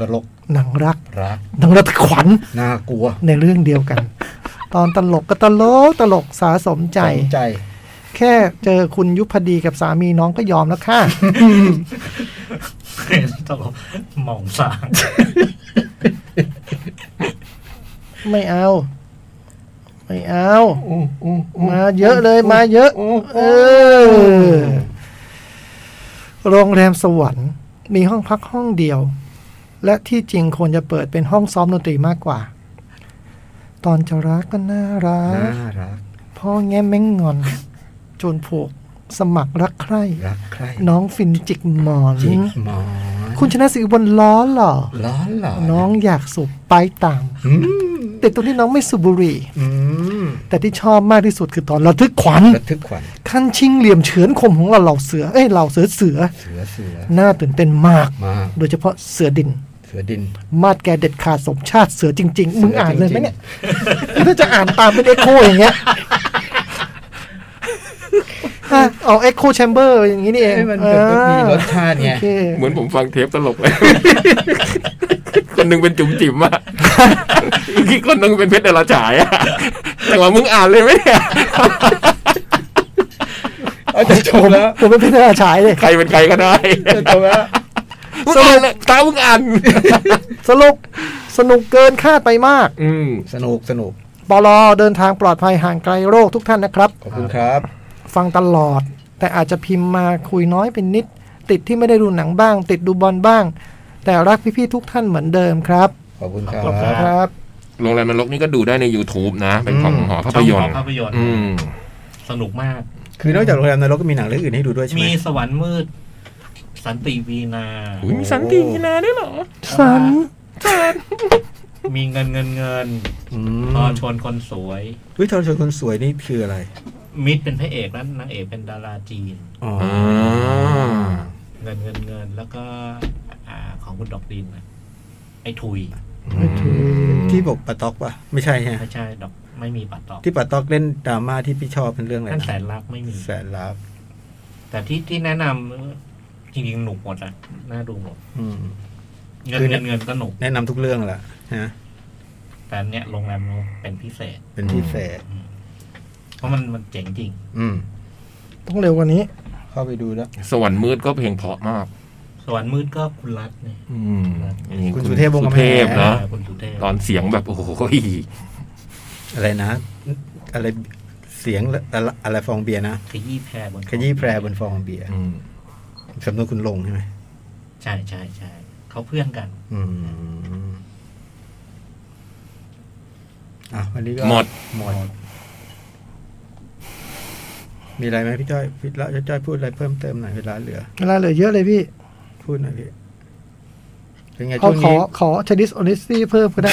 S2: ตลก
S5: หนังรัก
S2: รัก
S5: หนังระทึกขวัญ
S2: น่ากลัว
S5: ในเรื่องเดียวกัน ตอนตลกก็ตลกตลกสาสมใจ
S2: สนใจ
S5: แค่เจอคุณยุพดีกับสามีน้องก็ยอมแล้วค่ะ
S4: ต้องบอกหม่องสาง
S5: ไม่เอา ไม่เอา มาเยอะเลยมาเยอะ เออ โรงแรมสวรรค์ มีห้องพักห้องเดียว และที่จริงควรจะเปิดเป็นห้องซ้อมดนตรีมากกว่า ตอนจะรักก็น่ารั
S2: น่าก รัก
S5: พ่อแง่แม่งงอน จนผูกสมัครรักใคร่
S2: รักใคร
S5: น้องฟินจิกหมอน
S2: จิกหมอน
S5: คุณชนะสิริบนล้อเหรอ
S2: ร้อนเหรอ
S5: น้องอยากสูบไปตาม
S2: อืม
S5: แต่ตรงที่น้องไม่สูบบุหรี่
S2: อืม
S5: แต่ที่ชอบมากที่สุดคือตอนระทึกขวัญ
S2: ระทึกขวัญ
S5: ขั้นชิงเหลี่ยมเฉือนคมของเราเหล่าเสือ เอ้ยเหล่าเสือเสือ
S2: เสือเสือ
S5: น่าตื่นเต้นมาก
S2: มาก
S5: โดยเฉพาะเสือดิน
S2: เสือดิน
S5: มาดแกเด็ดขาดสมชาติเสือจริง ๆ มึงอ่านเลยไหมเนี่ย
S2: สือจริ
S5: ถ้าจะอ่านตามเป็นเอ็กโคอย่างเงี้ยอ่ะเอาเอ็กโคแชมเบอร์อย่างงี้นี่
S2: งๆ
S5: เอง
S2: เอ้ยมันเหมือนกับมีรสชาติไง
S5: โอเค
S3: เหมือนผมฟังเทปตลกเลย (laughs) คนหนึ่งเป็นจุ๋มจิ๋มอะ (laughs) อีกคนหนึ่งเป็นเพชรดาราฉายอะ (laughs) แต่ว่ามึงอ่านเลยไหมเนี่ย
S2: เอาจะจบแล้ว
S5: ผมเป็นพิธีกรฉายเลย
S3: ใครเป็นใครก็ได้
S2: จะจบแล้ว
S3: มึงอ่านเลยตามึงอ่าน
S5: สนุก สนุกเกินคาดไปมาก
S3: อืม
S2: สนุกสนุก
S5: ปลอเดินทางปลอดภัยห่างไกลโรคทุกท่านนะครับ
S2: ขอบคุณครับ
S5: ฟังตลอด แต่อาจจะพิมพ์มาคุยน้อยเป็นนิด ติดที่ไม่ได้ดูหนังบ้าง ติดดูบอลบ้าง แต่รักพี่ๆทุกท่านเหมือนเดิมครับ
S2: ขอบคุณครั
S4: ขอบคุณ
S2: บ
S4: ค
S5: ครับ
S3: โรงแรมนรกนี่ก็ดูได้ใน YouTube นะ เป็นของ
S2: อืม
S3: หอภาพยนต
S4: ช่อง
S3: ร์
S4: หอภาพยนตร์
S3: อืม
S4: สนุกมาก
S2: คือนอกจากโรงแรมนรกก็มีหนังเรื่องอื่นให้ดูด้วยใช่ไหม
S4: มีสวรรค์มืด สันติวีนา
S3: อุ้ยมีสันติมีนาด้วยเหรอ
S5: สัน
S4: มีเงินเงินเงิน
S2: อืม
S4: พอชนคนสวย
S2: วิทยชนคนสวยนี่คืออะไร
S4: มิดเป็นพระเอกแล้วนางเอกเป็นดาราจีน
S2: อ๋อ
S3: อ่า
S4: เงินเงินเงินแล้วก็อ่าของคุณดอกดินน่ะไอ้ถุย
S2: ที่บอกปะต๊อกปะไม่ใช่ฮะ
S4: ไม่ใช่ดอกไม่มีปัดตอก
S2: ที่ปะต๊อกเล่นดราม่าที่พี่ชอบเป็นเรื่องอะไร
S4: นั่นแส
S2: นะ
S4: นรักไม่มี
S2: แสนลับ
S4: แต่ที่ที่แนะนำจริงๆหนุกหมดอ่ะน่าดูหมด
S2: อืม
S4: เงิน
S2: คือ
S4: เงินเงินก็หนุก
S2: แนะนำทุกเรื่องแหละฮะ
S4: แต่เนี้ยโรงแรมเป็นพิเศษ
S2: เป็นพิเศษ
S4: เพราะมันมันเจ๋งจริง
S2: อืม
S5: ต้องเร็วกว่านี้
S2: เข้าไปดูแล้ว
S3: สวรรค์มืดก็เพลงเพราะมาก
S4: สวรรค์มืดก็คุณรัตน์เนี่ย
S3: อืมนี่
S2: คุณสุเทพวงศ์กำแพง
S3: สุเทพเนาะ
S4: อ่าคุณสุเทพ
S3: ตอนเสียงแบบ โอ้โห
S2: อะไรนะ อะไรเสียงอะไรอะไรฟองเบียร์นะ
S4: ขยี้แพรบน
S2: ขยี้แพรบนฟองเบียร์
S3: อืม
S2: สำนวนคุณลงใช่ไหม
S4: ใช่ใช่ใช่เขาเพื่อนกัน
S2: อืมอ่ะวันนี้ก็
S3: หมด
S2: หมด มีอะไรไหมพี่จ้อยพี่ละจ้อยพูดอะไรเพิ่มเติมหน่อยเวลาเหลือ
S5: เวลาเหลือเยอะเลยพี่
S2: พูดหน่อยพี่เป็นไง
S5: เอา
S2: ช่วง
S5: ขอ
S2: นี้
S5: ขอชดิสออนิสซี่เพิ่ม (laughs) ก็ได้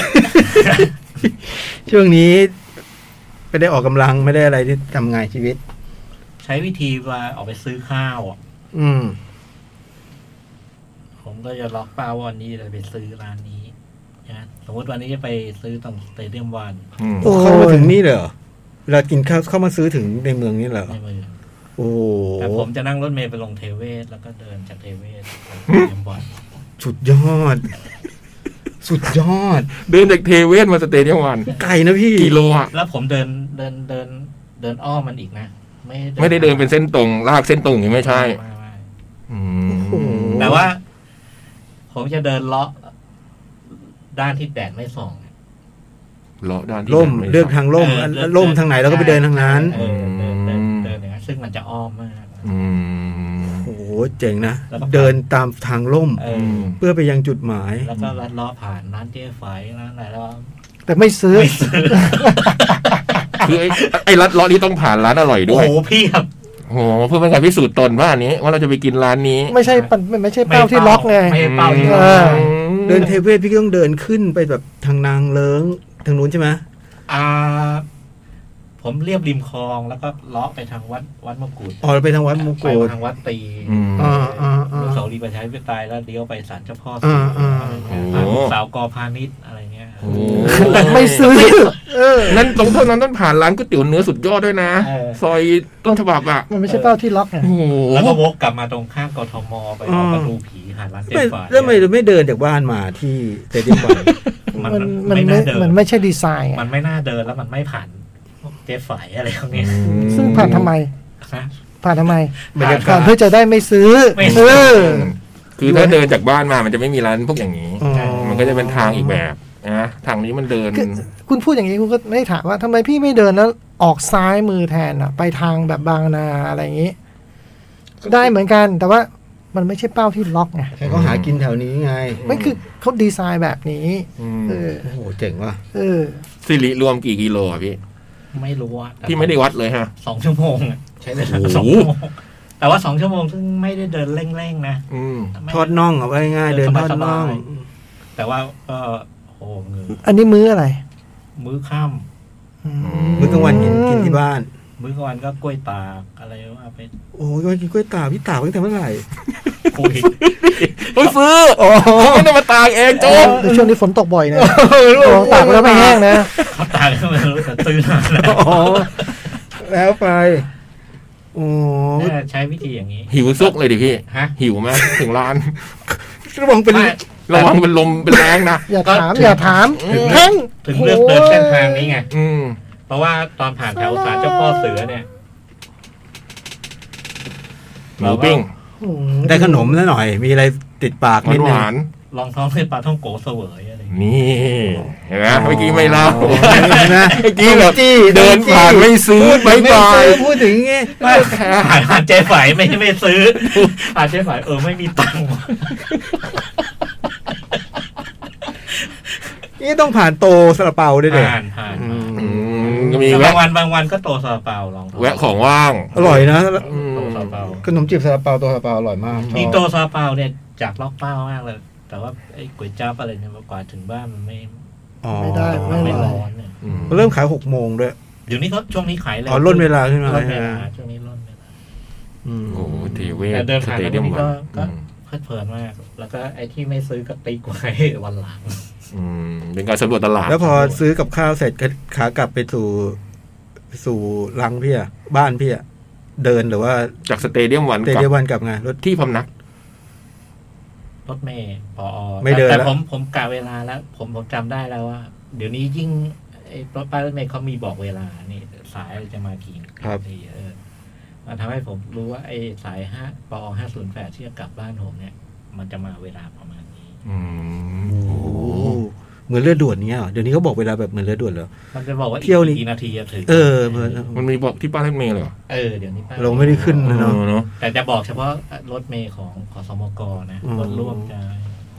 S2: ช่วงนี้ไม่ได้ออกกำลังไม่ได้อะไรที่ทำงานชีวิต
S4: ใช้วิธีว่าออกไปซื้อข้าวอ่ะ
S2: อืม
S4: ผมก็จะล็อกเป้าว่าวันนี้จะไปซื้อร้านนี้นะสมมติวันนี้จะไปซื้อตรงสเตเดียมวัน
S3: อืม
S5: โอ้ย
S2: เข้ามาถึงนี่เลยเหรอเวลากินข้าวเข้ามาซื้อถึงในเมืองนี่เหรอ
S4: ในเมือง
S2: โอ้
S4: แต่ผมจะนั่งรถเมล์ไปลงเทเวศ แล้วก็เดินจากเทเวศไปสเตเดียมวัน
S2: สุดยอด สุดยอด
S3: เดินจากเทเวศมาสเตเดียมวัน
S2: ไกลนะพี่
S3: กิโลอ่ะ
S4: แล้วผมเดินเดินเดินเดินอ้อมมันอีกนะ ไม่
S3: ไม่ได้เดินเป็นเส้นตรง ลากเส้นตรงอย่างนี้ไม่ใช่
S4: ไม่ไม่
S3: อื
S2: โอ้โห
S3: ม
S4: แต่ว่า ผมจะเดินเลาะด้านที่แดดไม่ส่อง
S3: เลาะด้านที่
S2: ล่ม
S3: ดินไ
S2: เลือกทางล่ม
S4: เออเลือก
S2: ล่มทางไหนเราก็ไปเดินทางนั้น
S4: เออเดินเดินเดินอย่างนั้นซึ่งมันจะอ้อมมาก
S3: อืม
S2: โอ้โหเจ๋งนะ
S4: แล้วก็
S2: เดินตามทางล่ม
S4: เอ
S3: อื
S4: อ
S3: ม
S2: เพื่อไปยังจุดหมาย
S4: แล้วก็ลัดเลาะผ่านร้านเจ๊ไฝร้าน
S3: (laughs)
S4: อะไรแล้ว
S5: แต่ไม่ซื้อ
S4: ไม่ซื้อ
S3: คือไอ้ไอ้รัดเลาะนี่ต้องผ่านร้านอร่อย
S4: โอ้
S3: ด้วย
S4: โหเพียบ
S3: โอ้โหเพื่อเป็นการพิสูจน์ตนว่าอันนี้ ว่าเราจะไปกินร้านนี้
S5: ไม่ใช่ปันไม่ใช่เป้าที่ล็อกไง
S4: ไม่เป้าที่ล็อก
S5: เออ
S2: เดินเทเวศพี่ก็ต้องเดินขึ้นไปแบบทางนางเลิงทางนู้นใช่ไหม
S4: อ่า ผมเรียบริมคลองแล้วก็เลาะไปทางวัดวัดมงกุฎ
S2: อ๋อเราไปทางวัดมง
S4: ไป
S2: กุฎ
S4: ทางวัดตี
S3: อืม
S2: อ่าอ่าอ่า
S4: เสารีประชาธิปไตยแล้วเลี้ยวไปศาลเจ้าพ่อ
S2: อ่าอ่า
S3: โอ้โห
S4: สาวกอพาณิชย์อะไรเงี้ย
S3: โอ้โห
S5: แต่ไม่ซื้อ เออ
S3: นั่นตรงเท่านั้นต้องผ่านร้านก๋วยเตี๋ยวเนื้อสุดยอดด้วยนะ
S4: เออ
S3: ซอยต้นฉบับอ่ะ
S5: มันไม่ใช่เป้าที่ล็อกไง
S3: โอ้โห
S4: แล้วก็วกกลับมาตรงข้างกทมไปออกประตูผีหาร้านเจ๊
S2: ไม่
S4: ฝาย
S2: แล้วทำไมเราไม่เดินจากบ้านมาที่เตเดียมบอล
S4: มัน
S5: มัน
S4: มั
S5: มัน นไม่
S4: ไม่น่าเดิ
S5: มัน นไม่ใช่ดีไซน์ไง
S4: มันไม่น่าเดินแล้วมันไม่ผ่านพวกเจ๊ฝายอะไรพวกเนี้ย
S5: ซึ่งผ่านทำไม
S4: นะ
S5: ผ่านทำไม
S2: บรรยากาศ
S5: ผ่านเพื่อจะได้ไม่ซื้อ
S4: ไม่
S5: เอ
S4: ใช่
S5: อ
S3: คือถ้าเดินจากบ้านมามันจะไม่มีร้านพวกอย่างนี้
S2: อ๋อ
S3: มันก็จะเป็นทางอีกแบบนะทางนี้มันเดิน
S5: คือคุณพูดอย่างนี้คุณก็ไม่ได้ถามว่าทำไมพี่ไม่เดินแล้วออกซ้ายมือแทนอ่ะ ไปทางแบบบางนาอะไรอย่างนี้ ได้เหมือนกัน แต่ว่ามันไม่ใช่เป้าที่ล็อกไง
S2: ใครก็หากินแถวนี้ไง
S5: มันคือเขาดีไซน์แบบนี้
S3: อืม
S5: เออ
S2: โอ้โหเจ๋งว่ะ
S5: เออ
S3: สิริรวมกี่กิโลอะพี่
S4: ไม่รู้อะแต่
S3: พี่ไม่ได้วัดเลยฮะ
S4: สองชั่วโมงอะใช้เวลา
S3: โอ้โห
S4: สองชั่วโมงแต่ว่าสองชั่วโมงซึ่งไม่ได้เดินเร่งๆนะ
S3: อืม
S4: ไม่
S2: ทอดน่องเอาไว้ง่ายๆเดินทอด
S4: สบายๆ
S2: น่อง
S4: แต่ว่าก็โอ้โหเหงื่อ
S5: อันนี้มื้ออะไร
S4: มื้อค่
S5: อืม
S2: มื้อกลางวันกินกินที่บ้าน
S4: ำมื้อกลางวันก็กล้วยตากอะไรว่าไป
S2: โอ้ยก็กินกล้วยตากพี่ตากตั้งแต่เมื่อไหร่
S4: คุย
S3: เฮ้ยซื้อไม่ได้มาตากเองโจ๊ก
S5: แต่ช่วงนี้ฝนตกบ่อยนะลองตากแล้วไม่แห้งนะ
S4: เขาตากก็ไม่รู้แต่ตื่นมาแล้ว
S2: อ๋อ แล้วไป โอ้ย
S4: เนี่ยใช้วิธีอย่างนี้
S3: หิวซุกเลยดิพี่
S4: ฮะ
S3: หิวไหมถึงร้าน
S2: ระวังเป็น
S4: ไม่
S3: ระวังเป็นลมเป็นแรงนะ
S5: อย่าถาม
S4: ก็ถึง
S5: อย่าถามแห้ง
S4: ถึงเลือกเดินเส้นทางนี้ไง
S3: อืม
S4: เพราะว่าตอนผ่านแถวศาลเจ้าพ่อเสือเนี่ย
S3: หมูปิ้ง
S2: ได้ขนมแล้วหน่อย มีอะไรติดปาก
S3: หวา
S2: นิ
S3: น
S2: ด
S3: ห
S2: นึง
S3: วาน
S4: ลองท้องเป็นปลาท่องโกเสวยอะไรอย่างเงี้ย
S3: นี่เห็นไหมเมื่อกี้ไม่เล่า
S2: โอ้ยเห็นไหม
S3: เมื่อกี้แบบ
S2: จี้
S3: เดินผ่านไม่ซื้อ
S2: ไม่
S3: บายบาย
S2: พูดถึงไง
S4: ไม่ผ่านผ่านเจ๊ฝ่ายไม่ไม่ซื้อผ่านเจ๊ฝ่ายเออไม่มีตังค์ว่ะ
S2: นี่ต้องผ่านโตซาลาเปาด้วยเด็
S4: ผ่านผ่าน
S3: อืม ก็มี
S4: บา
S3: แวะ
S4: งวันบางวันก็โตซาลาเปาลองดู
S3: แวะของว่าง
S2: อร่อยนะ
S3: อืม
S4: โตซาลาเปา
S2: ขนมจีบซาลาเปาตัวซาลาเปาอร่อยมากชอบ
S4: นี่โตซาลาเปาเนี่ยจากล็อกเป้ามากเลย แต่ว่าไอ้ก๋วยจั๊บอะไรเนี่ยกว่าถึงบ้านมันไม่
S5: ไม่ได้
S4: มันไม่
S5: ร่
S4: ร้
S5: ย
S4: อนเนี่ย
S3: อืม
S2: เริ่มขายหกโมงด้วย
S4: เดี๋ยวนี้เขาช่วงนี้ขายเลย
S2: อ๋อล่นเวลาขึ้นมา
S4: ล่นเวลา
S2: ใช่ไหม
S4: ช่วงนี้ล่นเวลา
S2: อืม
S3: โอ้โหเทเวศ
S4: แต่เดิน
S3: ส
S4: ผ่าน
S3: เตเดียม
S4: ตรงนี้
S3: วั
S4: ก็
S3: น
S4: ก็
S3: อืม
S4: เพลิดเพลินมาก แล้วก็ไอ้ที่ไม่ซื้อก็ติ๊กไว้ (laughs) วันหลัง
S3: อืมเป็นการสำรวจตลาด
S2: แล้วพอซื้อกับข้าวเสร็จก็ขากลับไปสู่สู่รังพี่อะบ้านพี่อะเดินหรือว่า
S3: จากสเตเดียมวัน
S2: เตะ
S3: กับ
S2: เดียวันกลับไงรถ
S3: ที่พำนัก
S4: รถเมย์ปอ
S2: ไม่เดิน
S4: แต่
S2: แล้ว
S4: ผมผมกะเวลาแล้ว ผมผมจำได้แล้วว่า เดี๋ยวนี้ยิ่งไอ้รถป้ายรถเมย์เขามีบอกเวลานี่สายจะมากี่นาทีเออมันทำให้ผมรู้ว่าไอ้สายห้าปอห้าศูนย์แปดที่จะกลับบ้านผมเนี่ย มันจะมาเวลาประมาณนี้
S3: อืมโอ้โห
S2: เหมือนเรือด่วนเนี้ยเหรอเดี๋ยวนี้เขาบอกเวลาแบบเหมือนเรือด่วนเหรอ
S4: มันจะบอกว่าอีก
S2: เที่ยวนี้
S4: กี่นาทีจะถึง
S2: เออเหมือน
S3: มันมีบอกที่ป้ายรถเมล์เลยเหรอ
S4: เออเดี๋ยวนี้ป้ย
S2: เราไม่ได้ขึ้น
S3: เอ
S2: นะเนาะ
S3: อเนาะ
S4: แต่จะบอกเฉพาะรถเมย์ของขอสมกนะ
S2: อืม
S4: รถร่วมจะ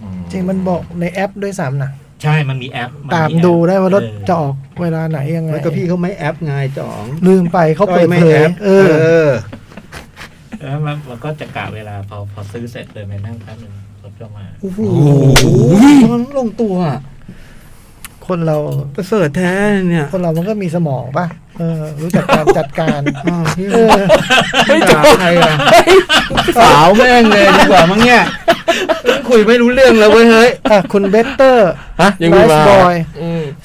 S3: อื
S5: จริงมันบอกในแอปด้วยซ้ำนะ
S4: ใช่มันมีแอปน
S5: ตาม
S4: แอป
S5: ดูได้ว่ารถ
S4: เออ
S5: จะออกเวลาไหนยังไง
S2: แล้วก็พี่เขาไม่แอปไงจ่อง
S5: ลืมไปเขาเปิด
S2: ไม่
S5: เผย
S2: แอป
S5: เอ
S2: เอ
S5: อ
S2: อ
S4: แล้วมันมันก็จะกะเวลาพอพอซื้อเสร็จเลยไปนั่งแป๊บนึงรถก็มา
S2: โอ้โหลงตัวอะ
S5: คนเรา
S2: ประเสริฐแท้เนี่ย
S5: คนเรามันก็มีสมองป่ะเออ รู้จักการจัดการ
S2: อ้าวพี่
S5: เออ
S2: ด่าใครอะสาวแม่งเลยดีกว่ามั้งเนี่ยคุยไม่รู้เรื่องแล้วเว้ยเฮ้ย
S5: อ่ะคุณเบตเตอร์
S3: ฮะยังมีมา
S5: Nice boy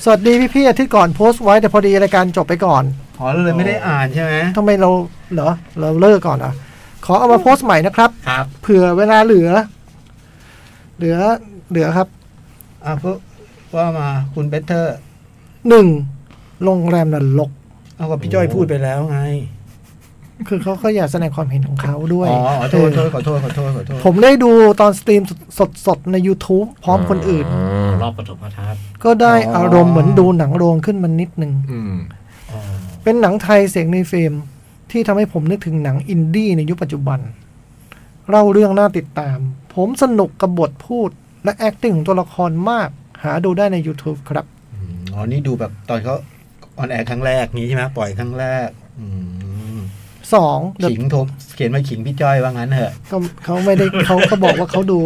S5: สวัสดีพี่พี่ๆอาทิตย์ก่อนโพสต์ไว้แต่พอดีรายการจบไปก่อน
S2: อ๋อเราเลยไม่ได้อ่านใช่ไหม
S5: ทำไมเราเหรอ เราเลิกก่อนเหรอขอเอามาโพสต์ใหม่นะครับ
S4: ครับ
S5: เผื่อเวลาเหลือ เหลือเหลือครับ
S2: อ่ะพวกว่ามาคุณเบเตอร์
S5: หนึ่งโรงแรมนรก
S2: เอากับพี่จ้อยพูดไปแล้วไง
S5: คือเขาก็อยากแสดงความเห็นของเขาด้วย
S2: อ๋อขอโทษ
S5: เออ
S2: ขอโทษขอโทษขอโทษขอโทษ
S5: ผมได้ดูตอนสตรีมสดสดๆใน YouTube พร้อมคนอื่น
S4: รอบปฐมทัศน์
S5: ก็ได้อารมณ์เหมือนดูหนังโรงขึ้นมานิดนึง
S3: อืม
S5: เป็นหนังไทยเสียงในเฟรมที่ทำให้ผมนึกถึงหนังอินดี้ในยุคปัจจุบัน เล่าเรื่องน่าติดตาม ผมสนุกกับบทพูดและ acting ของตัวละครมาก หาดูได้ใน YouTube ครับ
S2: อ๋อนี่ดูแบบตอนเขาออนแอร์ครั้งแรกนี้ใช่ไหมปล่อยครั้งแรกอืม
S5: 2. The
S2: ขิงโทมเขียนมาขิงพี่จ้อยว่างั้นเถอะ
S5: ก็เขาไม่ได้ เขาก็บอกว่าเขาดู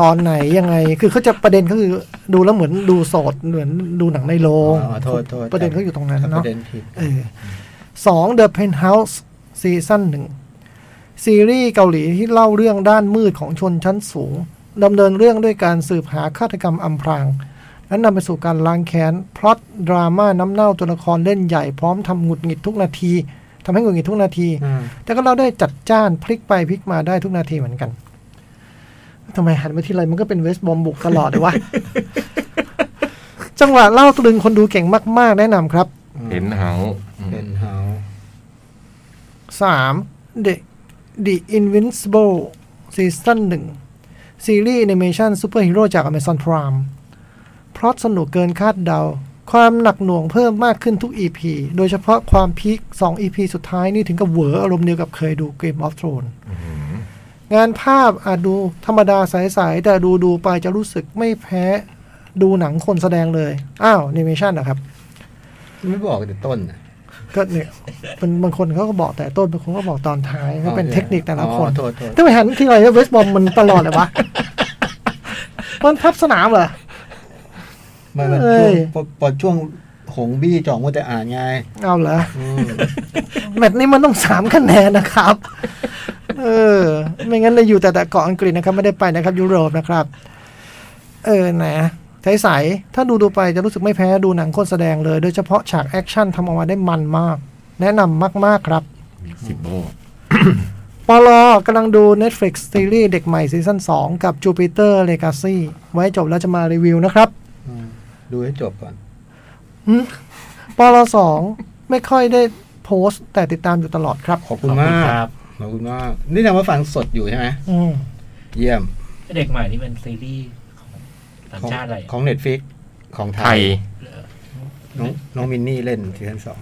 S5: ตอนไหนยังไง คือเขาจะประเด็นก็คือดูแล้วเหมือนดูสดเหมือนดูหนังในโรง
S2: อ๋อโทษโทษ
S5: ประเด็นเขาอยู่ตรงนั้น
S2: ครับป
S5: เนาะ
S2: ระเด็นผิด
S5: เออสอง The Penthouse ซีซั่นหนึ่งซีรีส์เกาหลีที่เล่าเรื่องด้านมืดของชนชั้นสูงดำเนินเรื่องด้วยการสืบหาฆาตกรรมอำพราง และนำไปสู่การล้างแค้น พล็อตดราม่าน้ำเน่าตัวละครเล่นใหญ่พร้อมทำหงุดหงิดทุกนาทีทำให้หงุดหงิดทุกนาที
S2: อ่า
S5: แต่ก็เราได้จัดจ้านพลิกไปพลิกมาได้ทุกนาทีเหมือนกันทำไมหันมาทีไรมันก็เป็นเวสบอมบุกตลอดเลยวะ (laughs) จังหวะเล่าตรึงคนดูเก่งมาก ๆ แนะนำครับ
S3: เห็นเฮาอืม
S2: เป็นเฮา
S5: สาม The The Invincible ซีซั่นหนึ่งซีรีส์แอนิเมชันซูเปอร์ฮีโร่จาก Amazon Prime พล็อตสนุกเกินคาดเดา ความหนักหน่วงเพิ่มมากขึ้นทุก EP โดยเฉพาะความพีค2 EP สุดท้ายนี่ถึงกับเหวออารมณ์เดียวกับเคยดู Game of Thrones งานภาพอาจดูธรรมดาใสๆแต่ดูดูๆไปจะรู้สึกไม่แพ้ดูหนังคนแสดงเลย อ้าวแอนิเมชันนะครับ
S2: ไม่บอกแต่ต้นนะ
S5: ก็เนี่ยมันบางคนเขาก็บอกแต่ต้นบางคนก็บอกตอนท้ายก็เป็นเทคนิคแต่ละคน
S2: อ๋อโทษโทษ
S5: ถ้าไปหันทีไรเวสบอมมันตลอดเล
S2: (laughs)
S5: ยวะ มันทับสนามเหรอ
S2: ไมันมัน
S5: เอ้
S2: ช่วย งพอพอช่วงหงบี้จ่องว่าแต่อ่านไง
S5: เอาเหรอ
S2: อืม
S5: แมตช์นี้มันต้องสามคะแนนนะครับ เออ ไม่งั้นเราอยู่แต่แต่เกาะอังกฤษนะครับ ไม่ได้ไปนะครับ ยุโรปนะครับ เออนะใสๆถ้าดูดูไปจะรู้สึกไม่แพ้ดูหนังคนแสดงเลย โดยเฉพาะฉากแอคชั่นทำออกมาได้มันมาก แนะนำมากๆครับ
S3: สิบโบ
S5: ปลอกำลังดู Netflix ซีรีส์เด็กใหม่ซีซั่น2 กับ Jupiter Legacy ไว้จบแล้วจะมารีวิวนะครับ
S2: อืมดูให้จบก่อน
S5: หึปลอสองไม่ค่อยได้โพสต์แต่ติดตามอยู่ตลอดครับ
S2: ขอบคุณ
S4: ขอบ
S2: มา
S4: คุณค
S2: ก
S4: รับ
S2: ขอบคุณมาก นี่ทำว่าฟังสดอยู่ใช่ไหม
S5: อืม
S2: เยี่ยม
S4: ไอ้เด็กใหม่นี่เป็นซีรีส์ของต่างชาติอะไร
S2: ของเน็ตฟิกของไท
S3: ไทย
S2: ย น้องน้องมินนี่เล่นซีซั่นสอง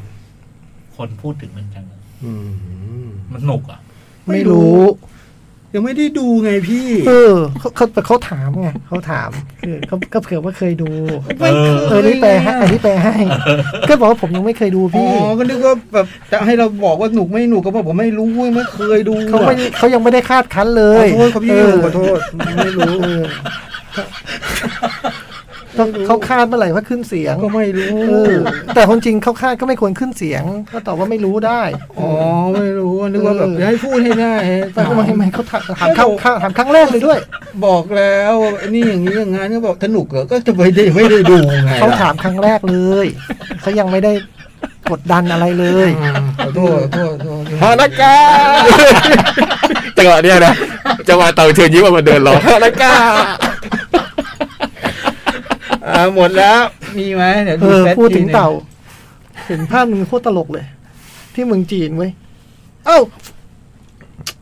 S4: คนพูดถึงมันจัง
S2: อืม
S4: มันหนุกอ่ะ
S5: ไม่รู้
S2: ยังไม่ได้ดูไงพี่
S5: เออเขาเขาแต่เขาถามไงเขาถามคือเขาก็เผื่อว่าเคยดู
S2: ไม่คย
S5: เออนี่แปลให้
S2: อะ
S5: อันนี้แปลให้ ก็บอกว่าผมยังไม่เคยดู
S2: อ๋อ
S5: พี่
S2: ก็นึกว่าแบบจะให้เราบอกว่าหนุกไม่หนุกก็บอกผมไม่รู้เว้ยไม่เคยดู
S5: เขาไม่เขายังไม่ได้คาดคั้นเล
S2: ขอย โทษครับ
S5: เอ
S2: พี่
S5: อ
S2: ขอโทษไม่รู้
S5: เออต้องเขาคาดเมื่อไหร่ว่าขึ้นเสียง
S2: ก็ไม่รู้
S5: เออแต่คนจริงเขาคาดก็ไม่ควรขึ้นเสียง ก็ตอบว่าไม่รู้ได้
S2: อ๋อไม่รู้นึกว่าแบบ
S5: เออ
S2: จะให้พูดให้ได้
S5: แต่ทำไมทำไมเขาถามถามครั้งถามครั้งแรกเลยด้วย
S2: บอกแล้วนี่อย่างนี้อย่างงั้นก็บอกสนุกเหรอก็จะไม่ได้ไม่ได้ดูไงล่ะ
S5: เขาถามครั้งแรกเลยเขายังไม่ได้กดดันอะไรเลย
S2: ขอโทษขอโทษขอโทษ
S3: ฮานาก้าจังหวะเนี้ยนะ (laughs) จังหวะเต่าเชิญยิ้มออกมาเดินร้องฮานาก้า
S2: อ่าหมดแล้ว มีไหมเดี๋ยว
S5: เอ
S2: ดู
S5: อ
S2: แซ
S5: พูดถึง
S2: ทีหนึ่
S5: เต่า เห็นภาพหนึ่งโคตรตลกเลย ที่เมืองจีนเว้ยเอ้า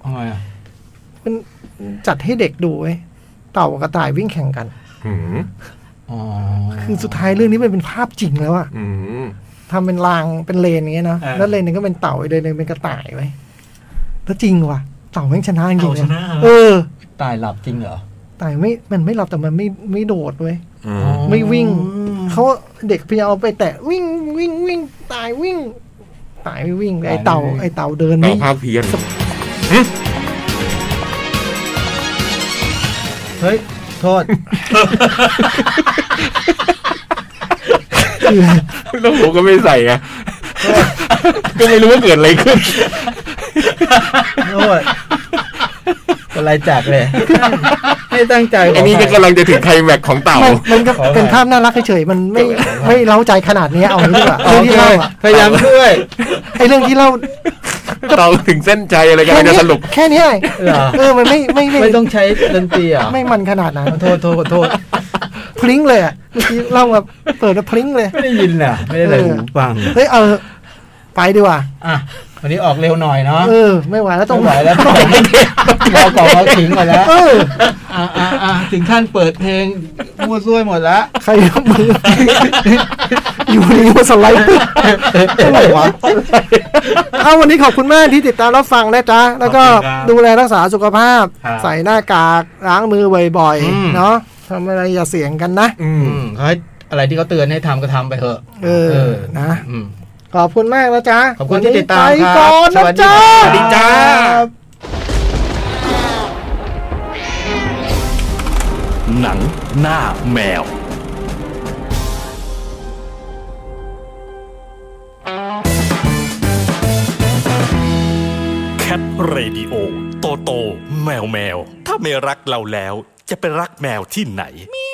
S2: ทำไมอ่ะ
S5: มันจัดให้เด็กดูเว้ยเต่ากับกระต่ายวิ่งแข่งกัน
S3: อืม
S2: อ๋อ
S5: คือสุดท้ายเรื่องนี้มันเป็นภาพจริงแล้วอะ
S3: อืม
S5: ทำเป็นรางเป็นเลนอย่างเงี้ยเนอะ
S4: อ่า
S5: แล้วเลนหนึงก็เป็นเต่าอีกเลนหนึงเป็นกระต่ายไว้ยแล้วจริงว่ะ เต่าแม่งชนะจริ
S4: เอา
S5: งๆ
S4: ช
S5: เลย
S4: นะเหรอ
S5: เออ
S2: ตายหลับจริงเหรอ
S5: ไต่ไม่มันไม่หลับแต่มันไม่ไม่โดดเว้ย
S3: อืม
S5: ไม่วิ่งเขาเด็กพยายามเอาไปแตะวิ่งวิ่งวิ่งตายวิ่งตายไม่วิ่งไอเต่า
S2: ตายไม่วิ่ง
S5: ไอเต่าเดิน
S3: เต่า
S5: ไม่
S3: ภาคเพียน
S2: เฮ้ย โทษ
S3: แล้วผมก็ไม่ใส่อะก็ไม่รู้ว่าเกิดอะไรขึ้น
S2: โท (laughs) ษอะไรจากเลย ให้ตั้งใจ
S3: อันนี้ก็กำลังจะถึงไคลแม็กซ์ของเต่า
S5: มันมันก็เป็นภาพน่ารักเฉยๆมันไม่ไม่เล้าใจขนาดนี้เอางี้ดีกว่าเรื่องที่เล่าอะ
S2: พยายามช่วย
S5: ไอเรื่องที่เล่า
S3: เต่าถึงเส้นใจอะไรกันจะสรุป
S5: แค่เนี้ย
S2: เหรอ
S5: เออ มันไม่ไม่
S2: ไม่ต้องใช้ดนตรีเหรอ่ะ
S5: ไม่มันขนาดนั้น
S2: ขอโทษโทษขอโทษ
S5: พลิ้งเลยอะเมื่อกี้เล่ามาเปิดมาพลิ้งเลย
S2: ไม่ได้ยินน่ะ ไม่ได้เลยหูฟัง
S5: เฮ้ย เออ ไปดีกว่า
S2: อ่ะ วันนี้ออกเร็วหน่อยเนาะ
S5: เออ ไม่ไหวแล้วต้อง
S2: ไม่ไหวแล้วเรากล่องเราทิ้งไปแล้ว
S5: เออ
S2: อ่ะอ่ะอ่ะถึงขั้นเปิดเพลงมั่วซั่วหมดละ
S5: ใครยกมือ (laughs) อยู่ดีมาสไล
S2: (laughs)
S5: ด์อะไรวะเอาวันนี้ขอบคุณมากที่ติดตามรับฟังนะจ๊ะ แล้วก็
S4: ขอบคุณครับ
S5: ดูแลรักษาสุขภาพ
S4: ครับ
S5: ใส่หน้ากากล้างมือบ่อย
S2: อืม
S5: ๆ เนาะทำอะไรอย่าเสี่ยงกันนะ
S3: อื
S2: อื
S3: ม
S2: มเขาให้อะไรที่เขาเตือนให้ทำก็ทำไปเถอะ
S5: เออนะ
S2: อืม
S5: ขอบคุณมากนะจ๊ะ
S2: ขอบคุณที่ติดตาม
S5: วันนี้
S2: ครับ
S5: ไปก่อน
S2: สวั
S5: นะ
S2: สดี
S5: จ๊ะ
S2: ครับ
S3: สวัสดีจ้า
S1: หนังหน้าแมวแคทเรดิโอโตโต แมวแมว ถ้าไม่รักเราแล้ว จะไปรักแมวที่ไหน เมียว